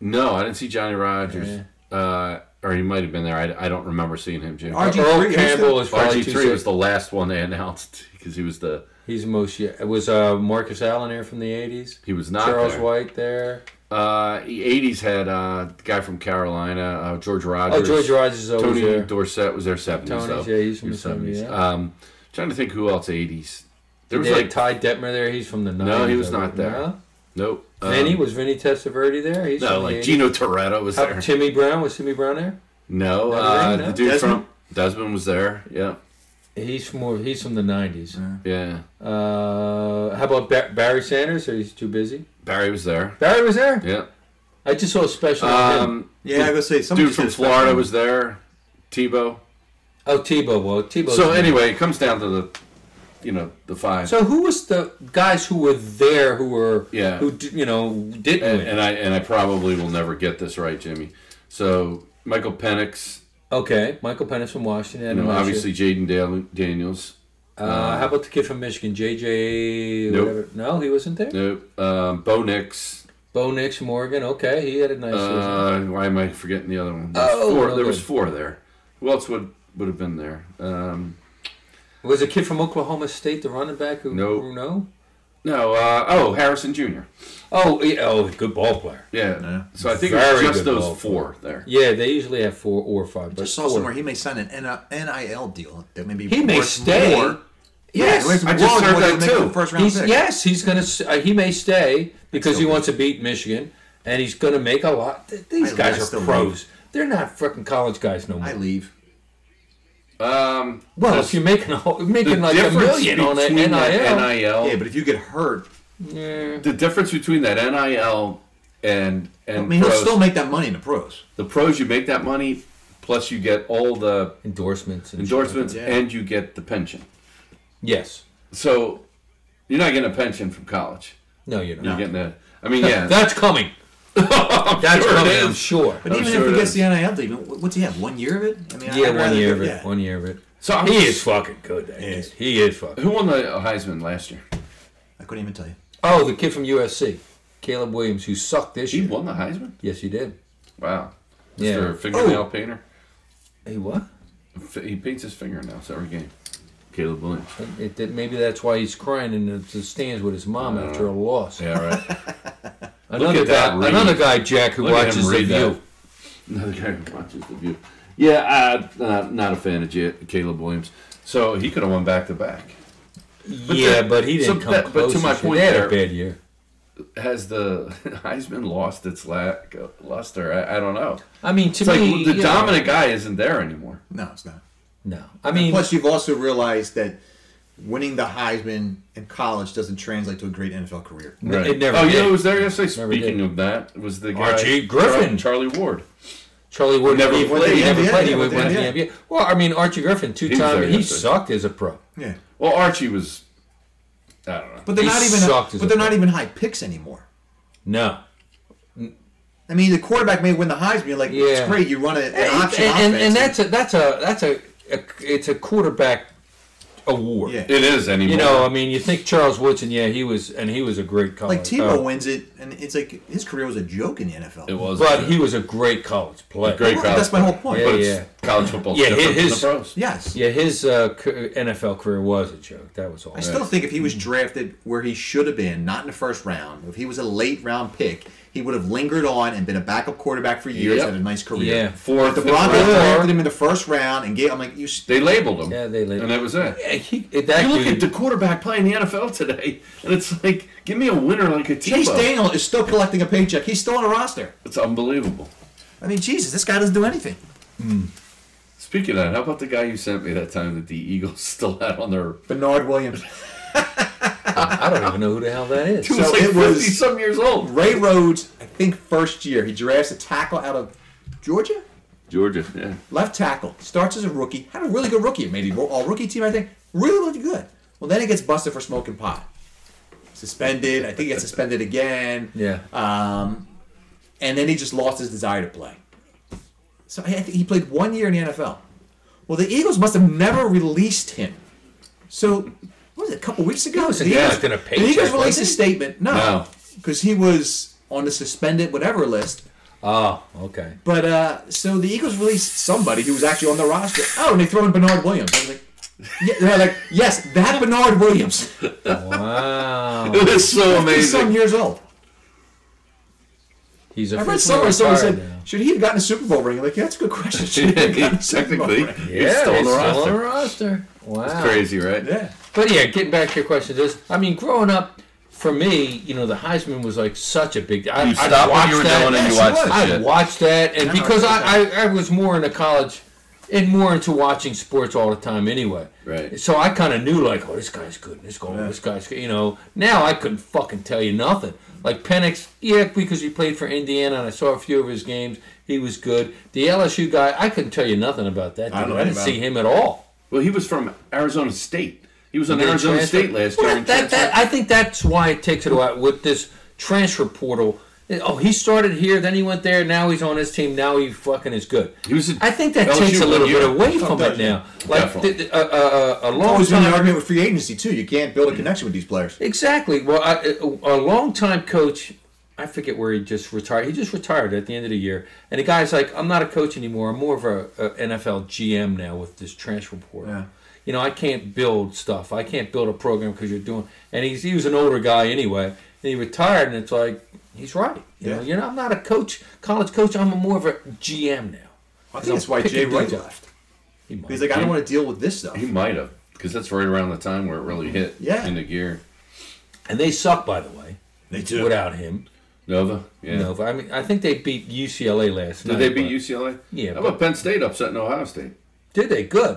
Speaker 1: No, I didn't see Johnny Rogers. Uh, or he might have been there. I, I don't remember seeing him, Jim.
Speaker 3: RG3
Speaker 2: Earl
Speaker 3: is
Speaker 2: Campbell is probably
Speaker 1: RG
Speaker 2: too
Speaker 1: three was
Speaker 2: sick.
Speaker 1: the last one they announced because he was the
Speaker 2: He's the most. Yeah, it was uh, Marcus Allen here from the '80s.
Speaker 1: he was not
Speaker 2: Charles
Speaker 1: there.
Speaker 2: White there.
Speaker 1: Uh, the eighties had uh, the guy from Carolina, uh, George Rogers.
Speaker 2: Oh, George Rogers is always
Speaker 1: Tony
Speaker 2: there.
Speaker 1: Dorsett was there seventies though.
Speaker 2: Tony's, yeah, he's from
Speaker 1: He was
Speaker 2: the 70s, yeah.
Speaker 1: Um, trying to think who else eighties. There was
Speaker 2: They had
Speaker 1: like
Speaker 2: Ty Detmer there. He's from the 90s.
Speaker 1: No, he was
Speaker 2: I
Speaker 1: not
Speaker 2: believe.
Speaker 1: there.
Speaker 2: No?
Speaker 1: nope. Um,
Speaker 2: Vinny was Vinny Testaverde there. He's
Speaker 1: no,
Speaker 2: from the
Speaker 1: like
Speaker 2: 80s.
Speaker 1: Gino Toretta was
Speaker 2: How-
Speaker 1: there.
Speaker 2: Timmy Brown was Timmy Brown there.
Speaker 1: No,
Speaker 2: Notre
Speaker 1: uh,
Speaker 2: Dame, no?
Speaker 1: the dude
Speaker 3: Desmond?
Speaker 1: from Desmond was there. Yeah,
Speaker 2: He's from more. He's from the '90s.
Speaker 1: yeah.
Speaker 2: Uh, how about Bar- Barry Sanders? Or he's too busy.
Speaker 1: Barry was there.
Speaker 2: Barry was there.
Speaker 1: Yeah.
Speaker 2: I just saw a special. on him.
Speaker 1: Um,
Speaker 3: Yeah, I was gonna say somebody
Speaker 1: dude
Speaker 3: just
Speaker 1: from
Speaker 3: did a special
Speaker 1: Florida
Speaker 3: on-
Speaker 1: was there. Tebow.
Speaker 2: Oh, Tebow. Well, Tebow.
Speaker 1: So anyway, it comes down to the, you know, the five.
Speaker 2: So who was the guys who were there who were
Speaker 1: Yeah.
Speaker 2: who di- you know didn't
Speaker 1: and,
Speaker 2: win?
Speaker 1: and I and I probably will never get this right, Jimmy. So Michael Penix,
Speaker 2: okay, Michael Pennis from Washington.
Speaker 1: you know,
Speaker 2: I'm not
Speaker 1: obviously Jaden Dal- Daniels.
Speaker 2: sure. Mm, Uh, how about the kid from Michigan, JJ?
Speaker 1: Nope.
Speaker 2: Whatever. No, he wasn't there.
Speaker 1: Nope. Um, Bo Nix.
Speaker 2: Bo Nix Morgan. Okay, he had a nice season.
Speaker 1: Uh, why am I forgetting the other one? There was
Speaker 2: Oh,
Speaker 1: four-
Speaker 2: no
Speaker 1: there was
Speaker 2: good.
Speaker 1: four there. Who else would would have been there? Um,
Speaker 2: Was a kid from Oklahoma State the running back who
Speaker 1: Nope.
Speaker 2: who- no?
Speaker 1: no. Uh, oh, Harrison Jr.
Speaker 2: Oh, yeah, oh, good ball player.
Speaker 1: Yeah.
Speaker 3: Yeah.
Speaker 1: So I think it was
Speaker 2: Very
Speaker 1: just
Speaker 2: good
Speaker 1: those
Speaker 2: ball.
Speaker 1: four there.
Speaker 2: Yeah, they usually have four or five. But
Speaker 3: Just saw
Speaker 2: four.
Speaker 3: somewhere he may sign an NIL deal that may be
Speaker 2: He may
Speaker 3: worth
Speaker 2: stay.
Speaker 3: More.
Speaker 2: Yes,
Speaker 3: Yeah, it may
Speaker 1: I
Speaker 3: be
Speaker 1: just
Speaker 3: worth
Speaker 1: heard
Speaker 3: more
Speaker 1: that
Speaker 3: than making
Speaker 1: too.
Speaker 3: the First round
Speaker 2: He's,
Speaker 3: pick.
Speaker 2: yes, he's gonna. s- Uh, he may stay because he
Speaker 3: still
Speaker 2: wants to beat Michigan, and he's gonna make a lot. th- These
Speaker 3: I- I
Speaker 2: guys are
Speaker 3: still
Speaker 2: pros. They're not freaking college guys no more.
Speaker 3: I leave.
Speaker 1: Um,
Speaker 2: well,
Speaker 1: that's-
Speaker 2: if you're making a whole, making like a
Speaker 1: difference
Speaker 2: million on that
Speaker 1: between
Speaker 2: NIL,
Speaker 1: that NIL
Speaker 3: Yeah, but if you get hurt,
Speaker 2: yeah.
Speaker 1: the difference between that NIL and and
Speaker 3: I mean, he'll
Speaker 1: pros,
Speaker 3: still make that money in the pros.
Speaker 1: the pros you make that money, plus you get all the
Speaker 2: endorsements, and
Speaker 1: endorsements
Speaker 3: Yeah.
Speaker 1: and you get the pension.
Speaker 2: Yes,
Speaker 1: So you're not getting a pension from college.
Speaker 2: no, you're
Speaker 1: You're
Speaker 2: not.
Speaker 1: getting a. I mean, yeah,
Speaker 2: That's coming.
Speaker 1: sure
Speaker 2: That's
Speaker 1: it
Speaker 2: coming.
Speaker 1: is.
Speaker 2: I'm sure.
Speaker 3: But
Speaker 1: I'm
Speaker 3: even
Speaker 1: sure
Speaker 3: if
Speaker 1: it
Speaker 3: he gets
Speaker 1: is.
Speaker 3: the NIL deal, what's he have? One year of it? I mean,
Speaker 2: Yeah,
Speaker 3: I'd
Speaker 2: one
Speaker 3: rather
Speaker 2: year
Speaker 3: go-
Speaker 2: of it.
Speaker 3: yeah.
Speaker 2: One year of it.
Speaker 1: So I'm
Speaker 2: he
Speaker 1: just-
Speaker 2: is fucking good. That
Speaker 3: Yeah.
Speaker 2: kid. He is fucking.
Speaker 1: Who won the Heisman last year?
Speaker 3: I couldn't even tell you.
Speaker 2: Oh, the kid from USC, Caleb Williams, who sucked this
Speaker 1: He
Speaker 2: year.
Speaker 1: won the Heisman.
Speaker 2: Yes, he did.
Speaker 1: Wow,
Speaker 2: Yeah.
Speaker 1: Mr. Fingernail painter.
Speaker 2: Hey, what?
Speaker 1: F- He paints his fingernails every game. Caleb Williams.
Speaker 2: It, that maybe that's why he's crying in the, the stands with his mom after a loss.
Speaker 1: Uh, Yeah, right.
Speaker 2: Another
Speaker 1: at that
Speaker 2: guy,
Speaker 1: read.
Speaker 2: another guy, Jack, who
Speaker 1: Look at
Speaker 2: watches
Speaker 1: him
Speaker 2: the
Speaker 1: read that.
Speaker 2: view.
Speaker 1: Another guy who watches the view. Yeah, I, uh, not a fan of J- Caleb Williams. So he could have won back to back.
Speaker 2: yeah,
Speaker 1: the-
Speaker 2: but he
Speaker 1: so
Speaker 2: didn't come
Speaker 1: that- but
Speaker 2: close.
Speaker 1: to my
Speaker 2: this year.
Speaker 1: point
Speaker 2: They had
Speaker 1: there-
Speaker 2: a bad year.
Speaker 1: Has the Heisman lost its lack of luster? I, I don't know.
Speaker 2: I mean, to
Speaker 1: It's like
Speaker 2: me,
Speaker 1: the
Speaker 2: you know,
Speaker 1: dominant guy isn't there anymore.
Speaker 3: No, it's not.
Speaker 2: No, I mean,
Speaker 3: Plus, you've also realized that winning the Heisman in college doesn't translate to a great NFL career.
Speaker 2: n- it never.
Speaker 1: oh,
Speaker 2: did.
Speaker 1: you know who was there yesterday?
Speaker 2: Never
Speaker 1: Speaking of that, was the guy
Speaker 2: Archie Griffin.
Speaker 1: Char- Charlie Ward.
Speaker 2: Charlie Wood
Speaker 1: Never
Speaker 2: he,
Speaker 1: played.
Speaker 2: He
Speaker 1: Yeah,
Speaker 2: never
Speaker 3: yeah,
Speaker 2: played.
Speaker 3: yeah,
Speaker 2: he went
Speaker 3: yeah,
Speaker 2: to the
Speaker 3: yeah.
Speaker 2: NBA. Well, I mean, Archie Griffin, two
Speaker 1: was
Speaker 2: time,
Speaker 1: there
Speaker 2: he
Speaker 1: yesterday.
Speaker 2: sucked as a pro.
Speaker 3: Yeah,
Speaker 1: Well, Archie was. I don't know.
Speaker 3: but they're
Speaker 2: He
Speaker 3: not even.
Speaker 2: sucked as a
Speaker 3: But they're not
Speaker 2: player.
Speaker 3: even high picks anymore.
Speaker 2: No,
Speaker 3: I mean, the quarterback may win the Heisman. You're like,
Speaker 2: Yeah.
Speaker 3: it's great. You run a- an
Speaker 2: and,
Speaker 3: option
Speaker 2: and,
Speaker 3: offense.
Speaker 2: and that's a that's a that's a, a it's a quarterback award.
Speaker 3: Yeah.
Speaker 1: It is anymore.
Speaker 2: You know, I mean, you think Charles Woodson? Yeah, he was, and he was a great college.
Speaker 3: Like Tebow
Speaker 2: uh,
Speaker 3: wins it, and it's like his career was a joke in the NFL.
Speaker 1: it was.
Speaker 2: but he was a great college player.
Speaker 1: great
Speaker 3: Well,
Speaker 1: college.
Speaker 3: that's my whole point.
Speaker 1: But
Speaker 2: Yeah,
Speaker 1: it's
Speaker 2: yeah.
Speaker 1: college football.
Speaker 2: Yeah,
Speaker 1: different than
Speaker 2: his-
Speaker 1: the pros.
Speaker 3: Yes.
Speaker 2: Yeah, his uh, c- NFL career was a joke. That was all.
Speaker 3: I still think if he was drafted where he should have been, not in the first round, if he was a late round pick, he would have lingered on and been a backup quarterback for years,
Speaker 1: Yep.
Speaker 3: had a nice career.
Speaker 2: Yeah.
Speaker 1: Fourth,
Speaker 3: The
Speaker 1: fifth
Speaker 3: Broncos
Speaker 1: round.
Speaker 3: drafted him in the first round and gave. I'm like, you. s-
Speaker 1: They labeled him.
Speaker 2: Yeah, they labeled
Speaker 1: And that was it.
Speaker 2: Yeah, he, that
Speaker 1: You look
Speaker 2: dude-
Speaker 1: at the quarterback playing the NFL today, and it's like, give me a winner like a
Speaker 3: Chase
Speaker 1: Tebow.
Speaker 3: Daniel is still collecting a paycheck. He's still on a roster.
Speaker 1: It's unbelievable.
Speaker 3: I mean, Jesus, this guy doesn't do anything.
Speaker 1: Speaking of that, how about the guy you sent me that time that the Eagles still had on their?
Speaker 3: Bernard Williams.
Speaker 2: I don't even know who the hell that is.
Speaker 1: He was
Speaker 3: So
Speaker 1: like
Speaker 3: it was-
Speaker 1: fifty some years old.
Speaker 3: Ray Rhodes, I think first year, he drafts a tackle out of Georgia?
Speaker 1: Georgia, yeah.
Speaker 3: Left tackle. Starts as a rookie. Had a really good rookie. Made an all rookie team, I think. Really looked good. Well, then he gets busted for smoking pot. Suspended. I think he got suspended again.
Speaker 2: Yeah.
Speaker 3: Um, and then he just lost his desire to play. So I I think he played one year in the NFL. Well, the Eagles must have never released him. So, what was it, a couple weeks ago?
Speaker 2: wasn't
Speaker 3: the Eagles,
Speaker 2: collecting a
Speaker 3: the Eagles
Speaker 2: paycheck, was
Speaker 3: released
Speaker 2: he?
Speaker 3: a statement.
Speaker 1: No.
Speaker 3: No. Because he was on the suspended whatever list.
Speaker 2: Oh, okay.
Speaker 3: But uh, so the Eagles released somebody who was actually on the roster. Oh, and they throw in Bernard Williams. I was like, yeah, they're like, yes, that Bernard Williams.
Speaker 2: Wow.
Speaker 1: It was so
Speaker 3: He's some
Speaker 1: amazing.
Speaker 3: years old.
Speaker 2: He's a
Speaker 3: I read somewhere someone said, should he have gotten a Super Bowl ring? I'm like, yeah, that's a good question. Should he have gotten a Super Bowl
Speaker 1: Technically,
Speaker 3: ring?
Speaker 1: he's still on the roster.
Speaker 2: roster. Wow.
Speaker 1: Crazy, right?
Speaker 3: Yeah.
Speaker 2: But yeah, getting back to your question, this I mean, growing up, for me, you know, the Heisman was like such a big. I,
Speaker 1: You
Speaker 2: I
Speaker 1: stopped what
Speaker 2: watched
Speaker 1: you were
Speaker 2: that.
Speaker 1: doing and you
Speaker 3: Yes,
Speaker 1: watched
Speaker 3: he
Speaker 1: the
Speaker 2: I
Speaker 1: shit.
Speaker 2: watched that, and
Speaker 3: I know,
Speaker 2: because
Speaker 3: it's
Speaker 2: I, I, I was more into college and more into watching sports all the time anyway.
Speaker 1: Right.
Speaker 2: So I kind of knew like, oh, this guy's good, and this guy, this guy's good. You know, now I couldn't fucking tell you nothing. Like Penix, yeah, because he played for Indiana, and I saw a few of his games. He was good. The LSU guy, I couldn't tell you nothing about that. Dude.
Speaker 3: I
Speaker 2: I,
Speaker 3: don't know
Speaker 2: didn't
Speaker 3: about
Speaker 2: see
Speaker 3: him.
Speaker 2: him at all.
Speaker 1: Well, he was from Arizona State. He was on
Speaker 2: They
Speaker 1: Arizona
Speaker 2: transfer-
Speaker 1: State last
Speaker 2: Well,
Speaker 1: year. and
Speaker 2: That, that,
Speaker 1: transferred.
Speaker 2: that- I think that's why it takes it a while with this transfer portal. Oh, he started here, then he went there. Now he's on his team. Now he fucking is good.
Speaker 1: He was a-
Speaker 2: I think that
Speaker 1: LSU
Speaker 2: takes a
Speaker 1: one
Speaker 2: little
Speaker 1: year.
Speaker 2: bit away from it
Speaker 3: does, yeah.
Speaker 2: now. Like
Speaker 1: Definitely.
Speaker 2: th- th- a, a, a, a long
Speaker 3: Always been the
Speaker 2: time.
Speaker 3: argument with free agency, too. You can't build a connection with these players.
Speaker 2: Exactly. Well, I, a a long-time coach, I forget where he just retired. He just retired at the end of the year, and the guy's like, "I'm not a coach anymore. I'm more of a, a NFL GM now with this transfer portal.
Speaker 3: Yeah.
Speaker 2: You know, I can't build stuff. I can't build a program because you're doing." And he's he was an older guy anyway, and he retired, and it's like he's right. You know,
Speaker 3: Yeah.
Speaker 2: you know, I'm not a coach, college coach. I'm more of a GM now.
Speaker 3: I think that's why Jay Wright left.
Speaker 2: He might.
Speaker 3: He's like, I don't want to deal with this stuff.
Speaker 1: he might have, because that's right around the time where it really hit
Speaker 3: Yeah.
Speaker 1: into gear.
Speaker 2: and they suck, by the way,
Speaker 3: They do.
Speaker 2: without him.
Speaker 1: Nova, yeah.
Speaker 2: No, but I mean, I think they beat UCLA last
Speaker 1: Did
Speaker 2: night.
Speaker 1: they beat
Speaker 2: but-
Speaker 1: UCLA?
Speaker 2: Yeah,
Speaker 1: How
Speaker 2: but-
Speaker 1: about Penn State upsetting Ohio State?
Speaker 2: Did they? Good.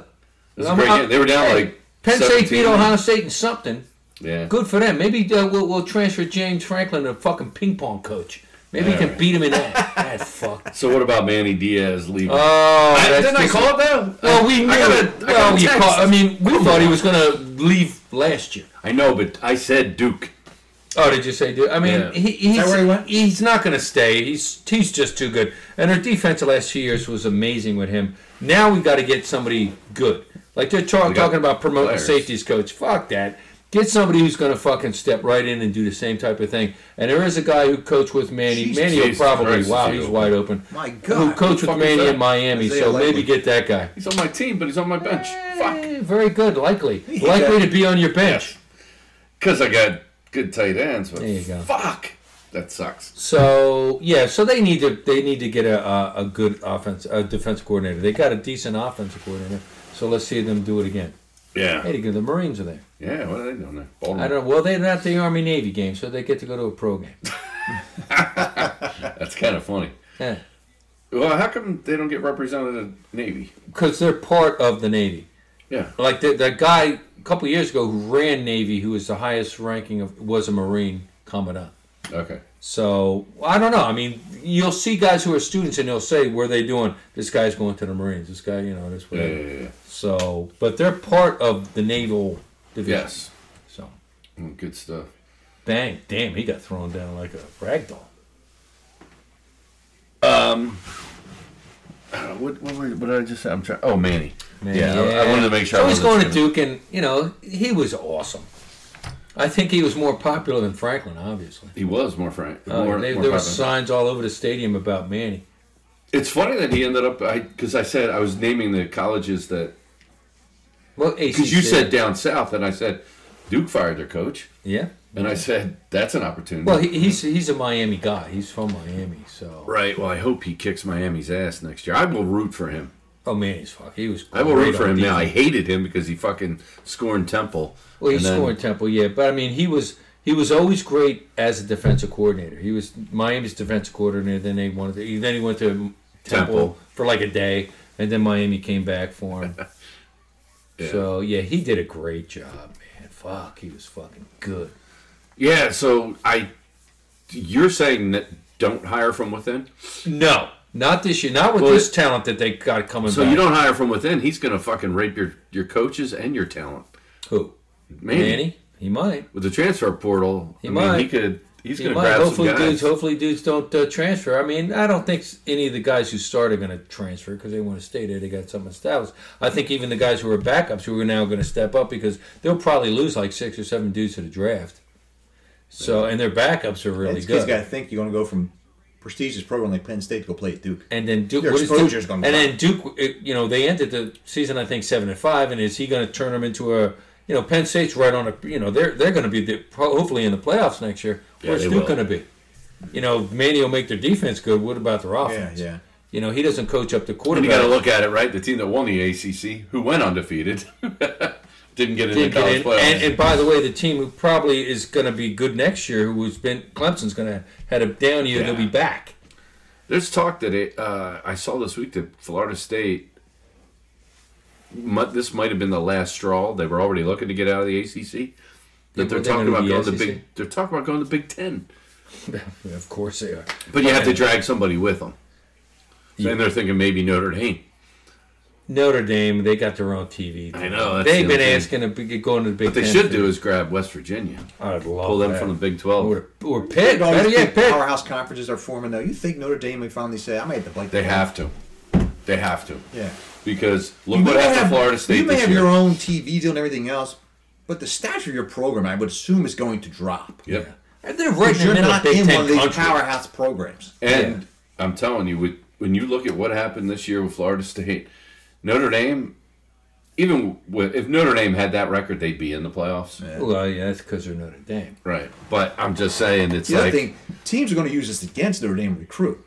Speaker 1: It was a
Speaker 2: I'm-
Speaker 1: great
Speaker 2: I'm-
Speaker 1: game. They were down
Speaker 2: hey,
Speaker 1: like
Speaker 2: Penn State
Speaker 1: 17.
Speaker 2: beat Ohio State in something.
Speaker 1: Yeah.
Speaker 2: Good for them. Maybe uh, we'll, we'll transfer James Franklin to fucking ping pong coach. Maybe we
Speaker 1: Yeah,
Speaker 2: can
Speaker 1: right.
Speaker 2: beat him in that. that fuck.
Speaker 1: So what about Manny Diaz leaving?
Speaker 2: Oh,
Speaker 1: I-
Speaker 2: that's
Speaker 1: didn't I
Speaker 2: just-
Speaker 1: call it though?
Speaker 2: Well, we knew.
Speaker 1: I got a- I
Speaker 2: well,
Speaker 1: got a
Speaker 2: you
Speaker 1: text.
Speaker 2: call, I mean, we thought he was going to leave last year.
Speaker 1: I know, but I said Duke.
Speaker 2: Oh, did you say? Dude? I mean,
Speaker 1: Yeah.
Speaker 2: he, he's
Speaker 3: that where he went?
Speaker 2: he's not going to stay. He's he's just too good. And our defense the last few years was amazing with him. Now we got to get somebody good. Like they're talk,
Speaker 1: We got
Speaker 2: talking about promoting
Speaker 1: players.
Speaker 2: safeties coach. Fuck that. Get somebody who's going to fucking step right in and do the same type of thing. And there is a guy who coached with Manny.
Speaker 3: Jesus
Speaker 2: Manny will probably
Speaker 1: Christ,
Speaker 2: wow,
Speaker 1: is he
Speaker 2: he's
Speaker 1: open.
Speaker 2: wide open.
Speaker 3: My God.
Speaker 2: who coached with
Speaker 1: fuck is
Speaker 2: Manny
Speaker 1: that?
Speaker 2: in Miami?
Speaker 3: Isaiah
Speaker 2: So maybe
Speaker 3: Likely.
Speaker 2: get that guy.
Speaker 1: He's on my team, but he's on my bench. Fuck.
Speaker 2: Eh, very good, likely,
Speaker 3: He
Speaker 2: likely
Speaker 3: got-
Speaker 2: to be on your bench.
Speaker 1: Because I got good tight ends, but
Speaker 2: There you go.
Speaker 1: fuck. That sucks.
Speaker 2: So yeah, so they need to they need to get a a, a good offense a defensive coordinator. They got a decent offensive coordinator. So let's see them do it again. Hey,
Speaker 1: Yeah.
Speaker 2: they- the Marines are there.
Speaker 1: Yeah, what are they doing there?
Speaker 2: I
Speaker 1: Baltimore.
Speaker 2: don't know. Well, they're not the Army Navy game, so they get to go to a pro game.
Speaker 1: That's kind of funny.
Speaker 2: Yeah,
Speaker 1: Well, how come they don't get represented in the Navy?
Speaker 2: because they're part of the Navy.
Speaker 1: Yeah.
Speaker 2: Like the that guy a couple years ago who ran Navy, who was the highest ranking of was a Marine commandant.
Speaker 1: Okay.
Speaker 2: So I don't know. I mean, you'll see guys who are students, and they'll say, "Where they doing? This guy's going to the Marines. This guy, you know, this
Speaker 1: Yeah,
Speaker 2: whatever."
Speaker 1: yeah, yeah, yeah.
Speaker 2: So, but they're part of the naval division.
Speaker 1: Yes.
Speaker 2: So,
Speaker 1: Mm, Good stuff.
Speaker 2: bang, damn, he got thrown down like a rag doll.
Speaker 1: Uh, what, what, were- what did I just say? I'm trying. Oh, Manny.
Speaker 2: Man,
Speaker 1: Yeah, I- I wanted to make sure I
Speaker 2: So he's
Speaker 1: wasn't
Speaker 2: going to Duke, and you know he was awesome. I think he was more popular than Franklin, obviously.
Speaker 1: He was more frank.
Speaker 2: Uh,
Speaker 1: more,
Speaker 2: they-
Speaker 1: more
Speaker 2: there were
Speaker 1: popular.
Speaker 2: signs all over the stadium about Manny.
Speaker 1: It's funny that he ended up because I, said I was naming the colleges that
Speaker 2: Well,
Speaker 1: because you said down south, and I said Duke fired their coach,
Speaker 2: yeah.
Speaker 1: and I said that's an opportunity.
Speaker 2: Well, he, he's he's a Miami guy. He's from Miami, so
Speaker 1: right. Well, I hope he kicks Miami's ass next year. I will root for him.
Speaker 2: oh Manny's fuck. He was.
Speaker 1: I will
Speaker 2: great
Speaker 1: root for
Speaker 2: on
Speaker 1: him now. I
Speaker 2: defense.
Speaker 1: hated him because he fucking scorned Temple.
Speaker 2: Well, he
Speaker 1: and then-
Speaker 2: scored Temple, yeah, but I mean he was he was always great as a defensive coordinator. He was Miami's defensive coordinator. Then they wanted to, then he went to Temple,
Speaker 1: Temple.
Speaker 2: for like a day, and then Miami came back for him.
Speaker 1: Yeah.
Speaker 2: So yeah, he did a great job, man. Fuck, he was fucking good.
Speaker 1: Yeah. So I, you're saying that don't hire from within.
Speaker 2: No, not this year. Not with
Speaker 1: Well,
Speaker 2: this talent that they got coming.
Speaker 1: So
Speaker 2: back.
Speaker 1: you don't hire from within. He's gonna fucking rape your your coaches and your talent.
Speaker 2: who
Speaker 1: Man,
Speaker 2: Manny? He might.
Speaker 1: with the transfer portal,
Speaker 2: He
Speaker 1: I
Speaker 2: might.
Speaker 1: mean, he could. He's
Speaker 2: He
Speaker 1: gonna
Speaker 2: might.
Speaker 1: grab
Speaker 2: Hopefully,
Speaker 1: some guys.
Speaker 2: dudes. Hopefully, dudes don't uh, transfer. I mean, I don't think s- any of the guys who start are going to transfer because they want to stay there. They got something established. I think even the guys who are backups who are now going to step up because they'll probably lose like six or seven dudes to the draft. So, and their backups are really
Speaker 3: These kids
Speaker 2: good.
Speaker 3: got to think you're going to go from prestigious program like Penn State to go play at Duke.
Speaker 2: and then Duke,
Speaker 3: Their
Speaker 2: what is
Speaker 3: exposure's
Speaker 2: Duke?
Speaker 3: gonna
Speaker 2: And
Speaker 3: drop.
Speaker 2: then Duke, it- you know, they ended the season I think seven and five, and is he going to turn them into a? You know, Penn State's right on a. You know, they're they're going to be the, pro- hopefully in the playoffs next year.
Speaker 1: Yeah,
Speaker 2: Where's
Speaker 1: they
Speaker 2: Duke
Speaker 1: will.
Speaker 2: going to be? You know, Manny will make their defense good. What about their
Speaker 3: Yeah,
Speaker 2: offense?
Speaker 3: yeah.
Speaker 2: You know, he doesn't coach up the
Speaker 1: And you
Speaker 2: quarterback.
Speaker 1: got to look at it, right? The team that won the ACC, who went undefeated, didn't get into
Speaker 2: Didn't get
Speaker 1: college
Speaker 2: in.
Speaker 1: playoffs.
Speaker 2: And, and by the way, the team who probably is going to be good next year, who has been Clemson's going to had a down year, they'll
Speaker 1: Yeah.
Speaker 2: be back.
Speaker 1: There's talk that it, uh, I saw this week that Florida State, mu- this might have been the last straw. They were already looking to get out of the ACC. That
Speaker 2: Were
Speaker 1: they're
Speaker 2: they
Speaker 1: talking
Speaker 2: gonna
Speaker 1: about
Speaker 2: be
Speaker 1: going to
Speaker 2: SEC?
Speaker 1: big. They're talking about going to Big Ten,
Speaker 2: of course they are.
Speaker 1: but you have to drag somebody with them.
Speaker 2: Yeah.
Speaker 1: And they're thinking maybe Notre Dame.
Speaker 2: Notre Dame, they got their own TV.
Speaker 1: I know, that's the
Speaker 2: They've been
Speaker 1: other thing.
Speaker 2: asking to be, get going to the Big
Speaker 1: What they
Speaker 2: Ten
Speaker 1: should
Speaker 2: for-
Speaker 1: do is grab West Virginia,
Speaker 2: I'd love
Speaker 1: pull them
Speaker 2: that.
Speaker 1: from the Big Twelve.
Speaker 2: or, or Pitt.
Speaker 3: All
Speaker 2: Better
Speaker 3: these
Speaker 2: yet,
Speaker 3: big
Speaker 2: Pitt.
Speaker 3: powerhouse conferences are forming though. You think Notre Dame would finally say, "I might have to bite."
Speaker 1: They
Speaker 3: the
Speaker 1: have to. They have to.
Speaker 3: Yeah.
Speaker 1: Because look
Speaker 3: You
Speaker 1: what
Speaker 3: may
Speaker 1: happened
Speaker 3: have-
Speaker 1: to Florida State
Speaker 3: You may
Speaker 1: this
Speaker 3: have
Speaker 1: year.
Speaker 3: your own TV deal and everything else, but the stature of your program, I would assume, is going to drop.
Speaker 1: Yep.
Speaker 2: And they're right
Speaker 3: Because
Speaker 2: in the
Speaker 3: you're
Speaker 2: middle of
Speaker 3: not
Speaker 2: Big
Speaker 3: in
Speaker 2: Ten
Speaker 3: one of these
Speaker 2: country.
Speaker 3: powerhouse programs.
Speaker 1: And I'm telling you, with, when you look at what happened this year with Florida State, Notre Dame, even with, if Notre Dame had that record, they'd be in the playoffs.
Speaker 2: Well, yeah, that's because they're Notre Dame.
Speaker 1: Right. But I'm just saying, it's
Speaker 3: The other
Speaker 1: like
Speaker 3: thing, teams are going to use this against Notre Dame recruit.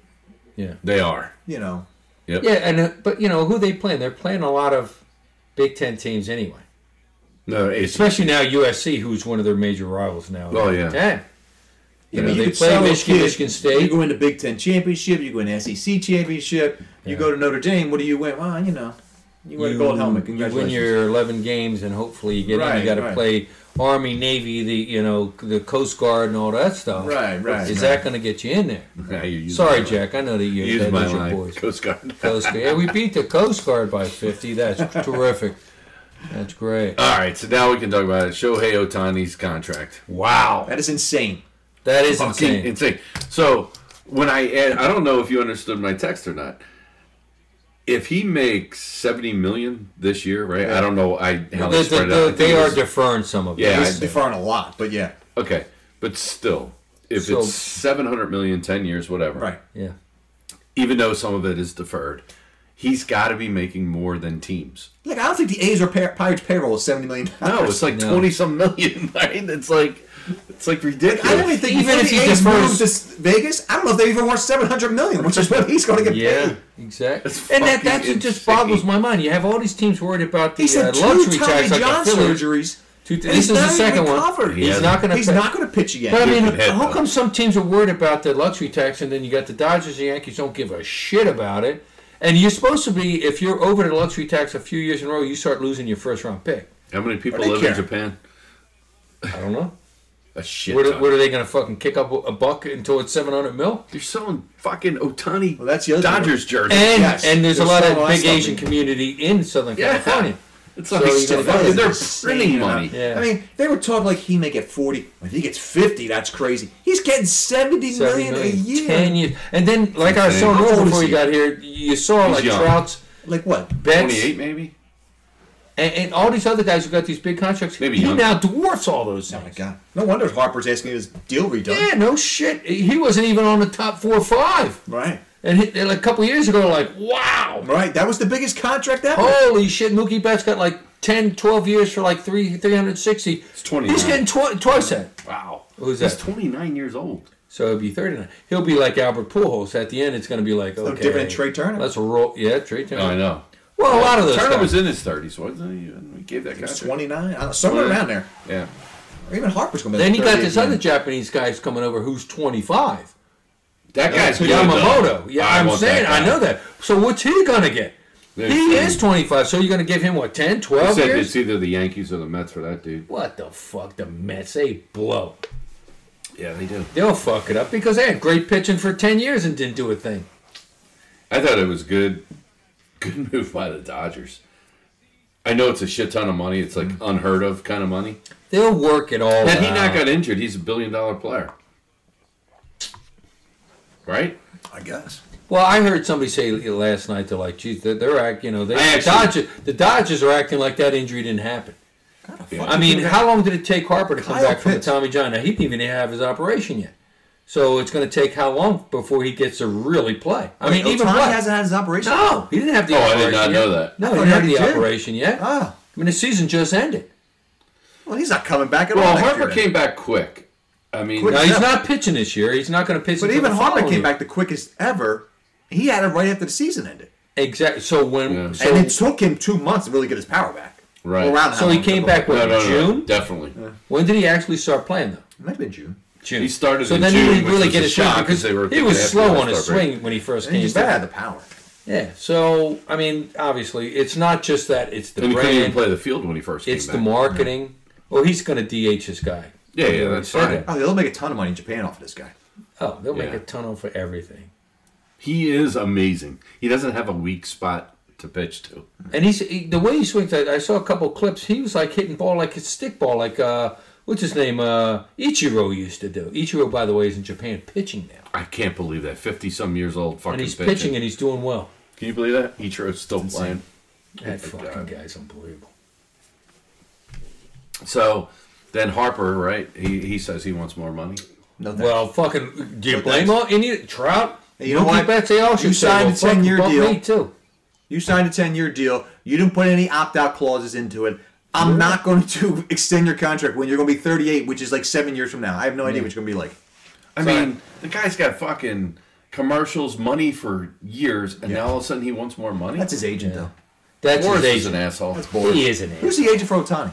Speaker 2: Yeah.
Speaker 1: they are.
Speaker 3: You know,
Speaker 1: Yep.
Speaker 2: Yeah, and uh, but you know who they playing? They're playing a lot of Big Ten teams anyway.
Speaker 1: No, it's,
Speaker 2: Especially now USC, who's one of their major rivals now. in
Speaker 1: Oh,
Speaker 2: the
Speaker 1: yeah.
Speaker 2: Big Ten.
Speaker 3: Yeah,
Speaker 2: know,
Speaker 3: but
Speaker 2: they
Speaker 3: could
Speaker 2: play
Speaker 3: sell a
Speaker 2: Michigan,
Speaker 3: kid.
Speaker 2: Michigan State.
Speaker 3: You go into Big Ten championship. You go in SEC championship. You go to Notre Dame. What do you win? Well, you know, you wear a gold helmet.
Speaker 2: You
Speaker 3: Congratulations.
Speaker 2: win your 11 games, and hopefully you get in.
Speaker 3: Right,
Speaker 2: You got to
Speaker 3: right.
Speaker 2: play Army, Navy, the you know the Coast Guard, and all that stuff.
Speaker 3: Right, right,
Speaker 2: Is
Speaker 3: right.
Speaker 2: that going to get you in there?
Speaker 1: Nah, you use
Speaker 2: Sorry,
Speaker 1: my-
Speaker 2: Jack. I know that
Speaker 1: you
Speaker 2: you're
Speaker 1: Use
Speaker 2: that
Speaker 1: my
Speaker 2: is your
Speaker 1: line.
Speaker 2: boys.
Speaker 1: Coast Guard. All
Speaker 2: Coast Guard. Yeah, we beat the Coast Guard by 50. That's terrific. That's great.
Speaker 1: right, so now we can talk about it. Shohei Otani's contract.
Speaker 2: Wow.
Speaker 3: That is insane.
Speaker 2: That is
Speaker 1: fucking
Speaker 2: insane.
Speaker 1: insane. So when I add, I don't know if you understood my text or not. If he makes seventy million this year, right? I don't know. I how they
Speaker 2: The- the-
Speaker 1: spread it
Speaker 2: the-
Speaker 1: out. I think
Speaker 2: they
Speaker 1: it
Speaker 2: are
Speaker 1: was-
Speaker 2: deferring some of it.
Speaker 1: Yeah, I-
Speaker 3: It's different a lot, but yeah,
Speaker 1: okay, but still, if
Speaker 2: So-
Speaker 1: it's seven hundred million, ten years, whatever.
Speaker 3: right.
Speaker 2: yeah.
Speaker 1: Even though some of it is deferred, he's got to be making more than teams.
Speaker 3: Look, I don't think the A's or Pir- Pirates payroll is seventy million.
Speaker 1: No, it's like
Speaker 2: No.
Speaker 1: twenty some million. Right? It's like it's like ridiculous.
Speaker 3: I don't even think
Speaker 2: Even
Speaker 3: even
Speaker 2: if
Speaker 3: if the
Speaker 2: he
Speaker 3: A's
Speaker 2: defers-
Speaker 3: moved to s- Vegas, I don't know if they even want seven hundred million, which is what he's going to get
Speaker 2: Yeah,
Speaker 3: paid.
Speaker 2: exactly.
Speaker 1: That's
Speaker 2: And that
Speaker 1: fucking
Speaker 2: that's what just
Speaker 1: insane.
Speaker 2: boggles my mind. You have all these teams worried about the
Speaker 3: He said
Speaker 2: uh,
Speaker 3: two
Speaker 2: luxury
Speaker 3: Tommy
Speaker 2: tax. like
Speaker 3: John
Speaker 2: the Phillies.
Speaker 3: surgeries.
Speaker 2: Two-
Speaker 3: and
Speaker 2: this is
Speaker 3: he's
Speaker 2: the
Speaker 3: not
Speaker 2: second
Speaker 3: even
Speaker 2: one.
Speaker 3: Covered.
Speaker 1: He
Speaker 2: He's
Speaker 1: hasn't.
Speaker 2: not going to.
Speaker 3: He's not going to pitch again.
Speaker 2: But I
Speaker 1: Dude
Speaker 2: mean,
Speaker 1: could hit,
Speaker 2: how
Speaker 1: though.
Speaker 2: come some teams are worried about the luxury tax, and then you got the Dodgers and Yankees don't give a shit about it? And you're supposed to be, if you're over the luxury tax a few years in a row, you start losing your first round pick.
Speaker 1: How many people
Speaker 3: They
Speaker 1: live
Speaker 3: care.
Speaker 1: in Japan?
Speaker 2: I don't know.
Speaker 1: A shit
Speaker 2: What,
Speaker 1: ton.
Speaker 2: are- what are they going to fucking kick up a buck until it's 700 mil?
Speaker 1: They're selling fucking Otani
Speaker 3: Well, that's the other thing.
Speaker 1: Dodgers jerseys.
Speaker 2: And
Speaker 3: Yes.
Speaker 2: and there's a
Speaker 3: There's
Speaker 2: lot
Speaker 3: so
Speaker 2: of
Speaker 3: much
Speaker 2: big
Speaker 3: stuff
Speaker 2: Asian
Speaker 3: we-
Speaker 2: community in Southern
Speaker 1: Yeah.
Speaker 2: California.
Speaker 1: It's
Speaker 2: So
Speaker 1: like
Speaker 2: you
Speaker 1: still
Speaker 2: gotta
Speaker 1: fucking-
Speaker 2: go.
Speaker 1: they're
Speaker 3: Insane
Speaker 1: printing
Speaker 3: amount.
Speaker 1: money.
Speaker 2: Yeah.
Speaker 3: I mean, they were talking like he may get forty. If he gets fifty, that's crazy. He's getting 70
Speaker 2: 70
Speaker 3: million, a
Speaker 2: million,
Speaker 3: year.
Speaker 2: 10 years. And then, like I was
Speaker 1: insane.
Speaker 2: telling
Speaker 3: How
Speaker 2: Roll
Speaker 3: old is
Speaker 2: before you
Speaker 3: he?
Speaker 2: got here, you saw
Speaker 1: He's
Speaker 2: like
Speaker 1: young.
Speaker 2: Trout's
Speaker 3: Like what?
Speaker 2: bets.
Speaker 1: Twenty-eight, maybe.
Speaker 2: And, and all these other guys who got these big contracts,
Speaker 1: Maybe
Speaker 2: he
Speaker 1: Young.
Speaker 2: now dwarfs all those
Speaker 3: Oh my
Speaker 2: things.
Speaker 3: god! No wonder Harper's asking his deal redone.
Speaker 2: yeah, no shit. He wasn't even on the top four or five.
Speaker 3: Right,
Speaker 2: And, he, and a couple years ago, like, wow.
Speaker 3: right. That was the biggest contract ever.
Speaker 2: Holy shit, Mookie Betts got like 10, 12 years for like three, 360. It's
Speaker 1: 29.
Speaker 2: He's getting twi- twice that.
Speaker 1: Wow.
Speaker 2: Who's
Speaker 1: He's
Speaker 2: that?
Speaker 1: 29 years old.
Speaker 2: So he'll be 39. He'll be like Albert Pujols. At the end, it's going to be like, okay.
Speaker 3: different than Trey Turner.
Speaker 2: Let's roll. Yeah, Trey Turner.
Speaker 1: Oh, I know.
Speaker 2: Well, a lot of those
Speaker 1: Turner
Speaker 2: guys.
Speaker 1: was in his 30s, wasn't he? And we gave that guy.
Speaker 3: He's 29, I don't- Uh, somewhere around there.
Speaker 1: Yeah.
Speaker 3: Or even Harper's going to be
Speaker 2: then
Speaker 3: like
Speaker 2: he got
Speaker 3: 30
Speaker 2: this
Speaker 3: again.
Speaker 2: other Japanese guy's coming over who's 25.
Speaker 1: That guy's good,
Speaker 2: Yamamoto.
Speaker 1: though.
Speaker 2: Yeah,
Speaker 1: I
Speaker 2: I'm
Speaker 1: want
Speaker 2: saying,
Speaker 1: that
Speaker 2: I
Speaker 1: guy.
Speaker 2: know that. So what's he going to get?
Speaker 1: Yeah,
Speaker 2: he
Speaker 1: yeah.
Speaker 2: is 25. So you're going to give him, what, 10,
Speaker 1: He
Speaker 2: 12
Speaker 1: said
Speaker 2: years?
Speaker 1: it's either the Yankees or the Mets for that dude.
Speaker 2: What the fuck? The Mets, they blow.
Speaker 1: Yeah, they do.
Speaker 2: They'll fuck it up because they had great pitching for 10 years and didn't do a thing.
Speaker 1: I thought it was good, good move by the Dodgers. I know it's a shit ton of money. It's like
Speaker 2: Mm-hmm.
Speaker 1: unheard of kind of money.
Speaker 2: They'll work it all
Speaker 1: Had he
Speaker 2: out.
Speaker 1: not got injured, he's a billion dollar player. Right?
Speaker 3: I guess.
Speaker 2: Well, I heard somebody say last night they're like, "Geez, they're, they're act, you know, they,
Speaker 1: I
Speaker 2: the
Speaker 1: actually-
Speaker 2: Dodgers, the Dodgers are acting like that injury didn't happen."
Speaker 1: Yeah.
Speaker 2: I mean, how long did it take Harper to come
Speaker 3: Kyle
Speaker 2: back from the
Speaker 3: Pitts.
Speaker 2: Tommy John? Now he didn't even have his operation yet, so it's going to take how long before he gets to really play? I mean, even
Speaker 3: Ohtani
Speaker 2: what?
Speaker 3: hasn't had his operation.
Speaker 2: no, he didn't have the.
Speaker 1: Oh, I
Speaker 2: operation
Speaker 1: did not
Speaker 2: yet.
Speaker 1: know that.
Speaker 2: No,
Speaker 3: I
Speaker 2: he
Speaker 3: thought
Speaker 2: didn't have
Speaker 3: he
Speaker 2: the
Speaker 3: did.
Speaker 2: operation yet.
Speaker 3: Ah,
Speaker 2: I mean, the season just ended.
Speaker 3: well, he's not coming back at all.
Speaker 1: Well,
Speaker 3: next
Speaker 1: Harper
Speaker 3: year, then.
Speaker 1: came back quick. I mean,
Speaker 3: Quick.
Speaker 2: Now
Speaker 3: Yeah.
Speaker 2: he's not pitching this year. He's not going to pitch.
Speaker 3: But
Speaker 2: until
Speaker 3: even
Speaker 2: the
Speaker 3: Harper
Speaker 2: following
Speaker 3: came
Speaker 2: year.
Speaker 3: back the quickest ever. He had it right after the season ended,
Speaker 2: Exactly. So when
Speaker 1: Yeah.
Speaker 2: so,
Speaker 3: and it took him two months to really get his power back.
Speaker 1: Right.
Speaker 3: Or around
Speaker 2: So
Speaker 3: how
Speaker 2: he
Speaker 3: long
Speaker 2: came
Speaker 3: it took
Speaker 2: back
Speaker 3: him.
Speaker 1: no, no, no,
Speaker 2: June?
Speaker 1: Definitely.
Speaker 2: when did he actually start playing though?
Speaker 3: It might have been June.
Speaker 2: June.
Speaker 1: He started
Speaker 2: So
Speaker 1: in
Speaker 2: then
Speaker 1: June,
Speaker 2: he didn't
Speaker 1: which
Speaker 2: really
Speaker 1: was
Speaker 2: get
Speaker 1: a
Speaker 2: a
Speaker 1: shock
Speaker 2: shot
Speaker 1: 'cause
Speaker 2: because
Speaker 1: they were
Speaker 2: he was
Speaker 1: after
Speaker 2: slow
Speaker 1: the
Speaker 2: on his
Speaker 1: All-Star break.
Speaker 2: swing when he first
Speaker 3: And he
Speaker 2: came
Speaker 3: just didn't have
Speaker 2: back.
Speaker 3: the power.
Speaker 2: Yeah. So I mean, obviously, it's not just that it's the
Speaker 1: And he couldn't even
Speaker 2: brand,
Speaker 1: play the field when he first
Speaker 2: it's the
Speaker 1: came back.
Speaker 2: marketing. Well, he's going to DH this guy.
Speaker 1: Yeah, yeah,
Speaker 2: We already
Speaker 1: that's
Speaker 2: said
Speaker 1: fine.
Speaker 2: that.
Speaker 3: Oh, they'll make a ton of money in Japan off of this guy.
Speaker 2: Oh, they'll make
Speaker 1: Yeah.
Speaker 2: a ton off for everything.
Speaker 1: he is amazing. He doesn't have a weak spot to pitch to.
Speaker 2: And he's he, the way he swings. I, I saw a couple clips. He was like hitting ball like his stick ball, like uh, what's his name? Uh, Ichiro used to do. Ichiro, by the way, is in Japan pitching now,
Speaker 1: I can't believe that. 50 some years old fucking
Speaker 2: and he's
Speaker 1: pitching.
Speaker 2: pitching and he's doing well.
Speaker 1: Can you believe that? Ichiro's still playing.
Speaker 2: That
Speaker 1: my
Speaker 2: fucking
Speaker 1: God.
Speaker 2: guy's unbelievable.
Speaker 1: So then Harper, right? He, he says he wants more money.
Speaker 3: No, thanks.
Speaker 2: Well, fucking, do you
Speaker 3: But
Speaker 2: blame all any Trout?
Speaker 3: Hey, you know
Speaker 2: Mookie
Speaker 3: what?
Speaker 2: Betts, they all
Speaker 3: You
Speaker 2: should say,
Speaker 3: signed
Speaker 2: well,
Speaker 3: a
Speaker 2: fuck-
Speaker 3: 10-year
Speaker 2: fuck
Speaker 3: deal.
Speaker 2: Me too.
Speaker 3: you signed a ten-year deal. You didn't put any opt-out clauses into it. I'm not going to extend your contract when you're going to be 38, which is like seven years from now. I have no idea what you're going to be like.
Speaker 1: I
Speaker 3: Sorry.
Speaker 1: mean, the guy's got fucking commercials, money for years, and now all of a sudden he wants more money?
Speaker 3: That's his agent, though.
Speaker 2: That's
Speaker 1: Boris
Speaker 2: his
Speaker 1: is an
Speaker 2: agent.
Speaker 1: asshole.
Speaker 3: That's boring.
Speaker 2: He is an
Speaker 3: Who's
Speaker 2: agent.
Speaker 3: the agent for Otani?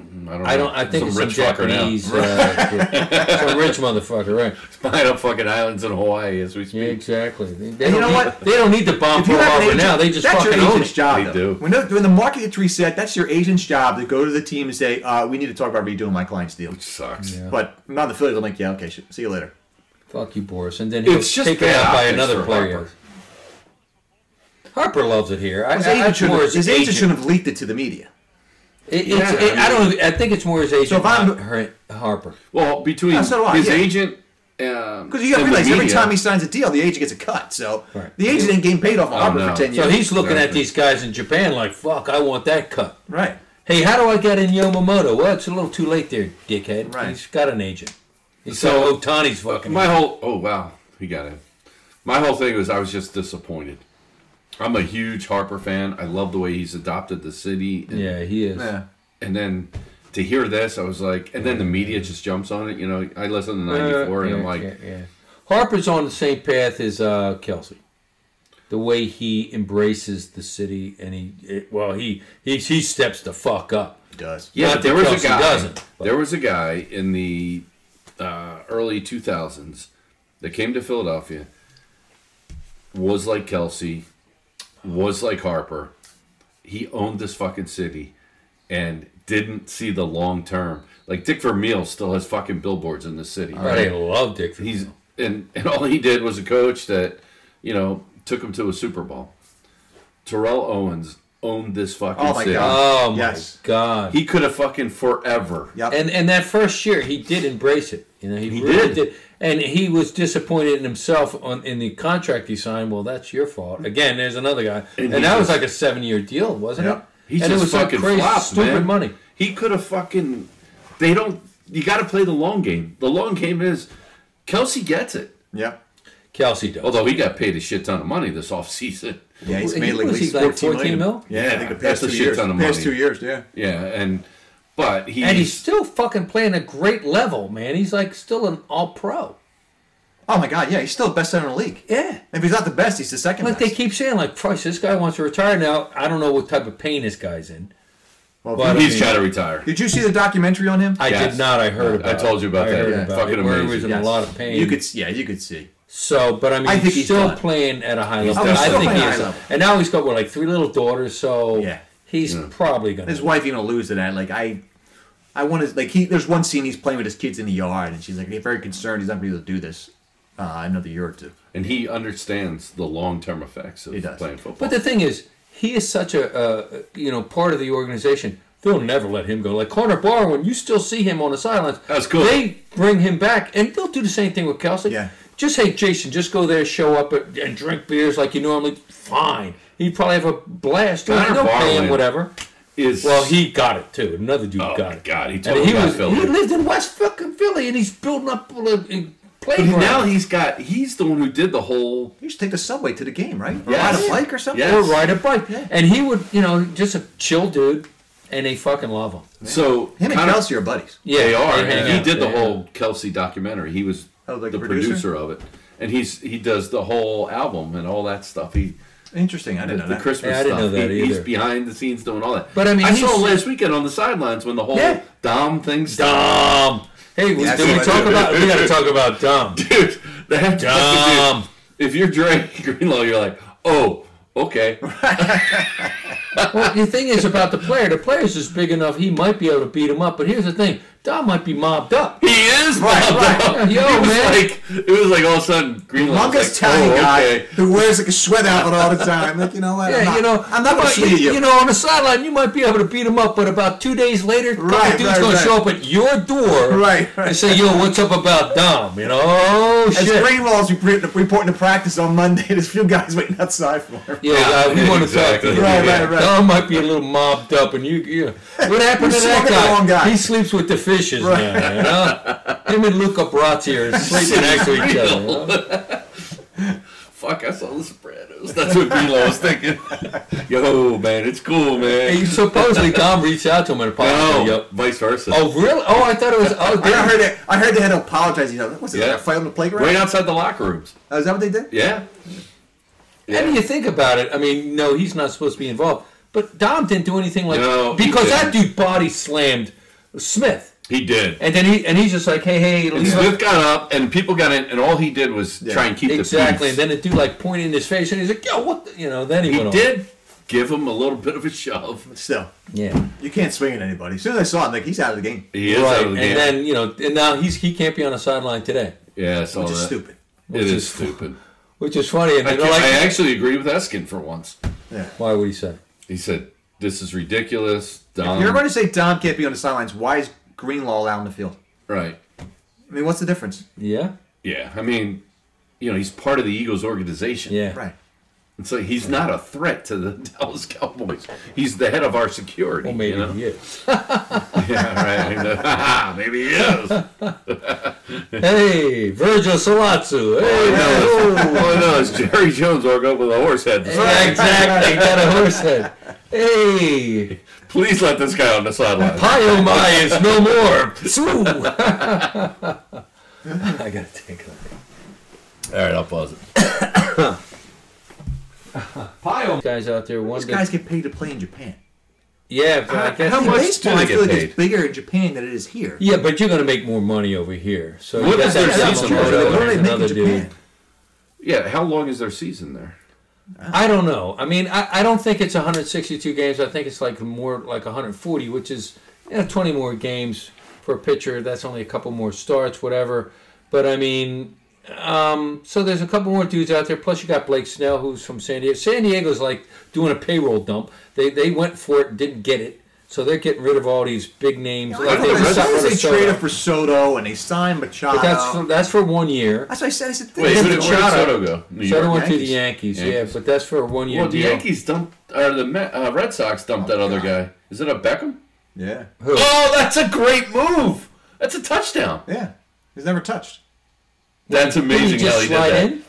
Speaker 1: I don't know.
Speaker 2: I don't. I think
Speaker 1: some
Speaker 2: it's
Speaker 1: rich
Speaker 2: some
Speaker 1: fucker
Speaker 2: Japanese, uh, yeah. some rich motherfucker, right?
Speaker 1: now. Buying up fucking islands in Hawaii as we
Speaker 2: Yeah,
Speaker 1: speak.
Speaker 2: exactly. They, they
Speaker 3: And you
Speaker 2: don't
Speaker 3: know
Speaker 2: need,
Speaker 3: what?
Speaker 2: They don't need to bomb
Speaker 3: If you
Speaker 2: Pearl
Speaker 3: have an
Speaker 2: Harbor
Speaker 3: agent,
Speaker 2: now. They just
Speaker 3: that's
Speaker 2: fucking
Speaker 3: your
Speaker 2: own
Speaker 3: agent's
Speaker 2: it.
Speaker 3: job.
Speaker 1: They do.
Speaker 3: though. When the, when the market gets reset, that's your agent's job to go to the team and say, uh, "We need to talk about redoing my client's deal."
Speaker 1: Sucks.
Speaker 2: Yeah.
Speaker 3: But not the Phillies. I'm like, yeah, okay, sh- see you later.
Speaker 2: Fuck you, Boris. And then he'll
Speaker 1: It's just
Speaker 2: take it
Speaker 1: bad
Speaker 2: out by
Speaker 1: optics
Speaker 2: another
Speaker 1: for
Speaker 2: player.
Speaker 1: Harper.
Speaker 2: Harper. loves it here. I,
Speaker 3: His
Speaker 2: I, I,
Speaker 3: agent,
Speaker 2: it's more
Speaker 3: shouldn't,
Speaker 2: his
Speaker 3: his agent
Speaker 2: agent.
Speaker 3: shouldn't have leaked it to the media.
Speaker 2: It, it's,
Speaker 1: Yeah,
Speaker 2: it, I don't. I think it's more his agent.
Speaker 3: if I'm-
Speaker 2: not her, Harper.
Speaker 1: Well, between
Speaker 3: Yeah, so do I,
Speaker 1: his
Speaker 3: yeah.
Speaker 1: agent uh,
Speaker 3: Because you got to realize every time he signs a deal, the agent gets a cut. So
Speaker 2: Right. Oh,
Speaker 3: the agent ain't getting paid off on Harper
Speaker 1: no.
Speaker 3: for ten years.
Speaker 2: So he's looking at
Speaker 1: Exactly.
Speaker 2: these guys in Japan like, fuck, I want that cut.
Speaker 3: right.
Speaker 2: Hey, how do I get in Yamamoto? Well, it's a little too late there, dickhead.
Speaker 3: Right.
Speaker 2: He's got an agent. He's
Speaker 1: So-
Speaker 2: so Otani's fucking.
Speaker 1: My whole oh wow, he got in. My whole thing was I was just disappointed. I'm a huge Harper fan. I love the way he's adopted the city. And,
Speaker 2: yeah, he is.
Speaker 3: Yeah.
Speaker 1: and then to hear this, I was like, and then the media just jumps on it. You know, I listened to '94, and I'm like,
Speaker 2: Uh, yeah, yeah. Harper's on the same path as uh, Kelsey. The way he embraces the city, and he it- well, he he, he steps the fuck up.
Speaker 3: He does.
Speaker 1: yeah,
Speaker 2: Not
Speaker 1: there
Speaker 2: that
Speaker 1: was a
Speaker 2: Kelsey
Speaker 1: guy.
Speaker 2: doesn't, but-
Speaker 1: there was a guy in the uh, early 2000s that came to Philadelphia. Was like Kelsey, was like Harper. He owned this fucking city, and didn't see the long term. Like Dick Vermeil still has fucking billboards in the city.
Speaker 2: But I love Dick. Vermeil.
Speaker 1: he's and and all he did was a coach that you know took him to a Super Bowl. Terrell Owens owned this fucking
Speaker 3: Oh my
Speaker 1: city.
Speaker 3: God.
Speaker 2: oh my
Speaker 3: Yes.
Speaker 2: god.
Speaker 1: He could have fucking forever.
Speaker 3: Yep.
Speaker 2: And and that first year, he did embrace it. You know, he,
Speaker 1: He
Speaker 2: really
Speaker 1: did.
Speaker 2: did. And he was disappointed in himself on in the contract he signed. Well, that's your fault. Again, there's another guy, and,
Speaker 1: he
Speaker 2: that was
Speaker 1: was-
Speaker 2: like a seven year deal, wasn't
Speaker 3: Yep.
Speaker 2: it?
Speaker 1: He
Speaker 2: And it
Speaker 1: just
Speaker 2: was that
Speaker 1: fucking
Speaker 2: crazy,
Speaker 1: flopped,
Speaker 2: stupid
Speaker 1: man.
Speaker 2: money.
Speaker 1: He could have fucking. They don't. You got to play the long game. The long game is Kelsey gets it.
Speaker 3: Yep.
Speaker 2: Kelsey does.
Speaker 1: Although he got paid a shit ton of money this offseason.
Speaker 3: Yeah, he's
Speaker 2: He-
Speaker 3: made like
Speaker 2: what
Speaker 3: at
Speaker 2: is he,
Speaker 3: least
Speaker 2: like,
Speaker 3: 14
Speaker 2: 14 mil?
Speaker 3: Yeah, I think the
Speaker 1: That's
Speaker 3: past
Speaker 1: a
Speaker 3: two
Speaker 1: shit
Speaker 3: years.
Speaker 1: ton of
Speaker 3: past
Speaker 1: money.
Speaker 3: two years, yeah.
Speaker 1: Yeah, and but he
Speaker 2: and he's still fucking playing a great level, man. He's like still an all pro.
Speaker 3: Oh my god, yeah, he's still best center in the league.
Speaker 2: Yeah.
Speaker 3: If he's not the best, he's the second
Speaker 2: Like they
Speaker 3: best.
Speaker 2: keep saying, like, Price, this guy wants to retire now. I don't know what type of pain this guy's in.
Speaker 3: Well,
Speaker 2: But-
Speaker 3: if you-
Speaker 1: he's trying to retire.
Speaker 3: did you see the documentary on him?
Speaker 2: I
Speaker 1: Yes.
Speaker 2: did not. I heard
Speaker 1: I
Speaker 2: about.
Speaker 1: told you about
Speaker 2: it. I
Speaker 1: that.
Speaker 2: heard
Speaker 1: Yeah.
Speaker 2: about
Speaker 1: Fucking
Speaker 2: it, where he was
Speaker 1: amazing.
Speaker 2: in
Speaker 3: Yes.
Speaker 2: a lot of pain.
Speaker 3: You could, s- yeah, you could see.
Speaker 2: so, but I mean,
Speaker 3: I think
Speaker 2: he's
Speaker 3: he's
Speaker 2: still
Speaker 3: done.
Speaker 2: playing at a high level.
Speaker 3: done.
Speaker 2: I
Speaker 3: Still
Speaker 2: think
Speaker 3: playing
Speaker 2: he's,
Speaker 3: high level.
Speaker 2: and now he's got what, like three little daughters. So
Speaker 3: Yeah.
Speaker 2: he's probably gonna.
Speaker 3: His wife even alludes to that. Like I, I want to like he. There's one scene he's playing with his kids in the yard, and she's like very concerned he's not going to be able to do this uh, another year or two.
Speaker 1: And he understands the long term effects of
Speaker 3: He does.
Speaker 1: playing football.
Speaker 2: But the thing is, he is such a uh, you know part of the organization. They'll never let him go. Like Connor Barr, when you still see him on the sidelines,
Speaker 1: That's cool.
Speaker 2: They bring him back, and they'll do the same thing with Kelsey.
Speaker 3: Yeah.
Speaker 2: Just hey, Jason, just go there, show up, and and drink beers like you normally. Fine. He'd probably have a blast.
Speaker 1: Connor
Speaker 2: They'll
Speaker 1: Barr
Speaker 2: pay him
Speaker 1: went-
Speaker 2: whatever.
Speaker 1: is
Speaker 2: Well, he got it too. Another dude
Speaker 1: Oh
Speaker 2: got
Speaker 1: my
Speaker 2: it.
Speaker 1: God, he
Speaker 2: And
Speaker 1: totally
Speaker 2: he
Speaker 1: got
Speaker 2: was
Speaker 1: Philly.
Speaker 2: he lived in West fucking Philly, and he's building up a, a
Speaker 1: But
Speaker 2: playground.
Speaker 1: now he's got he's the one who did the whole
Speaker 3: You should take the subway to the game, right? Or
Speaker 1: Yes.
Speaker 3: ride a bike or something.
Speaker 1: Yes.
Speaker 2: or ride a bike, and he would you know just a chill dude, and they fucking love him.
Speaker 1: so
Speaker 3: Him and
Speaker 1: Connor-
Speaker 3: Kelsey are buddies.
Speaker 2: Yeah,
Speaker 1: they are. and
Speaker 2: hang
Speaker 1: he
Speaker 2: out.
Speaker 1: did the
Speaker 2: Yeah.
Speaker 1: whole Kelsey documentary. He was
Speaker 3: Oh, like
Speaker 1: the
Speaker 3: the producer?
Speaker 1: producer? of it, and he's he does the whole album and all that stuff. He
Speaker 3: Interesting. I didn't know
Speaker 1: the
Speaker 3: that.
Speaker 1: Christmas
Speaker 2: Yeah, I didn't
Speaker 1: stuff.
Speaker 2: know that
Speaker 1: he, he's
Speaker 2: either.
Speaker 1: behind the scenes doing all that.
Speaker 2: But, I mean,
Speaker 1: I saw
Speaker 2: he's-
Speaker 1: last weekend on the sidelines when the whole
Speaker 2: Yeah.
Speaker 1: Dom thing.
Speaker 2: Dumb. Hey, we,
Speaker 3: Yeah,
Speaker 2: did we
Speaker 3: that's
Speaker 2: talk
Speaker 3: what
Speaker 1: I
Speaker 2: about?
Speaker 1: do.
Speaker 2: We gotta talk about dumb.
Speaker 1: dude, that
Speaker 2: Dumb.
Speaker 1: fucking dude. If you're Dre Greenlaw, you're like, oh, okay.
Speaker 2: well, the thing is about the player. The player's just big enough. He might be able to beat him up. But here's the thing: Dom might be mobbed up.
Speaker 1: He is
Speaker 3: Right, right.
Speaker 1: Bob Dom.
Speaker 2: Yo,
Speaker 1: it was
Speaker 2: Oh, man.
Speaker 1: like it was like all of a sudden Greenlaw was like,
Speaker 3: Longest Italian
Speaker 1: oh,
Speaker 3: guy
Speaker 1: okay.
Speaker 3: who wears like a sweat outfit all the time. Like you know what?
Speaker 2: Yeah,
Speaker 3: I'm not,
Speaker 2: you know,
Speaker 3: I'm not gonna
Speaker 2: about-
Speaker 3: see you.
Speaker 2: you know, on the sideline, you might be able to beat him up, but about two days later, a couple
Speaker 3: Right,
Speaker 2: dude's
Speaker 3: right,
Speaker 2: gonna
Speaker 3: right.
Speaker 2: show up at your door
Speaker 3: Right, right.
Speaker 2: and say, "Yo, what's up about Dom?" You know, oh
Speaker 3: As
Speaker 2: shit.
Speaker 3: Greenlaw's report- reporting to practice on Monday, there's a few guys waiting outside for him.
Speaker 2: Yeah, uh, we
Speaker 1: Yeah,
Speaker 2: want
Speaker 1: exactly.
Speaker 2: to talk to you.
Speaker 3: Right,
Speaker 2: Yeah.
Speaker 3: right, right.
Speaker 2: Dom might be a little mobbed up, and you, you what happened
Speaker 3: You
Speaker 2: to that
Speaker 3: swung at the
Speaker 2: guy?
Speaker 3: wrong guy.
Speaker 2: He sleeps with the fishes now. You know? Him and Luca Brasi are sleeping next to each other. you know?
Speaker 1: Fuck, I saw the Sopranos. That's what Greenlaw was thinking. Yo, man, it's cool, man.
Speaker 2: Hey, supposedly Dom reached out to him and
Speaker 1: No,
Speaker 2: apologized. Yep.
Speaker 1: vice versa.
Speaker 2: Oh really? Oh, I thought it was. Oh,
Speaker 3: I
Speaker 2: damn.
Speaker 3: heard it. I heard they had to apologize. You know, what's it?
Speaker 1: Yeah.
Speaker 3: Like a fight on the playground?
Speaker 1: right outside the locker rooms.
Speaker 3: Uh, Is that what they did?
Speaker 1: Yeah.
Speaker 2: I mean, you think about it. I mean, no, he's not supposed to be involved. But Dom didn't do anything like
Speaker 1: No, he
Speaker 2: because that
Speaker 1: didn't.
Speaker 2: dude body slammed Smith,
Speaker 1: He did.
Speaker 2: and then he and he's just like, hey, hey,
Speaker 1: And
Speaker 2: leave us-
Speaker 1: Smith got up, and people got in, and all he did was try and keep the
Speaker 2: Exactly,
Speaker 1: peace.
Speaker 2: and then the dude like pointed in his face, and he's like, "Yo, what?" The, you know. Then he,
Speaker 1: He
Speaker 2: went
Speaker 1: did give him a little bit of a shove.
Speaker 3: Still,
Speaker 2: on. Yeah,
Speaker 3: you can't swing at anybody. As soon as I saw him, like he's out of the game.
Speaker 1: He is
Speaker 2: right.
Speaker 1: out of the
Speaker 2: and
Speaker 1: game.
Speaker 2: then you know, and now he's he can't be on the sideline today,
Speaker 1: yeah, I saw
Speaker 3: Which is
Speaker 1: that.
Speaker 3: stupid.
Speaker 1: It is,
Speaker 2: is-
Speaker 1: stupid.
Speaker 2: which is funny. And
Speaker 1: I,
Speaker 2: they're
Speaker 1: can't-
Speaker 2: like,
Speaker 1: I actually agree with Eskin for once.
Speaker 3: Yeah.
Speaker 2: "Why would he say?"
Speaker 1: He said, "This is ridiculous." Dumb.
Speaker 3: You're going to say Dom can't be on the sidelines. Why is Greenlaw allowed in the field?
Speaker 1: right.
Speaker 3: I mean, what's the difference?
Speaker 2: Yeah,
Speaker 1: Yeah, I mean, you know, he's part of the Eagles organization.
Speaker 2: yeah.
Speaker 3: Right.
Speaker 1: And so he's not a threat to the Dallas Cowboys. He's the head of our security.
Speaker 2: Well, maybe
Speaker 1: you know?
Speaker 2: he is.
Speaker 1: yeah, right. Ah, maybe he is. Oh,
Speaker 2: hey, Virgil
Speaker 1: Oh,
Speaker 2: Salazzo. Hey,
Speaker 1: no, it's Jerry Jones walk up with a horse head.
Speaker 2: yeah, exactly. Got a horse head. Hey,
Speaker 1: Please let this guy on the sideline.
Speaker 2: Pio Mai is no more. Sue. I gotta take that.
Speaker 1: All right, I'll pause it.
Speaker 2: Pio guys out there. One
Speaker 3: These guys get paid to play in Japan.
Speaker 2: Yeah, but I guess
Speaker 1: How
Speaker 3: See,
Speaker 1: much
Speaker 3: baseball,
Speaker 1: do they
Speaker 3: I feel
Speaker 1: get
Speaker 3: like
Speaker 1: paid?
Speaker 3: it's bigger in Japan than it is here.
Speaker 2: Yeah, but you're going to make more money over here. So
Speaker 1: What
Speaker 2: you
Speaker 1: is
Speaker 2: got
Speaker 1: their
Speaker 2: that
Speaker 1: season
Speaker 2: Yamamoto
Speaker 1: total?
Speaker 2: and
Speaker 1: What do
Speaker 3: they make in
Speaker 2: another
Speaker 3: Japan?
Speaker 2: dude.
Speaker 1: Yeah, how long is their season there?
Speaker 2: I don't know. I mean, I, I don't think it's 162 games. I think it's like more like 140, which is you know, 20 more games for a pitcher. That's only a couple more starts, whatever. But I mean, um, so there's a couple more dudes out there. Plus, you got Blake Snell, who's from San Diego. San Diego's like doing a payroll dump. They they went for it, didn't get it. So they're getting rid of all these big names. like they
Speaker 3: As
Speaker 2: just got
Speaker 3: long as
Speaker 2: rid
Speaker 3: they
Speaker 2: of Soto.
Speaker 3: trade him for Soto and they sign Machado.
Speaker 2: But that's for, that's for one year.
Speaker 3: That's what I said. I said
Speaker 1: Wait,
Speaker 3: this
Speaker 1: who did,
Speaker 3: is
Speaker 1: where did
Speaker 2: Machado.
Speaker 1: Soto go? New
Speaker 2: Soto
Speaker 1: York?
Speaker 2: went to the
Speaker 1: Yankees.
Speaker 2: Yankees.
Speaker 1: Yankees.
Speaker 2: Yeah, but that's for a one year
Speaker 1: Well, the
Speaker 2: deal.
Speaker 1: Yankees dumped, or the Ma- uh, Red Sox dumped that other guy. Is it a Beckham?
Speaker 3: yeah,
Speaker 2: Who?
Speaker 1: Oh, that's a great move. That's a touchdown.
Speaker 3: yeah. He's never touched.
Speaker 1: That's
Speaker 2: Didn't he
Speaker 1: amazing how
Speaker 2: just
Speaker 1: he did
Speaker 2: slide
Speaker 1: that.
Speaker 2: in?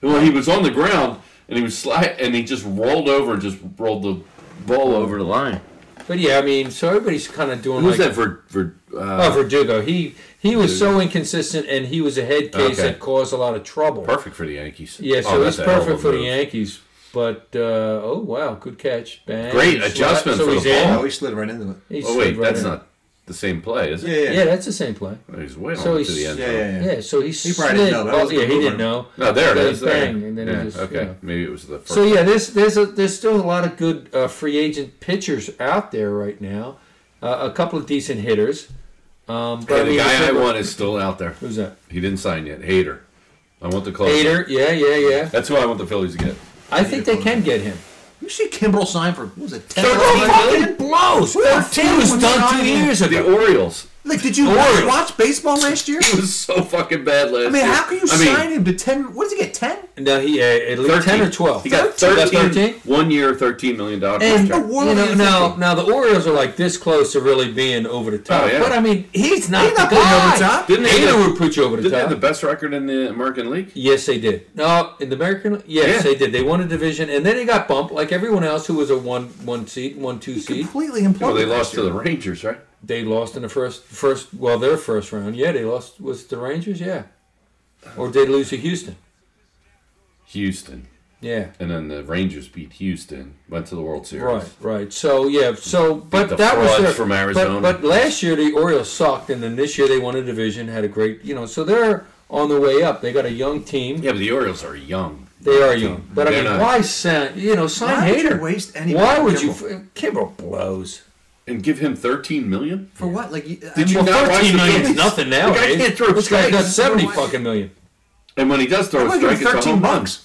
Speaker 1: Well, he was on the ground and he was slide and he just rolled over, just rolled the ball over the line.
Speaker 2: But yeah, I mean, so everybody's kind of doing
Speaker 1: Who's
Speaker 2: like
Speaker 1: that for? for uh,
Speaker 2: Oh, Verdugo. He he was so inconsistent, and he was a head case
Speaker 1: Okay.
Speaker 2: that caused a lot of trouble.
Speaker 1: perfect for the Yankees.
Speaker 2: Yeah, so
Speaker 1: Oh,
Speaker 2: he's
Speaker 1: that's a hell of a
Speaker 2: perfect for the
Speaker 1: move.
Speaker 2: Yankees. But uh, oh wow, good catch! Bang.
Speaker 1: Great
Speaker 2: Slap.
Speaker 1: adjustment for the
Speaker 2: he's
Speaker 1: ball.
Speaker 3: Yeah,
Speaker 2: in.
Speaker 3: we Oh, slid right into it.
Speaker 2: He's
Speaker 1: Oh wait,
Speaker 2: slid right
Speaker 1: that's
Speaker 2: in.
Speaker 1: not the same play, is it?
Speaker 3: Yeah, yeah,
Speaker 2: Yeah, that's the same play.
Speaker 1: He's way
Speaker 2: So
Speaker 1: on
Speaker 2: he's-
Speaker 1: to the end.
Speaker 3: yeah,
Speaker 1: zone.
Speaker 3: yeah.
Speaker 2: Yeah,
Speaker 3: yeah.
Speaker 2: so he slid.
Speaker 3: probably didn't know. That
Speaker 2: oh,
Speaker 3: was
Speaker 2: yeah,
Speaker 3: the
Speaker 2: he
Speaker 3: mover.
Speaker 2: didn't know.
Speaker 1: No, there it
Speaker 2: Then
Speaker 1: is. there.
Speaker 2: bang, and then he
Speaker 1: yeah,
Speaker 2: just,
Speaker 1: okay,
Speaker 2: you know.
Speaker 1: maybe it was the first.
Speaker 2: So yeah, there's there's a, there's still a lot of good uh, free agent pitchers out there right now. Uh, a couple of decent hitters. Um, but I
Speaker 1: Hey, the
Speaker 2: mean,
Speaker 1: guy I
Speaker 2: remember-
Speaker 1: want is still out there.
Speaker 2: Who's that?
Speaker 1: He didn't sign yet. Hater. I want the close.
Speaker 2: Hater. Yeah, yeah, yeah.
Speaker 1: That's who I want the Phillies to get.
Speaker 2: I think they can get him.
Speaker 3: You see Kimbrel sign for what was it? 10
Speaker 1: Thirteen
Speaker 3: million?
Speaker 1: million?
Speaker 2: blows.
Speaker 3: We were
Speaker 2: He was
Speaker 3: when
Speaker 2: done
Speaker 3: Zion-
Speaker 2: two years
Speaker 1: The
Speaker 2: ago.
Speaker 1: Orioles.
Speaker 3: Like, did you
Speaker 2: Orioles.
Speaker 3: watch baseball last year?
Speaker 1: It was so fucking bad last
Speaker 3: I mean,
Speaker 1: year.
Speaker 3: how can you
Speaker 1: I mean,
Speaker 3: sign him to ten? What does he get? Ten?
Speaker 2: No, he uh, at least
Speaker 1: 13.
Speaker 2: ten or twelve.
Speaker 1: He got
Speaker 2: 13.
Speaker 1: 13,
Speaker 2: Thirteen?
Speaker 1: One year, thirteen million dollars.
Speaker 2: And
Speaker 3: What the world
Speaker 2: you
Speaker 3: are
Speaker 2: know,
Speaker 3: you
Speaker 2: now,
Speaker 3: thinking?
Speaker 2: now the Orioles are like this close to really being over the top.
Speaker 1: Oh, yeah.
Speaker 2: But I mean, he's not,
Speaker 3: He's not
Speaker 2: the
Speaker 3: putting
Speaker 2: guy.
Speaker 3: over the top.
Speaker 1: Didn't they
Speaker 2: Hader
Speaker 1: have-
Speaker 2: would put you over the
Speaker 1: Did they
Speaker 2: top.
Speaker 1: have the best record in the American League?
Speaker 2: yes, they did. No, in the American, yes,
Speaker 1: Yeah.
Speaker 2: they did. They won a division, and then they got bumped like everyone else who was a one one seed, one two seed.
Speaker 3: Completely imploded.
Speaker 1: Oh, they
Speaker 3: last
Speaker 1: lost to
Speaker 3: year.
Speaker 1: the Rangers, right?
Speaker 2: They lost in the first first well their first round. Yeah, they lost was it the Rangers. Yeah, or did they lose to Houston?
Speaker 1: Houston,
Speaker 2: Yeah.
Speaker 1: and then the Rangers beat Houston, went to the World Series.
Speaker 2: Right, right. So yeah, so but
Speaker 1: the
Speaker 2: that was
Speaker 1: frauds
Speaker 2: their,
Speaker 1: from
Speaker 2: but-
Speaker 1: Arizona.
Speaker 2: But, last year the Orioles sucked, and then this year they won a division, had a great, you know. So they're on the way up. They got a young team.
Speaker 1: Yeah, but the Orioles are young.
Speaker 2: They are young, but I
Speaker 1: They're
Speaker 2: mean,
Speaker 1: not-
Speaker 2: why sign? You know, sign
Speaker 3: Why would you
Speaker 2: Hater.
Speaker 3: waste any-
Speaker 2: Why would
Speaker 3: Kimbrel?
Speaker 2: you? Kimbrel blows.
Speaker 1: And give him thirteen million?
Speaker 3: For what? Like, did
Speaker 1: Did you
Speaker 2: Well,
Speaker 1: not watch
Speaker 2: fourteen
Speaker 1: the
Speaker 2: million is
Speaker 1: Phillies?
Speaker 2: nothing
Speaker 1: The
Speaker 2: now.
Speaker 1: guy can't throw
Speaker 2: This guy got
Speaker 1: strikes.
Speaker 2: seventy
Speaker 3: Why-
Speaker 2: fucking million.
Speaker 1: And when he does throw a
Speaker 3: I'm
Speaker 1: strike, it's a
Speaker 3: thirteen
Speaker 1: home run.
Speaker 3: bucks.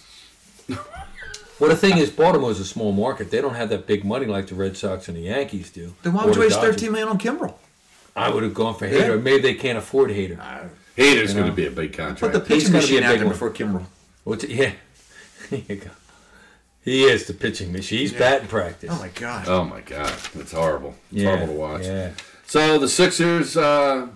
Speaker 2: Well, the thing is, Baltimore's a small market. They don't have that big money like the Red Sox and the Yankees do.
Speaker 3: Then why
Speaker 2: Or
Speaker 3: would you
Speaker 2: the
Speaker 3: waste
Speaker 2: Dodgers.
Speaker 3: thirteen million on Kimbrel?
Speaker 2: I would have gone for Hater.
Speaker 3: Yeah.
Speaker 2: Maybe they can't afford Hater.
Speaker 1: Hater's going
Speaker 2: know.
Speaker 1: to be a big contract.
Speaker 3: Put the pitching
Speaker 2: gonna be a
Speaker 3: machine out
Speaker 2: big
Speaker 3: there
Speaker 2: one.
Speaker 3: before Kimbrel.
Speaker 2: What's it? Yeah. There you go. He is the pitching machine. He's batting practice.
Speaker 3: Oh my god.
Speaker 1: oh my god, it's horrible. It's
Speaker 2: Yeah,
Speaker 1: horrible to watch.
Speaker 2: Yeah.
Speaker 1: So the Sixers, uh,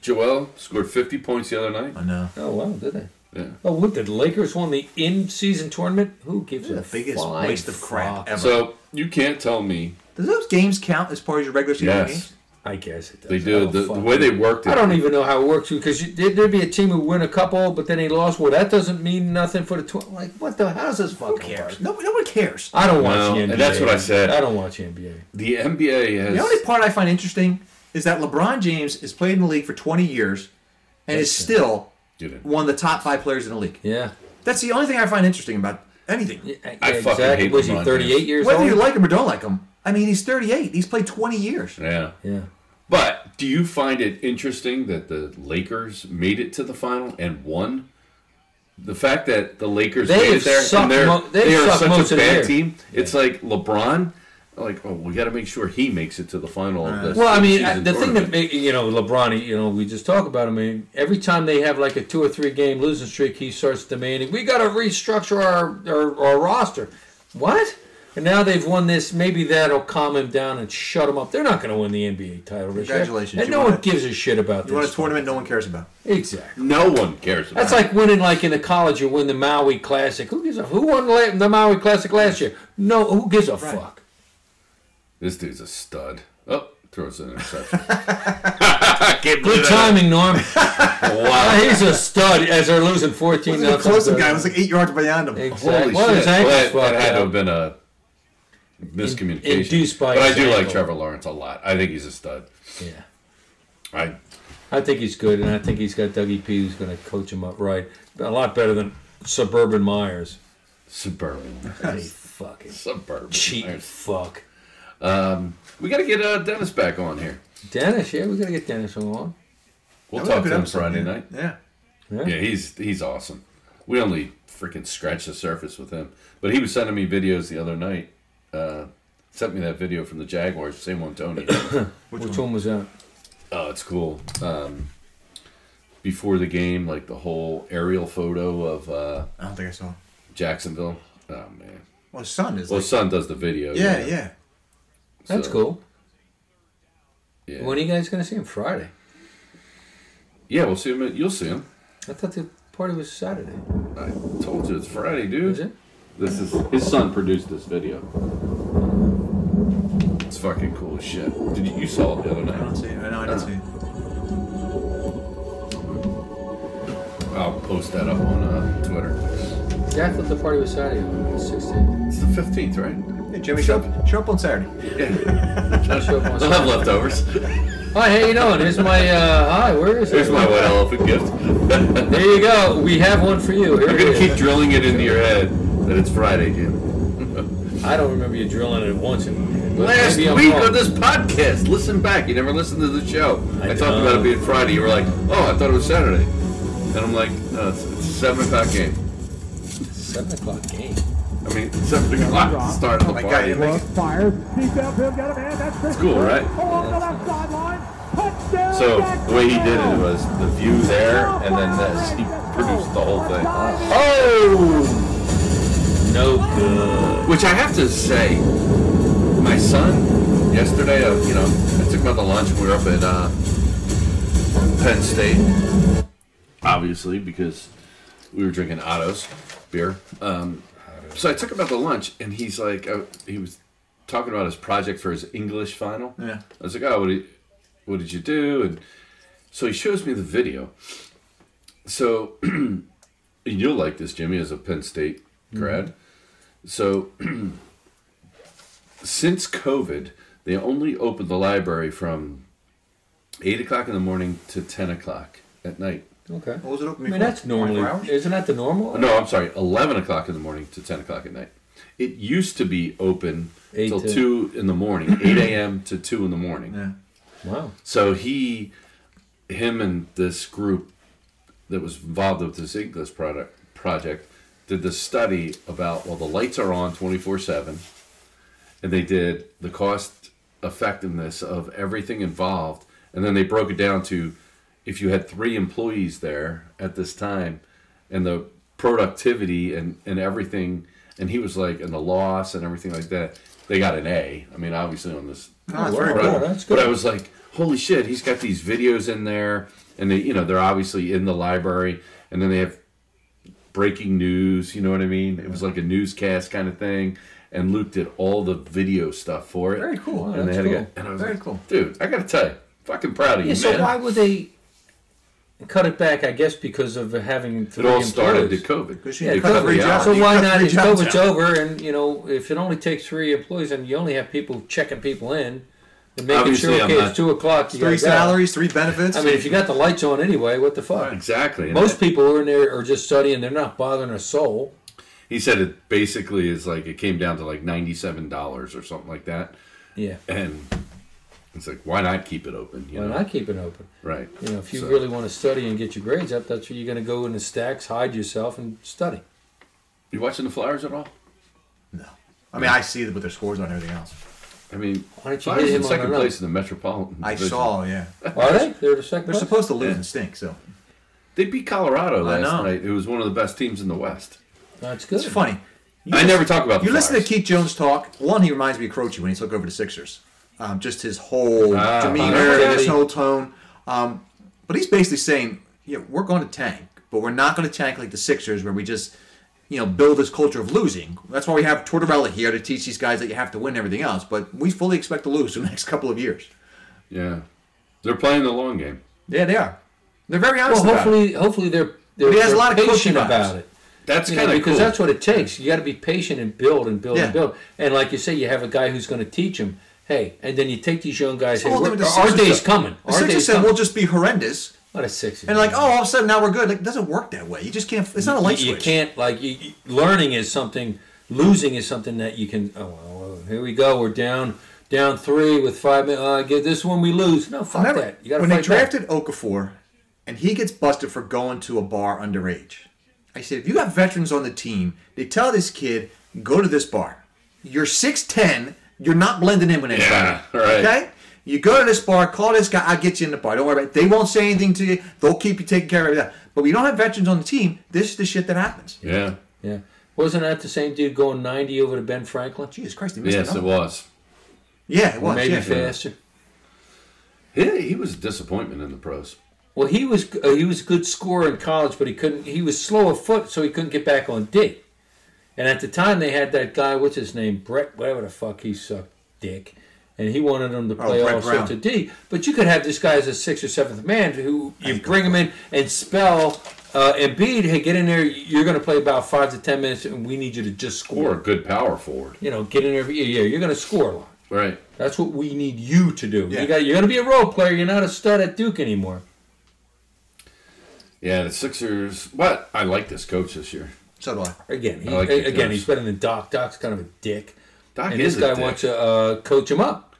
Speaker 1: Joel scored fifty points the other night.
Speaker 3: I know.
Speaker 2: Oh wow, did they?
Speaker 1: Yeah.
Speaker 2: Oh, what the Lakers won the in-season tournament? Who gives
Speaker 3: The
Speaker 2: a
Speaker 3: biggest
Speaker 2: flying
Speaker 3: waste of crap
Speaker 2: fuck?
Speaker 3: ever.
Speaker 1: So you can't tell me
Speaker 3: Does those games count as part of your regular season
Speaker 1: Yes.
Speaker 3: games?
Speaker 2: I guess it does.
Speaker 1: they
Speaker 2: I
Speaker 1: do
Speaker 2: don't
Speaker 1: the, the
Speaker 2: fucking-
Speaker 1: way they worked it.
Speaker 2: I don't e- even know how it works because you, there- there'd be a team who win a couple, but then they lost. Well, that doesn't mean nothing for the tw- like. What the how's this fucking work?
Speaker 3: No, no one cares.
Speaker 2: I don't watch
Speaker 1: No,
Speaker 2: the
Speaker 1: and
Speaker 2: NBA.
Speaker 1: that's what I said.
Speaker 2: I don't watch the NBA.
Speaker 1: The NBA has
Speaker 3: The only part I find interesting is that LeBron James has played in the league for 20 years and is still
Speaker 1: Get it.
Speaker 3: one of the top five players in the league.
Speaker 2: Yeah.
Speaker 3: That's the only thing I find interesting about anything.
Speaker 1: I fucking
Speaker 2: exactly.
Speaker 1: hate
Speaker 2: Was he
Speaker 1: LeBron
Speaker 2: 38
Speaker 1: James.
Speaker 2: years
Speaker 3: Whether
Speaker 2: old?
Speaker 3: you like him or don't like him, I mean, he's 38. He's played 20 years.
Speaker 1: yeah.
Speaker 2: yeah.
Speaker 1: But do you find it interesting that the Lakers made it to the final and won? The fact that the Lakers
Speaker 2: They
Speaker 1: made
Speaker 2: have
Speaker 1: it there
Speaker 2: sucked
Speaker 1: and they're,
Speaker 2: mo- they've
Speaker 1: they are
Speaker 2: sucked most
Speaker 1: such a
Speaker 2: of the year.
Speaker 1: bad team, it's like LeBron. Like, oh, we got to make sure he makes it to the final of this.
Speaker 2: Uh, Well, I mean,
Speaker 1: season
Speaker 2: the thing that
Speaker 1: tournament.
Speaker 2: ma- you know, LeBron, you know, we just talk about him. I mean, every time they have like a two or three game losing streak, he starts demanding, "We got to restructure our, our our roster." What? And now they've won this. Maybe that'll calm him down and shut him up. They're not going to win the NBA title. this year.
Speaker 3: Congratulations.
Speaker 2: And
Speaker 3: You
Speaker 2: no
Speaker 3: won
Speaker 2: one
Speaker 3: it.
Speaker 2: gives a shit about
Speaker 3: You
Speaker 2: this.
Speaker 3: want a tournament no one cares about.
Speaker 2: Exactly.
Speaker 1: no one cares about.
Speaker 2: That's like winning, like in the college, you win the Maui Classic. Who gives a who won la- the Maui Classic last year? No, who gives a fuck?
Speaker 1: this dude's a stud. Oh, throws an interception. I can't believe
Speaker 2: Good
Speaker 1: that.
Speaker 2: timing, Norm.
Speaker 1: Wow.
Speaker 2: Uh, he's a stud as they're losing 14
Speaker 3: The
Speaker 2: nothing.
Speaker 3: close guy was like eight yards behind him.
Speaker 2: Exactly.
Speaker 1: Holy
Speaker 2: Well,
Speaker 1: shit.
Speaker 2: his ankle's
Speaker 1: Well, that,
Speaker 2: fucked
Speaker 1: that had to
Speaker 2: up.
Speaker 1: have been a miscommunication.
Speaker 2: induced by
Speaker 1: but I
Speaker 2: his
Speaker 1: do like
Speaker 2: ankle.
Speaker 1: Trevor Lawrence a lot. I think he's a stud.
Speaker 2: Yeah.
Speaker 1: I
Speaker 2: I think he's good, and I think he's got Dougie P who's going to coach him up right. A lot better than Suburban Myers.
Speaker 1: suburban.
Speaker 2: Hey, fucking
Speaker 1: suburban.
Speaker 2: cheating fuck.
Speaker 1: We got to get uh, Dennis back on here.
Speaker 2: Dennis, yeah, we got to get Dennis on.
Speaker 1: We'll
Speaker 3: That was a
Speaker 1: talk
Speaker 3: good
Speaker 1: to him
Speaker 3: episode,
Speaker 1: Friday
Speaker 3: yeah.
Speaker 1: night.
Speaker 3: Yeah.
Speaker 1: Yeah, he's he's awesome. We only freaking scratched the surface with him. But he was sending me videos the other night. Uh, sent me that video from the Jaguars, same one Tony.
Speaker 2: Which, one? was that?
Speaker 1: oh, it's cool. Um, before the game, like the whole aerial photo of uh,
Speaker 3: I don't think I saw.
Speaker 1: Jacksonville. Oh man.
Speaker 3: Well, his son is.
Speaker 1: Well,
Speaker 3: like,
Speaker 1: Son does the video.
Speaker 3: yeah, yeah.
Speaker 2: That's
Speaker 1: So,
Speaker 2: cool.
Speaker 1: Yeah.
Speaker 2: When are you guys going to see him? Friday.
Speaker 1: Yeah, we'll see him. at- You'll see him.
Speaker 2: I thought the party was Saturday.
Speaker 1: I told you it's Friday, dude.
Speaker 2: Is it?
Speaker 1: This is his son produced this video. It's fucking cool as shit. Did you, you saw it the other
Speaker 3: I don't
Speaker 1: night?
Speaker 3: see. It. I know. I didn't
Speaker 1: Oh.
Speaker 3: see. It.
Speaker 1: I'll post that up on uh, Twitter.
Speaker 2: Yeah, I thought the party was Saturday on the 16th.
Speaker 1: It's the fifteenth, right?
Speaker 3: Hey, Jimmy, show up, show up on Saturday.
Speaker 1: Yeah.
Speaker 2: I'll show up on
Speaker 1: They'll have
Speaker 2: Saturday.
Speaker 1: leftovers.
Speaker 2: Hi, how you doing? Here's my, uh, hi, where is
Speaker 1: Here's
Speaker 2: it?
Speaker 1: my white elephant gift.
Speaker 2: There you go. We have one for you. Here
Speaker 1: I'm
Speaker 2: it
Speaker 1: gonna keep
Speaker 2: is.
Speaker 1: drilling it into your head that it's Friday, Jim.
Speaker 2: I don't remember you drilling it once. and- but
Speaker 1: Last
Speaker 2: maybe I'm
Speaker 1: week
Speaker 2: wrong.
Speaker 1: on this podcast, listen back. You never listened to the show. I,
Speaker 2: I
Speaker 1: talked
Speaker 2: know.
Speaker 1: about it being Friday. You were like, "Oh, I thought it was Saturday," and I'm like, "No, it's, it's a seven o'clock game.
Speaker 2: 7 o'clock game.
Speaker 1: I mean, it's seven o'clock to start of
Speaker 3: Oh my
Speaker 1: the
Speaker 3: God,
Speaker 1: party.
Speaker 3: you make-
Speaker 4: Fires. Deep outfield, got a man. That's Chris
Speaker 1: cool,
Speaker 4: Bryant.
Speaker 1: right?
Speaker 4: Along the left sideline. Touchdown.
Speaker 1: So the way he did it
Speaker 4: Jacksonville.
Speaker 1: was the view there and then this. He produced the whole thing. Oh!
Speaker 2: No good.
Speaker 1: Which I have to say, my son yesterday, uh, you know, I took him out to lunch. We were up at uh, Penn State, obviously because we were drinking Otto's beer. Um, so I took him out to lunch, and he's like, uh, he was talking about his project for his English final.
Speaker 3: Yeah.
Speaker 1: I was like, oh, what did, what did you do? And so he shows me the video. So you'll like this, Jimmy, as a Penn State grad. So since COVID, they only opened the library from eight o'clock in the morning to ten o'clock at night.
Speaker 2: Okay.
Speaker 3: What was it open
Speaker 2: I mean,
Speaker 3: before?
Speaker 2: that's normally,
Speaker 3: 24 hours?
Speaker 2: isn't that the normal?
Speaker 1: No, I'm sorry, eleven o'clock in the morning to ten o'clock at night. It used to be open
Speaker 2: Eight
Speaker 1: till
Speaker 2: to-
Speaker 1: two in the morning, eight a.m. to two in the morning.
Speaker 3: Yeah.
Speaker 2: Wow.
Speaker 1: So he, him, and this group that was involved with this English product project did the study about well, the lights are on twenty four seven, and they did the cost effectiveness of everything involved, and then they broke it down to if you had three employees there at this time, and the productivity and and everything, and he was like, and the loss and everything like that. They got an A. I mean, obviously on this
Speaker 3: Oh, that's
Speaker 2: wow.
Speaker 3: very
Speaker 1: Right.
Speaker 2: Oh,
Speaker 3: cool.
Speaker 2: that's
Speaker 1: But
Speaker 2: good.
Speaker 1: I was like, holy shit, he's got these videos in there, and they, you know, they're obviously in the library, and then they have breaking news. You know what I mean? It was like a newscast kind of thing, and Luke did all the video stuff for it.
Speaker 3: Very cool.
Speaker 1: And they
Speaker 2: That's
Speaker 1: had to
Speaker 2: cool.
Speaker 1: get, and I was
Speaker 3: Very
Speaker 1: like,
Speaker 3: cool.
Speaker 1: dude, I gotta tell you, fucking proud of you,
Speaker 2: Yeah, so
Speaker 1: man.
Speaker 2: why would they cut it back? I guess because of having
Speaker 1: it
Speaker 2: three
Speaker 1: all started to
Speaker 2: employees.
Speaker 1: COVID.
Speaker 3: Good shit.
Speaker 2: Yeah,
Speaker 3: You cut
Speaker 2: COVID.
Speaker 3: three jobs-
Speaker 2: So
Speaker 3: you
Speaker 2: why
Speaker 3: cut
Speaker 2: not?
Speaker 3: three
Speaker 2: If
Speaker 3: jobs
Speaker 2: COVID's
Speaker 3: out.
Speaker 2: over, and you know, if it only takes three employees, and you only have people checking people in and making
Speaker 1: Obviously,
Speaker 2: sure,
Speaker 1: I'm
Speaker 2: okay,
Speaker 1: not-
Speaker 2: it's two o'clock. You
Speaker 3: Three
Speaker 2: gotta go.
Speaker 3: salaries, three benefits.
Speaker 2: I mean, if you got the lights on anyway, what the fuck?
Speaker 1: Exactly. And
Speaker 2: Most people who are in there are just studying; they're not bothering a soul.
Speaker 1: He said it basically is like it came down to like ninety-seven dollars or something like that,
Speaker 2: Yeah,
Speaker 1: and it's like, why not keep it open? You
Speaker 2: why
Speaker 1: know,
Speaker 2: not keep it open?
Speaker 1: right?
Speaker 2: You know, if you
Speaker 1: So-
Speaker 2: really want to study and get your grades up, that's where you're going to go in the stacks, hide yourself, and study.
Speaker 1: You watching the Flyers at all?
Speaker 3: no. I mean, I see what their scores are and everything else.
Speaker 1: I mean,
Speaker 2: Why don't you
Speaker 1: Flyers
Speaker 2: hit
Speaker 1: in
Speaker 2: him on
Speaker 1: second
Speaker 2: the run?
Speaker 1: place in the Metropolitan.
Speaker 3: I
Speaker 1: Division.
Speaker 3: saw, yeah.
Speaker 2: Are they? They're the second.
Speaker 3: They're
Speaker 2: place?
Speaker 3: supposed to lose and stink, so
Speaker 1: They beat Colorado
Speaker 3: I
Speaker 1: last
Speaker 3: know.
Speaker 1: night. It was one of the best teams in the West.
Speaker 2: That's good.
Speaker 3: it's funny. You
Speaker 1: I
Speaker 3: lis-
Speaker 1: never talk about the
Speaker 3: You listen to
Speaker 1: Flyers.
Speaker 3: Keith Jones talk. One, he reminds me of Croce when he took over the Sixers. Um, just his whole
Speaker 1: Ah,
Speaker 3: demeanor,
Speaker 2: okay.
Speaker 3: his whole tone. Um, but he's basically saying, "Yeah, we're going to tank, but we're not going to tank like the Sixers, where we just, you know, build this culture of losing. That's why we have Tortorella here to teach these guys that you have to win everything else. But we fully expect to lose for the next couple of years.
Speaker 1: Yeah, they're playing the long game.
Speaker 3: Yeah, they are. They're very honest.
Speaker 2: Well,
Speaker 3: about it.
Speaker 2: hopefully, hopefully they're they're,
Speaker 3: But he has a
Speaker 2: they're
Speaker 3: lot of coaching
Speaker 2: patient
Speaker 3: vibes.
Speaker 2: about it.
Speaker 1: That's
Speaker 2: You know,
Speaker 1: kind of
Speaker 2: because
Speaker 1: cool.
Speaker 2: that's what it takes. You got to be patient and build and build
Speaker 3: Yeah.
Speaker 2: and build. And like you say, you have a guy who's going to teach them. Hey, and then you take these young guys. Hey,
Speaker 3: Well,
Speaker 2: we're-
Speaker 3: the
Speaker 2: our
Speaker 3: Sixers
Speaker 2: day's
Speaker 3: said-
Speaker 2: coming.
Speaker 3: The
Speaker 2: Our
Speaker 3: Sixers
Speaker 2: day's
Speaker 3: said
Speaker 2: coming.
Speaker 3: we'll just be horrendous,
Speaker 2: What a Sixers.
Speaker 3: and like, oh, all of a sudden now we're good. Like, it doesn't work that way. You just can't. It's not a light
Speaker 2: you, you
Speaker 3: switch.
Speaker 2: can't like you, you- learning is something. Losing is something that you can. Oh, well, well, here we go. We're down down three with five minutes. Uh, get this one, we lose. No, fuck
Speaker 3: Remember,
Speaker 2: that. You got to
Speaker 3: when
Speaker 2: fight
Speaker 3: they
Speaker 2: back.
Speaker 3: drafted Okafor, and he gets busted for going to a bar underage. I said, if you got veterans on the team, they tell this kid go to this bar. You're six ten. You're not blending in with anybody.
Speaker 1: Yeah, right.
Speaker 3: Okay? You go to this bar, call this guy, I'll get you in the bar. Don't worry about it. They won't say anything to you. They'll keep you taken care of. That. But we don't have veterans on the team. This is the shit that happens.
Speaker 1: Yeah.
Speaker 2: Yeah. Wasn't that the same dude going 90 over to Ben Franklin?
Speaker 3: Jesus Christ, he missed
Speaker 1: Yes, it
Speaker 3: it.
Speaker 1: was.
Speaker 3: Yeah, it was.
Speaker 2: Maybe
Speaker 3: yeah.
Speaker 2: faster.
Speaker 1: Yeah, he was a disappointment in the pros.
Speaker 2: Well, he was uh, he was a good scorer in college, but he couldn't. He was slow of foot, so he couldn't get back on D. And at the time, they had that guy, what's his name, Brett, whatever the fuck, he sucked dick, and he wanted him to play
Speaker 3: Oh, Brett
Speaker 2: also
Speaker 3: Brown.
Speaker 2: to D. But you could have this guy as a sixth or seventh man who you bring him in and spell uh, Embiid. Hey, get in there. You're going to play about five to ten minutes, and we need you to just
Speaker 1: Or a
Speaker 2: score.
Speaker 1: good power forward.
Speaker 2: You know, get in there. Yeah, you're going to score a lot.
Speaker 1: Right.
Speaker 2: That's what we need you to do.
Speaker 3: Yeah.
Speaker 2: You got, you're going to be a role player. You're not a stud at Duke anymore.
Speaker 1: Yeah, the Sixers. But I like this coach this year.
Speaker 3: So do I.
Speaker 2: Again, he,
Speaker 1: I like the
Speaker 2: again,
Speaker 1: coach.
Speaker 2: he's better than Doc. Doc's kind of a dick,
Speaker 1: Doc
Speaker 2: and
Speaker 1: is
Speaker 2: this guy
Speaker 1: a dick.
Speaker 2: wants to uh, coach him up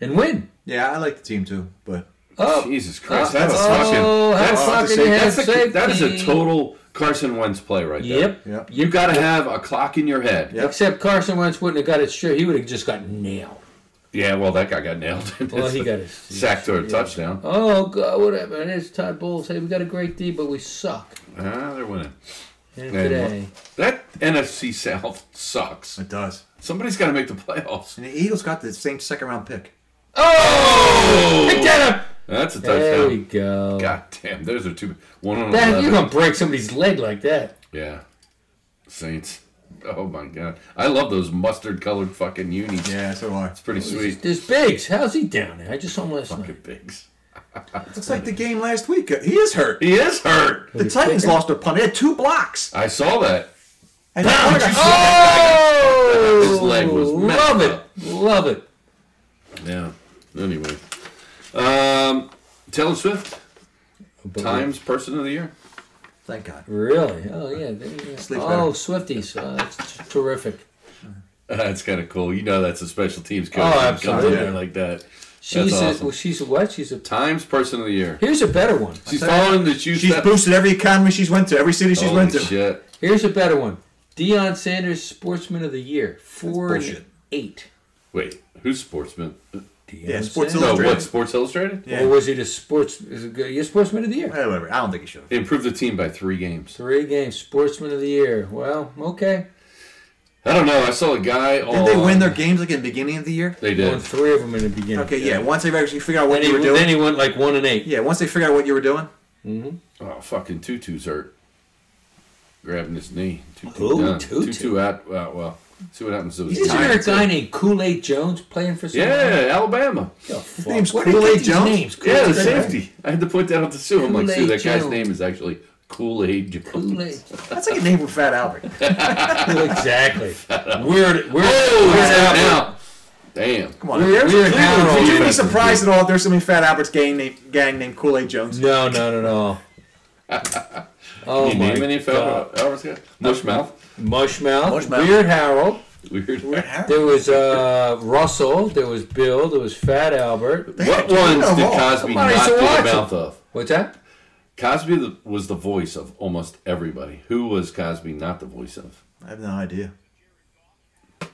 Speaker 2: and win.
Speaker 3: Yeah, I like the team too, but
Speaker 2: Up.
Speaker 1: Jesus Christ,
Speaker 2: Oh,
Speaker 1: that's a fucking.
Speaker 2: oh,
Speaker 1: that's
Speaker 2: how
Speaker 1: fucking.
Speaker 2: fucking
Speaker 1: That's a,
Speaker 2: safety.
Speaker 1: that is a total Carson Wentz play right there.
Speaker 2: Yep.
Speaker 3: Yep.
Speaker 1: You got to have a clock in your head.
Speaker 3: Yep.
Speaker 2: Except Carson Wentz wouldn't have got it straight. He would have just got nailed.
Speaker 1: Yeah. Well, that guy got nailed.
Speaker 2: Well, he got his-
Speaker 1: sacked or a touchdown.
Speaker 2: Oh God, whatever. And it's Todd Bowles. Hey, we got a great D, but we suck.
Speaker 1: Ah, they're winning.
Speaker 2: And
Speaker 1: And
Speaker 2: today,
Speaker 1: That NFC South sucks.
Speaker 3: it does.
Speaker 1: Somebody's got to make the playoffs.
Speaker 3: And the Eagles got the same second round pick.
Speaker 2: oh, pick that up.
Speaker 1: That's a
Speaker 2: There we
Speaker 1: touchdown.
Speaker 2: go.
Speaker 1: God damn, those are two. One on
Speaker 2: That,
Speaker 1: eleven.
Speaker 2: you're gonna break somebody's leg like that.
Speaker 1: Yeah. Saints. Oh my god. I love those mustard colored fucking unis.
Speaker 3: Yeah, so do I.
Speaker 1: It's pretty sweet.
Speaker 2: This Biggs, how's he down there? I just saw him last night.
Speaker 1: Fucking bigs.
Speaker 3: It's like the game last week. uh, He is hurt.
Speaker 1: He is hurt.
Speaker 3: The Titans lost their punt. They had two blocks.
Speaker 1: I saw that.
Speaker 3: And Oh! the quarterback-
Speaker 2: Oh,
Speaker 1: His leg was messed
Speaker 2: love it,
Speaker 1: up.
Speaker 2: love it.
Speaker 1: Yeah. Anyway. Um Taylor Swift, Times Person of the Year.
Speaker 3: Thank God.
Speaker 2: Really? Oh yeah. there you go.
Speaker 3: Sleep
Speaker 2: Oh, Swifties, uh, that's t- terrific.
Speaker 1: That's kind of cool. You know that's a special teams coach.
Speaker 2: Oh,
Speaker 1: who Comes in
Speaker 2: absolutely.
Speaker 1: there like that.
Speaker 2: She's
Speaker 1: that's
Speaker 2: a,
Speaker 1: awesome.
Speaker 2: well, she's a what? She's a.
Speaker 1: Times Person of the Year.
Speaker 2: Here's a better one.
Speaker 1: She's following the shoe
Speaker 3: She's
Speaker 1: step-
Speaker 3: boosted every economy she's went to, every city she's
Speaker 1: Holy
Speaker 3: went to.
Speaker 1: shit.
Speaker 2: Here's a better one. Deion Sanders, Sportsman of the Year, four
Speaker 3: bullshit.
Speaker 2: and eight.
Speaker 1: Wait, who's sportsman?
Speaker 2: Deion
Speaker 3: Yeah,
Speaker 2: Sanders.
Speaker 3: Sports
Speaker 1: No, what?
Speaker 3: Illustrated.
Speaker 1: Sports Illustrated?
Speaker 3: Yeah.
Speaker 2: Or was he the sports? Is it good? Yeah, Sportsman of the Year.
Speaker 3: Eh, whatever. I don't think he should have.
Speaker 1: They improved the team by three games.
Speaker 2: Three games, Sportsman of the Year. Well, okay.
Speaker 1: I don't know. I saw a guy.
Speaker 3: Did they win their games like in the beginning of the year?
Speaker 1: They
Speaker 2: Won
Speaker 1: did.
Speaker 2: three of them in the beginning.
Speaker 3: Okay, yeah. Once they actually figure out what
Speaker 2: Then he,
Speaker 3: you were
Speaker 2: then
Speaker 3: doing.
Speaker 2: he went like one and eight.
Speaker 3: Yeah, once they figure out what you were doing.
Speaker 1: Oh, fucking Tutu's hurt. Grabbing his knee. Tutu.
Speaker 2: Who?
Speaker 1: done.
Speaker 2: Tutu?
Speaker 1: Tutu out. Well, well, see what happens to his
Speaker 2: Isn't there
Speaker 1: time,
Speaker 2: a
Speaker 1: too.
Speaker 2: guy named Kool Aid Jones playing for someone?
Speaker 1: Yeah, Alabama.
Speaker 2: His
Speaker 3: name's Kool-Aid Jones?
Speaker 1: Yeah, the safety. I had to point that out to Sue. I'm like, Sue, that
Speaker 2: Kool-Aid
Speaker 1: guy's
Speaker 2: Jones.
Speaker 1: name is actually Kool Aid Jones.
Speaker 2: Kool-Aid.
Speaker 3: That's like a name for Fat Albert.
Speaker 2: exactly. Weird. Weird.
Speaker 1: Oh,
Speaker 2: weird
Speaker 1: he's out
Speaker 2: Albert.
Speaker 1: now. Damn.
Speaker 3: Come on.
Speaker 2: Weird- weird how-
Speaker 3: Would you be surprised at all if there's somebody in Fat Albert's gang named, gang named Kool-Aid Jones?
Speaker 2: No, not at all. Oh
Speaker 1: Can you
Speaker 2: my
Speaker 1: name any
Speaker 2: God.
Speaker 1: fellow Albert's guy? Mushmouth.
Speaker 2: Mushmouth,
Speaker 3: Mushmouth.
Speaker 2: Weird Harold.
Speaker 1: Weird.
Speaker 2: There was uh, Russell. There was Bill. There was Fat
Speaker 1: What
Speaker 2: Albert.
Speaker 3: Yeah,
Speaker 1: ones
Speaker 3: Jonah
Speaker 1: did
Speaker 3: Hall.
Speaker 1: Cosby not
Speaker 2: Somebody used to
Speaker 1: do the
Speaker 2: watch
Speaker 1: mouth of?
Speaker 2: What's that?
Speaker 1: Cosby the- was the voice of almost everybody. Who was Cosby not the voice of?
Speaker 3: I have no idea.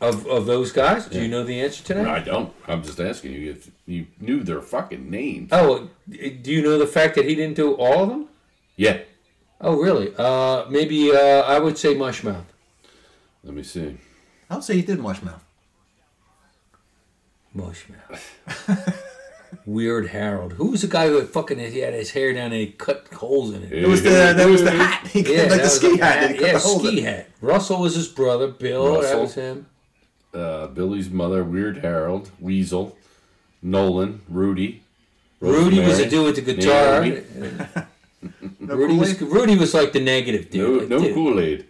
Speaker 2: Of of those guys? Do you know the answer to that?
Speaker 1: I don't. I'm just asking you if you knew their fucking names.
Speaker 2: Oh, do you know the fact that he didn't do all of them?
Speaker 1: Yeah.
Speaker 2: Oh, really? Uh, maybe uh, I would say Mushmouth.
Speaker 1: Let me see.
Speaker 3: I would say he did much mouth.
Speaker 2: Mushmouth. Weird Harold. Who was the guy who had fucking he had his hair down and he cut holes in it?
Speaker 3: It was the that was the hat. He yeah, like
Speaker 2: that
Speaker 3: the
Speaker 2: was
Speaker 3: ski
Speaker 2: like a
Speaker 3: hat. that he cut
Speaker 2: Yeah,
Speaker 3: the hole
Speaker 2: ski
Speaker 3: in.
Speaker 2: hat. Russell was his brother. Bill, that
Speaker 1: Russell.
Speaker 2: was him.
Speaker 1: uh, Billy's mother, Weird Harold, Weasel, Nolan, Rudy.
Speaker 2: Rudy was
Speaker 1: Rosemary.
Speaker 2: a dude with the guitar.
Speaker 1: Naomi.
Speaker 3: No
Speaker 2: Rudy was,
Speaker 3: Kool-Aid?
Speaker 2: Rudy was like the negative
Speaker 1: No,
Speaker 2: dude. like,
Speaker 1: no
Speaker 2: dude,
Speaker 1: Kool Aid.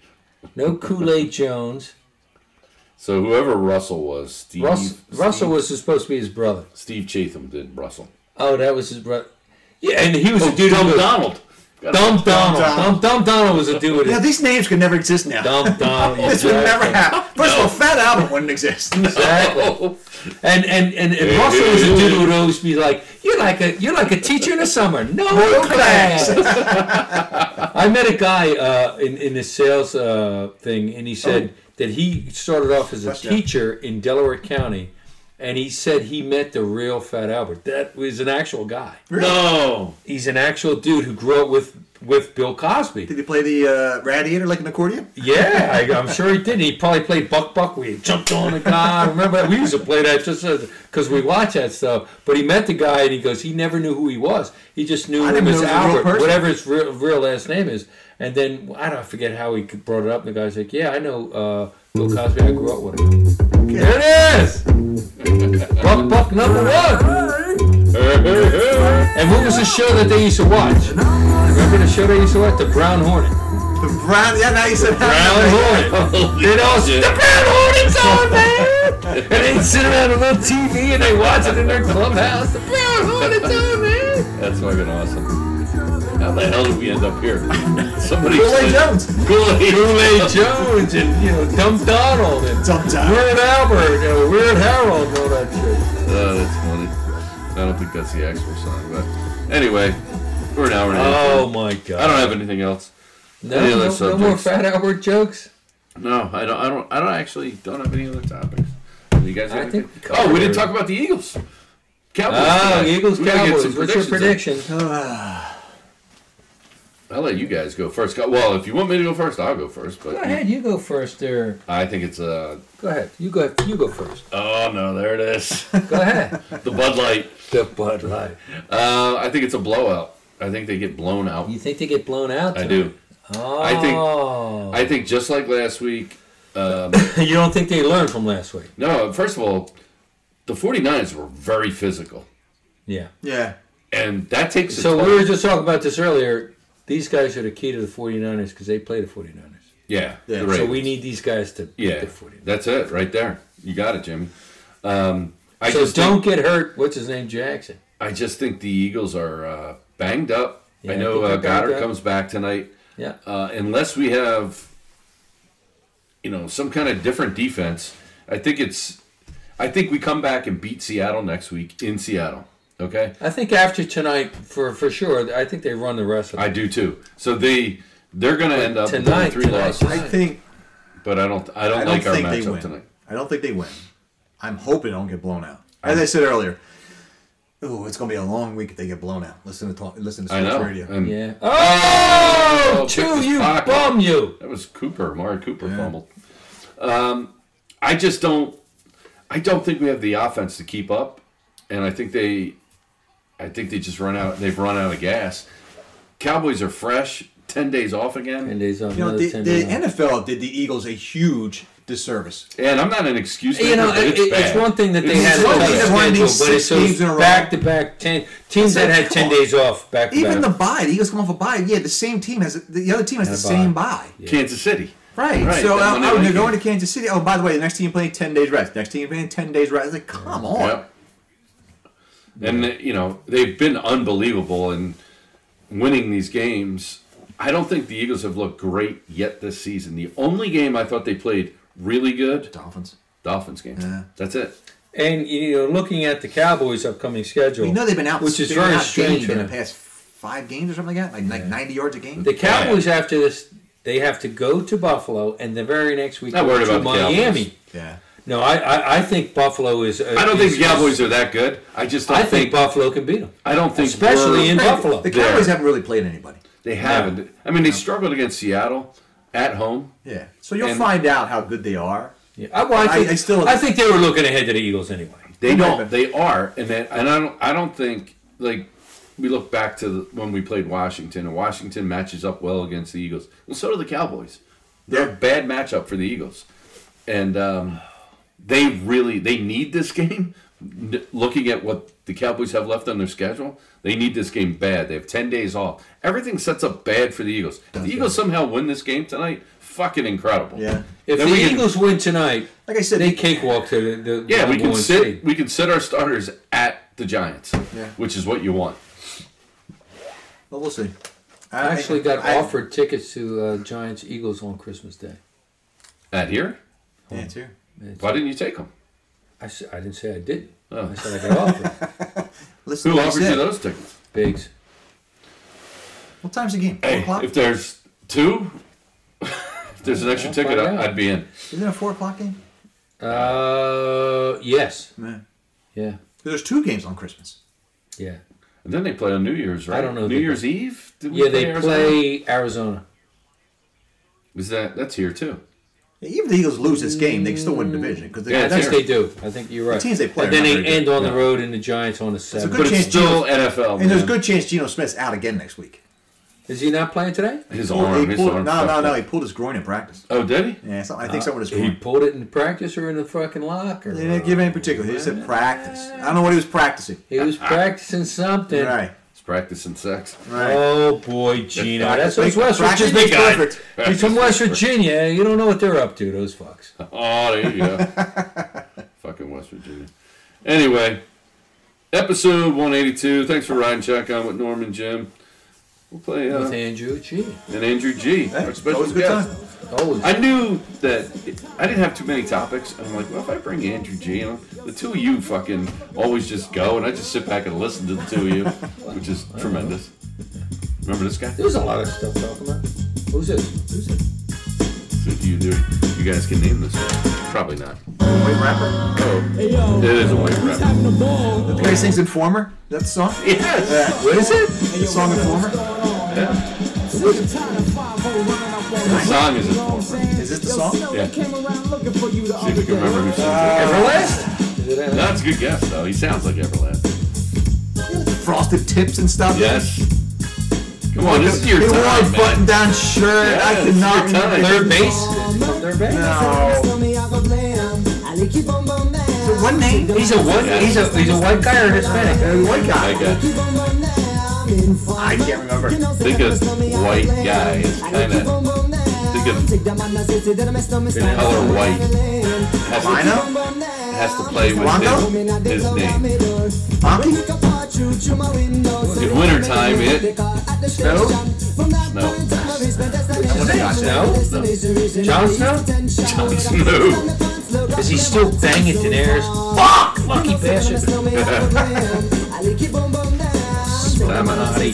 Speaker 2: no Kool-Aid Jones.
Speaker 1: So whoever Russell was, Steve.
Speaker 2: Russell,
Speaker 1: Steve,
Speaker 2: Russell was supposed to be his brother.
Speaker 1: Steve Chatham did Russell.
Speaker 2: Oh, that was his brother. Yeah, and he was a Oh, dude.
Speaker 1: Dumb
Speaker 2: who goes,
Speaker 1: Donald.
Speaker 2: Dumb Donald. Dumb,
Speaker 3: Donald.
Speaker 2: dumb Donald was a dude with
Speaker 3: Yeah,
Speaker 2: his
Speaker 3: these names could never exist now.
Speaker 2: dumb Donald.
Speaker 3: This would never happen. First of all, Fat Albert wouldn't exist.
Speaker 2: Exactly. And and and, and Russell was a dude who would always be like, "You're like a you're like a teacher in the summer, no class." I met a guy uh, in in this sales uh, thing, and he said that he started off as a
Speaker 3: Question.
Speaker 2: teacher in Delaware County, and he said he met the real Fat Albert. That was an actual guy.
Speaker 3: No.
Speaker 2: He's an actual dude who grew up with with Bill Cosby.
Speaker 3: Did he play the uh, Radiator like an accordion?
Speaker 2: Yeah, I, I'm sure he did. He probably played Buck Buckwheat, jumped on a guy. Remember that we used to play that just because we watch that stuff. But he met the guy, and he goes, he never knew who he was. He just knew
Speaker 3: I
Speaker 2: him
Speaker 3: didn't
Speaker 2: as
Speaker 3: know he was a real
Speaker 2: Albert,
Speaker 3: person.
Speaker 2: whatever his real, real last name is. And then I don't forget how he brought it up. And the guy's like, yeah, I know uh, Bill Cosby. I grew up with him. There it is, Buck Buck number one. And what was the show that they used to watch? Remember the show they used to watch? The Brown Hornet.
Speaker 3: The brown. Yeah, now you said
Speaker 2: Brown Hornet. They all the Brown Hornet's on, man! and they sit around a little TV and they watch it in their clubhouse. The Brown Hornet's on, man!
Speaker 1: That's fucking awesome. How the hell did we end up here? Somebody
Speaker 3: Kool-Aid
Speaker 1: said-
Speaker 3: Jones.
Speaker 1: Kool-Aid.
Speaker 2: Kool-Aid Jones and, you know, Dumb Donald and
Speaker 3: Dumb Donald.
Speaker 2: Weird Albert and Weird Harold and all that shit.
Speaker 1: Oh, that's funny. I don't think that's the actual song, but anyway, we're an hour and a half.
Speaker 2: Oh, my God.
Speaker 1: I don't have anything else.
Speaker 2: no,
Speaker 1: any other
Speaker 2: no, no more
Speaker 1: subjects.
Speaker 2: Fat Albert jokes?
Speaker 1: No, I don't. I don't. I don't actually don't have any other topics. You guys?
Speaker 2: I
Speaker 1: have
Speaker 2: think
Speaker 1: anything?
Speaker 2: we
Speaker 1: oh, we didn't
Speaker 2: covered-
Speaker 1: talk about the Eagles. Cowboys.
Speaker 2: Oh,
Speaker 1: today.
Speaker 2: Eagles,
Speaker 1: We gotta get
Speaker 2: Cowboys.
Speaker 1: some
Speaker 2: What's your
Speaker 1: predictions in.
Speaker 2: prediction?
Speaker 1: I'll let you guys go first. Go- Well, if you want me to go first, I'll go first. But
Speaker 2: Go ahead, you go first there.
Speaker 1: I think it's uh
Speaker 2: Go ahead. You go you go first.
Speaker 1: Oh no, there it is.
Speaker 2: Go ahead.
Speaker 1: the Bud Light.
Speaker 2: the Bud Light.
Speaker 1: Uh, I think it's a blowout. I think they get blown out.
Speaker 2: You think they get blown out?
Speaker 1: I do.
Speaker 2: Oh.
Speaker 1: I think- I think just like last week. Um,
Speaker 2: you don't think they learned from last week?
Speaker 1: no, first of all, the 49ers were very physical,
Speaker 2: Yeah.
Speaker 3: Yeah.
Speaker 1: and that takes. a
Speaker 2: So
Speaker 1: toll.
Speaker 2: we were just talking about this earlier. These guys are the key to the 49ers because they play the 49ers.
Speaker 1: yeah, the
Speaker 3: Yeah,
Speaker 2: So
Speaker 1: Ravens.
Speaker 2: we need these guys to beat
Speaker 1: yeah,
Speaker 2: the 49ers.
Speaker 1: that's it right there. You got it, Jimmy. Um, I
Speaker 2: so
Speaker 1: just
Speaker 2: don't
Speaker 1: Think,
Speaker 2: get hurt. What's his name? Jackson.
Speaker 1: I just think the Eagles are uh, banged up.
Speaker 2: Yeah,
Speaker 1: I
Speaker 2: I
Speaker 1: know
Speaker 2: think
Speaker 1: uh,
Speaker 2: they're banged
Speaker 1: Goddard
Speaker 2: up.
Speaker 1: comes back tonight.
Speaker 2: Yeah.
Speaker 1: uh, unless we have, you know, some kind of different defense, I think it's, I think we come back and beat Seattle next week in Seattle. Okay,
Speaker 2: I think after tonight, for for sure, I think they run the rest of
Speaker 1: I
Speaker 2: it.
Speaker 1: do too. So they they're going to end up with
Speaker 2: tonight-
Speaker 1: three
Speaker 2: tonight-
Speaker 1: losses,
Speaker 3: I think.
Speaker 1: but I don't I don't
Speaker 3: I don't
Speaker 1: like our
Speaker 3: think they
Speaker 1: matchup
Speaker 3: win.
Speaker 1: tonight.
Speaker 3: I don't think they win. I'm hoping I don't get blown out. As I said earlier, oh, it's gonna be a long week if they get blown out. Listen to talk. Listen to
Speaker 1: I
Speaker 3: sports
Speaker 1: know.
Speaker 3: radio.
Speaker 1: And
Speaker 2: Yeah. Oh,
Speaker 1: Oh,
Speaker 2: chew
Speaker 1: pick his
Speaker 2: you
Speaker 1: pocket.
Speaker 2: bum you.
Speaker 1: That was Cooper, Mari Cooper
Speaker 3: Yeah.
Speaker 1: fumbled. Um, I just don't. I don't think we have the offense to keep up, and I think they, I think they just run out. They've run out of gas. Cowboys are fresh, ten days off
Speaker 2: And
Speaker 1: again,
Speaker 2: he's on
Speaker 3: you know,
Speaker 2: another
Speaker 3: the,
Speaker 2: ten
Speaker 3: the
Speaker 2: down.
Speaker 3: NFL did the Eagles a huge disservice.
Speaker 1: and I'm not an excuse. Maker,
Speaker 2: You know,
Speaker 1: but
Speaker 2: it,
Speaker 1: it's,
Speaker 2: it-
Speaker 1: bad.
Speaker 2: it's one thing that they
Speaker 1: It's
Speaker 2: had a
Speaker 1: so
Speaker 3: one
Speaker 2: tough
Speaker 3: thing
Speaker 1: bad.
Speaker 3: that
Speaker 2: schedule,
Speaker 3: winding
Speaker 2: but it's
Speaker 3: six games
Speaker 2: those
Speaker 3: in a row.
Speaker 2: back-to-back ten teams that
Speaker 3: That's
Speaker 2: had
Speaker 3: it,
Speaker 2: ten
Speaker 3: come on.
Speaker 2: days off back to
Speaker 3: Even the
Speaker 2: back.
Speaker 3: bye, the Eagles come off a bye. Yeah, the same team has the other team has the
Speaker 2: a bye.
Speaker 3: same bye.
Speaker 1: Kansas City,
Speaker 3: Right. So
Speaker 1: that
Speaker 3: uh,
Speaker 1: Monday
Speaker 3: oh,
Speaker 1: night
Speaker 3: they're
Speaker 1: game.
Speaker 3: going to Kansas City. Oh, by the way, the next team playing ten days rest. Next team playing ten days rest. Like, come on.
Speaker 1: Yep. And uh, you know they've been unbelievable in winning these games. I don't think the Eagles have looked great yet this season. The only game I thought they played really good,
Speaker 3: Dolphins.
Speaker 1: Dolphins game.
Speaker 3: Yeah.
Speaker 1: That's it.
Speaker 2: And you know, looking at the Cowboys' upcoming schedule,
Speaker 3: You know they've been out,
Speaker 2: which is
Speaker 3: they've been
Speaker 2: very
Speaker 3: out
Speaker 2: strange.
Speaker 3: gained
Speaker 2: for
Speaker 3: in the
Speaker 2: them.
Speaker 3: past five games or something like that, like, like ninety yards a game.
Speaker 2: The Cowboys after this, they have to go to Buffalo, and the very next week
Speaker 1: Not
Speaker 2: go
Speaker 1: worried
Speaker 2: to
Speaker 1: about the Cowboys.
Speaker 2: Miami.
Speaker 3: yeah.
Speaker 2: No, I, I I think Buffalo is.
Speaker 1: I don't think the Cowboys
Speaker 2: Are,
Speaker 1: are that good. I just don't
Speaker 2: I think Buffalo can beat them.
Speaker 1: I don't think
Speaker 2: Especially
Speaker 1: we're-
Speaker 2: in Buffalo.
Speaker 3: The Cowboys
Speaker 1: There.
Speaker 3: haven't really played anybody.
Speaker 1: they haven't. I mean, they struggled against Seattle at home.
Speaker 3: Yeah. So you'll
Speaker 1: And-
Speaker 3: find out how good they are.
Speaker 2: Yeah, I, well, I,
Speaker 3: I-
Speaker 2: think,
Speaker 3: I still-
Speaker 2: I think they were looking ahead to the Eagles anyway.
Speaker 1: They
Speaker 3: might
Speaker 1: don't.
Speaker 3: have
Speaker 1: They are, and that, and I don't. I don't think like we look back to the, when we played Washington, and Washington matches up well against the Eagles. And so do the Cowboys. They're a
Speaker 3: Yeah.
Speaker 1: bad matchup for the Eagles, and um, they really they need this game. N- Looking at what the Cowboys have left on their schedule, they need this game bad. They have ten days off. Everything sets up bad for the Eagles. If the Eagles somehow win this game tonight, fucking incredible.
Speaker 3: Yeah.
Speaker 2: If
Speaker 1: Then
Speaker 2: the
Speaker 1: we can-
Speaker 2: Eagles win tonight,
Speaker 3: Like I said,
Speaker 2: they cakewalk to the, the
Speaker 1: Yeah, we
Speaker 2: number
Speaker 1: can
Speaker 2: one
Speaker 1: sit.
Speaker 2: seed.
Speaker 1: We can sit our starters at the Giants,
Speaker 3: Yeah.
Speaker 1: which is what you want.
Speaker 3: Well, we'll see.
Speaker 2: I actually got offered tickets to uh, Giants Eagles on Christmas Day.
Speaker 1: At here,
Speaker 3: Yeah, too.
Speaker 1: why didn't you take them?
Speaker 2: I, s- I didn't say I didn't.
Speaker 1: Oh.
Speaker 2: I said I got offered.
Speaker 3: Listen,
Speaker 1: Who
Speaker 3: to what I
Speaker 1: offered you
Speaker 3: said.
Speaker 1: those tickets?
Speaker 2: Biggs.
Speaker 3: What time's the game? Four
Speaker 1: Hey,
Speaker 3: o'clock.
Speaker 1: if there's two, if there's an extra
Speaker 2: I'll
Speaker 1: ticket,
Speaker 2: find
Speaker 1: I-
Speaker 2: out.
Speaker 1: I'd be in.
Speaker 3: Isn't it a four o'clock game?
Speaker 2: Uh, yes.
Speaker 3: Man.
Speaker 2: Yeah.
Speaker 3: There's two games on Christmas.
Speaker 2: Yeah.
Speaker 1: And then they play on New Year's, right?
Speaker 2: I don't know
Speaker 1: New
Speaker 2: that-
Speaker 1: Year's Eve? Did
Speaker 2: Yeah, they
Speaker 1: Arizona?
Speaker 2: play Arizona.
Speaker 1: Is that that's here too?
Speaker 3: Even if the Eagles lose this game, they still win the division because
Speaker 1: Yeah,
Speaker 2: I
Speaker 1: it's
Speaker 2: think
Speaker 1: here.
Speaker 2: they do. I think you're right.
Speaker 3: teams they play
Speaker 2: And then
Speaker 3: are not
Speaker 2: they
Speaker 3: very
Speaker 2: end on the
Speaker 1: No.
Speaker 2: road in the Giants on the seventh.
Speaker 1: But
Speaker 3: Good
Speaker 1: it's
Speaker 3: chance
Speaker 1: still NFL.
Speaker 3: and there's a
Speaker 1: man.
Speaker 3: good chance Geno Smith's out again next week.
Speaker 2: Is he not playing today?
Speaker 1: His
Speaker 3: Pulled-
Speaker 1: arm.
Speaker 3: he
Speaker 1: His
Speaker 3: pulled,
Speaker 1: arm
Speaker 3: no, no,
Speaker 1: fucked
Speaker 3: no.
Speaker 1: up.
Speaker 3: He pulled his groin in practice.
Speaker 1: Oh, did he?
Speaker 3: Yeah, something, I think someone was
Speaker 2: He
Speaker 3: groin.
Speaker 2: pulled it in practice or in the fucking locker.
Speaker 3: They didn't give any particular. He just said practice. I don't know what he was practicing.
Speaker 2: He was practicing something.
Speaker 3: Right,
Speaker 1: He's practicing sex.
Speaker 3: right.
Speaker 2: Oh boy, Gino, that's
Speaker 3: Practice
Speaker 2: what West
Speaker 3: makes- practice
Speaker 2: Virginia. got.
Speaker 3: makes perfect.
Speaker 2: He's from West Virginia. You don't know what they're up to, those fucks.
Speaker 1: Oh, there you go. Fucking West Virginia. Anyway, episode 182. Thanks for riding check on with Norman Jim. We'll play
Speaker 3: Uh-huh.
Speaker 1: uh,
Speaker 2: With Andrew G.
Speaker 1: and Andrew G.
Speaker 3: Hey,
Speaker 1: our special
Speaker 3: always a good
Speaker 1: guest.
Speaker 3: time.
Speaker 2: Always.
Speaker 1: I knew that I didn't have too many topics. And I'm like, well, if I bring Andrew G on, the two of you fucking always just go, and I just sit back and listen to the two of you, which is tremendous. Remember this guy?
Speaker 2: There's a lot of stuff talking about. Who's this? Who's this?
Speaker 1: So do you do? You guys can name this one. Probably not.
Speaker 3: White rapper.
Speaker 1: Oh,
Speaker 5: Hey, yo,
Speaker 1: it is a white
Speaker 5: who's
Speaker 1: rap.
Speaker 5: having a ball?
Speaker 3: The guy sings Informer. That song.
Speaker 1: Yes.
Speaker 3: What is it? The song Informer.
Speaker 1: The song is
Speaker 3: Is this the song?
Speaker 1: Yeah. See if you can remember who sings
Speaker 2: Everlast? Is it
Speaker 1: it.
Speaker 2: Everlast?
Speaker 1: That's a good guess, though. He sounds like Everlast.
Speaker 3: Frosted tips and stuff.
Speaker 1: Yes. Come on, this is your
Speaker 3: He wore a
Speaker 1: time, man.
Speaker 3: button-down shirt.
Speaker 1: Yeah,
Speaker 3: I
Speaker 1: this is
Speaker 3: cannot
Speaker 1: your time.
Speaker 3: remember.
Speaker 2: Third base? Is he from third base?
Speaker 3: No. One name.
Speaker 2: He's a what?
Speaker 1: Yeah.
Speaker 2: He's a he's a white guy or Hispanic?
Speaker 3: Uh, White guy.
Speaker 1: I guess.
Speaker 6: I
Speaker 3: can't remember.
Speaker 1: Think of white guy as kind of think of color white. Has to-
Speaker 3: Lino?
Speaker 1: has to play with
Speaker 3: Rondo?
Speaker 1: his, his name.
Speaker 3: Honky?
Speaker 1: In wintertime, it.
Speaker 3: Snow?
Speaker 1: No.
Speaker 3: Jon
Speaker 2: Snow? Jon Snow?
Speaker 1: Jon Snow.
Speaker 2: Is he still banging Daenerys? Fuck! Lucky bastard. Laminati.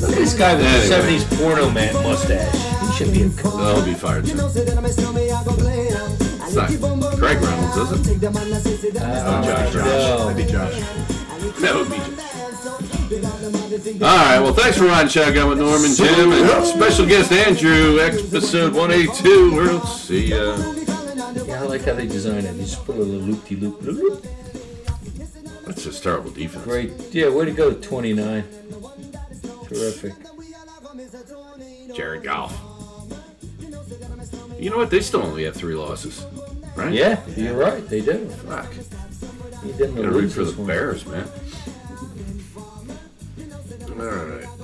Speaker 2: Look at this guy with
Speaker 1: Anyway.
Speaker 2: the 70s porno man mustache. He should be a cop.
Speaker 1: That'll be fired soon. It's not Craig Reynolds, is it?
Speaker 2: Oh, Uh,
Speaker 1: Josh
Speaker 2: No.
Speaker 3: Maybe Josh.
Speaker 1: That would be All right. Well, thanks for riding shotgun with Norman Jim and special guest Andrew. Episode 182. We'll see ya.
Speaker 2: Yeah, I like how they design it. You just put a little loop de loop. loop.
Speaker 1: That's just terrible defense.
Speaker 2: Great. Yeah, way to go, 29. Terrific.
Speaker 1: Jared Goff. You know what? They still only have three losses, right?
Speaker 2: Yeah, you're right. They do.
Speaker 1: Fuck.
Speaker 2: He didn't
Speaker 1: Gotta root
Speaker 2: lose
Speaker 1: for
Speaker 2: this
Speaker 1: the
Speaker 2: one.
Speaker 1: Bears, man. All right.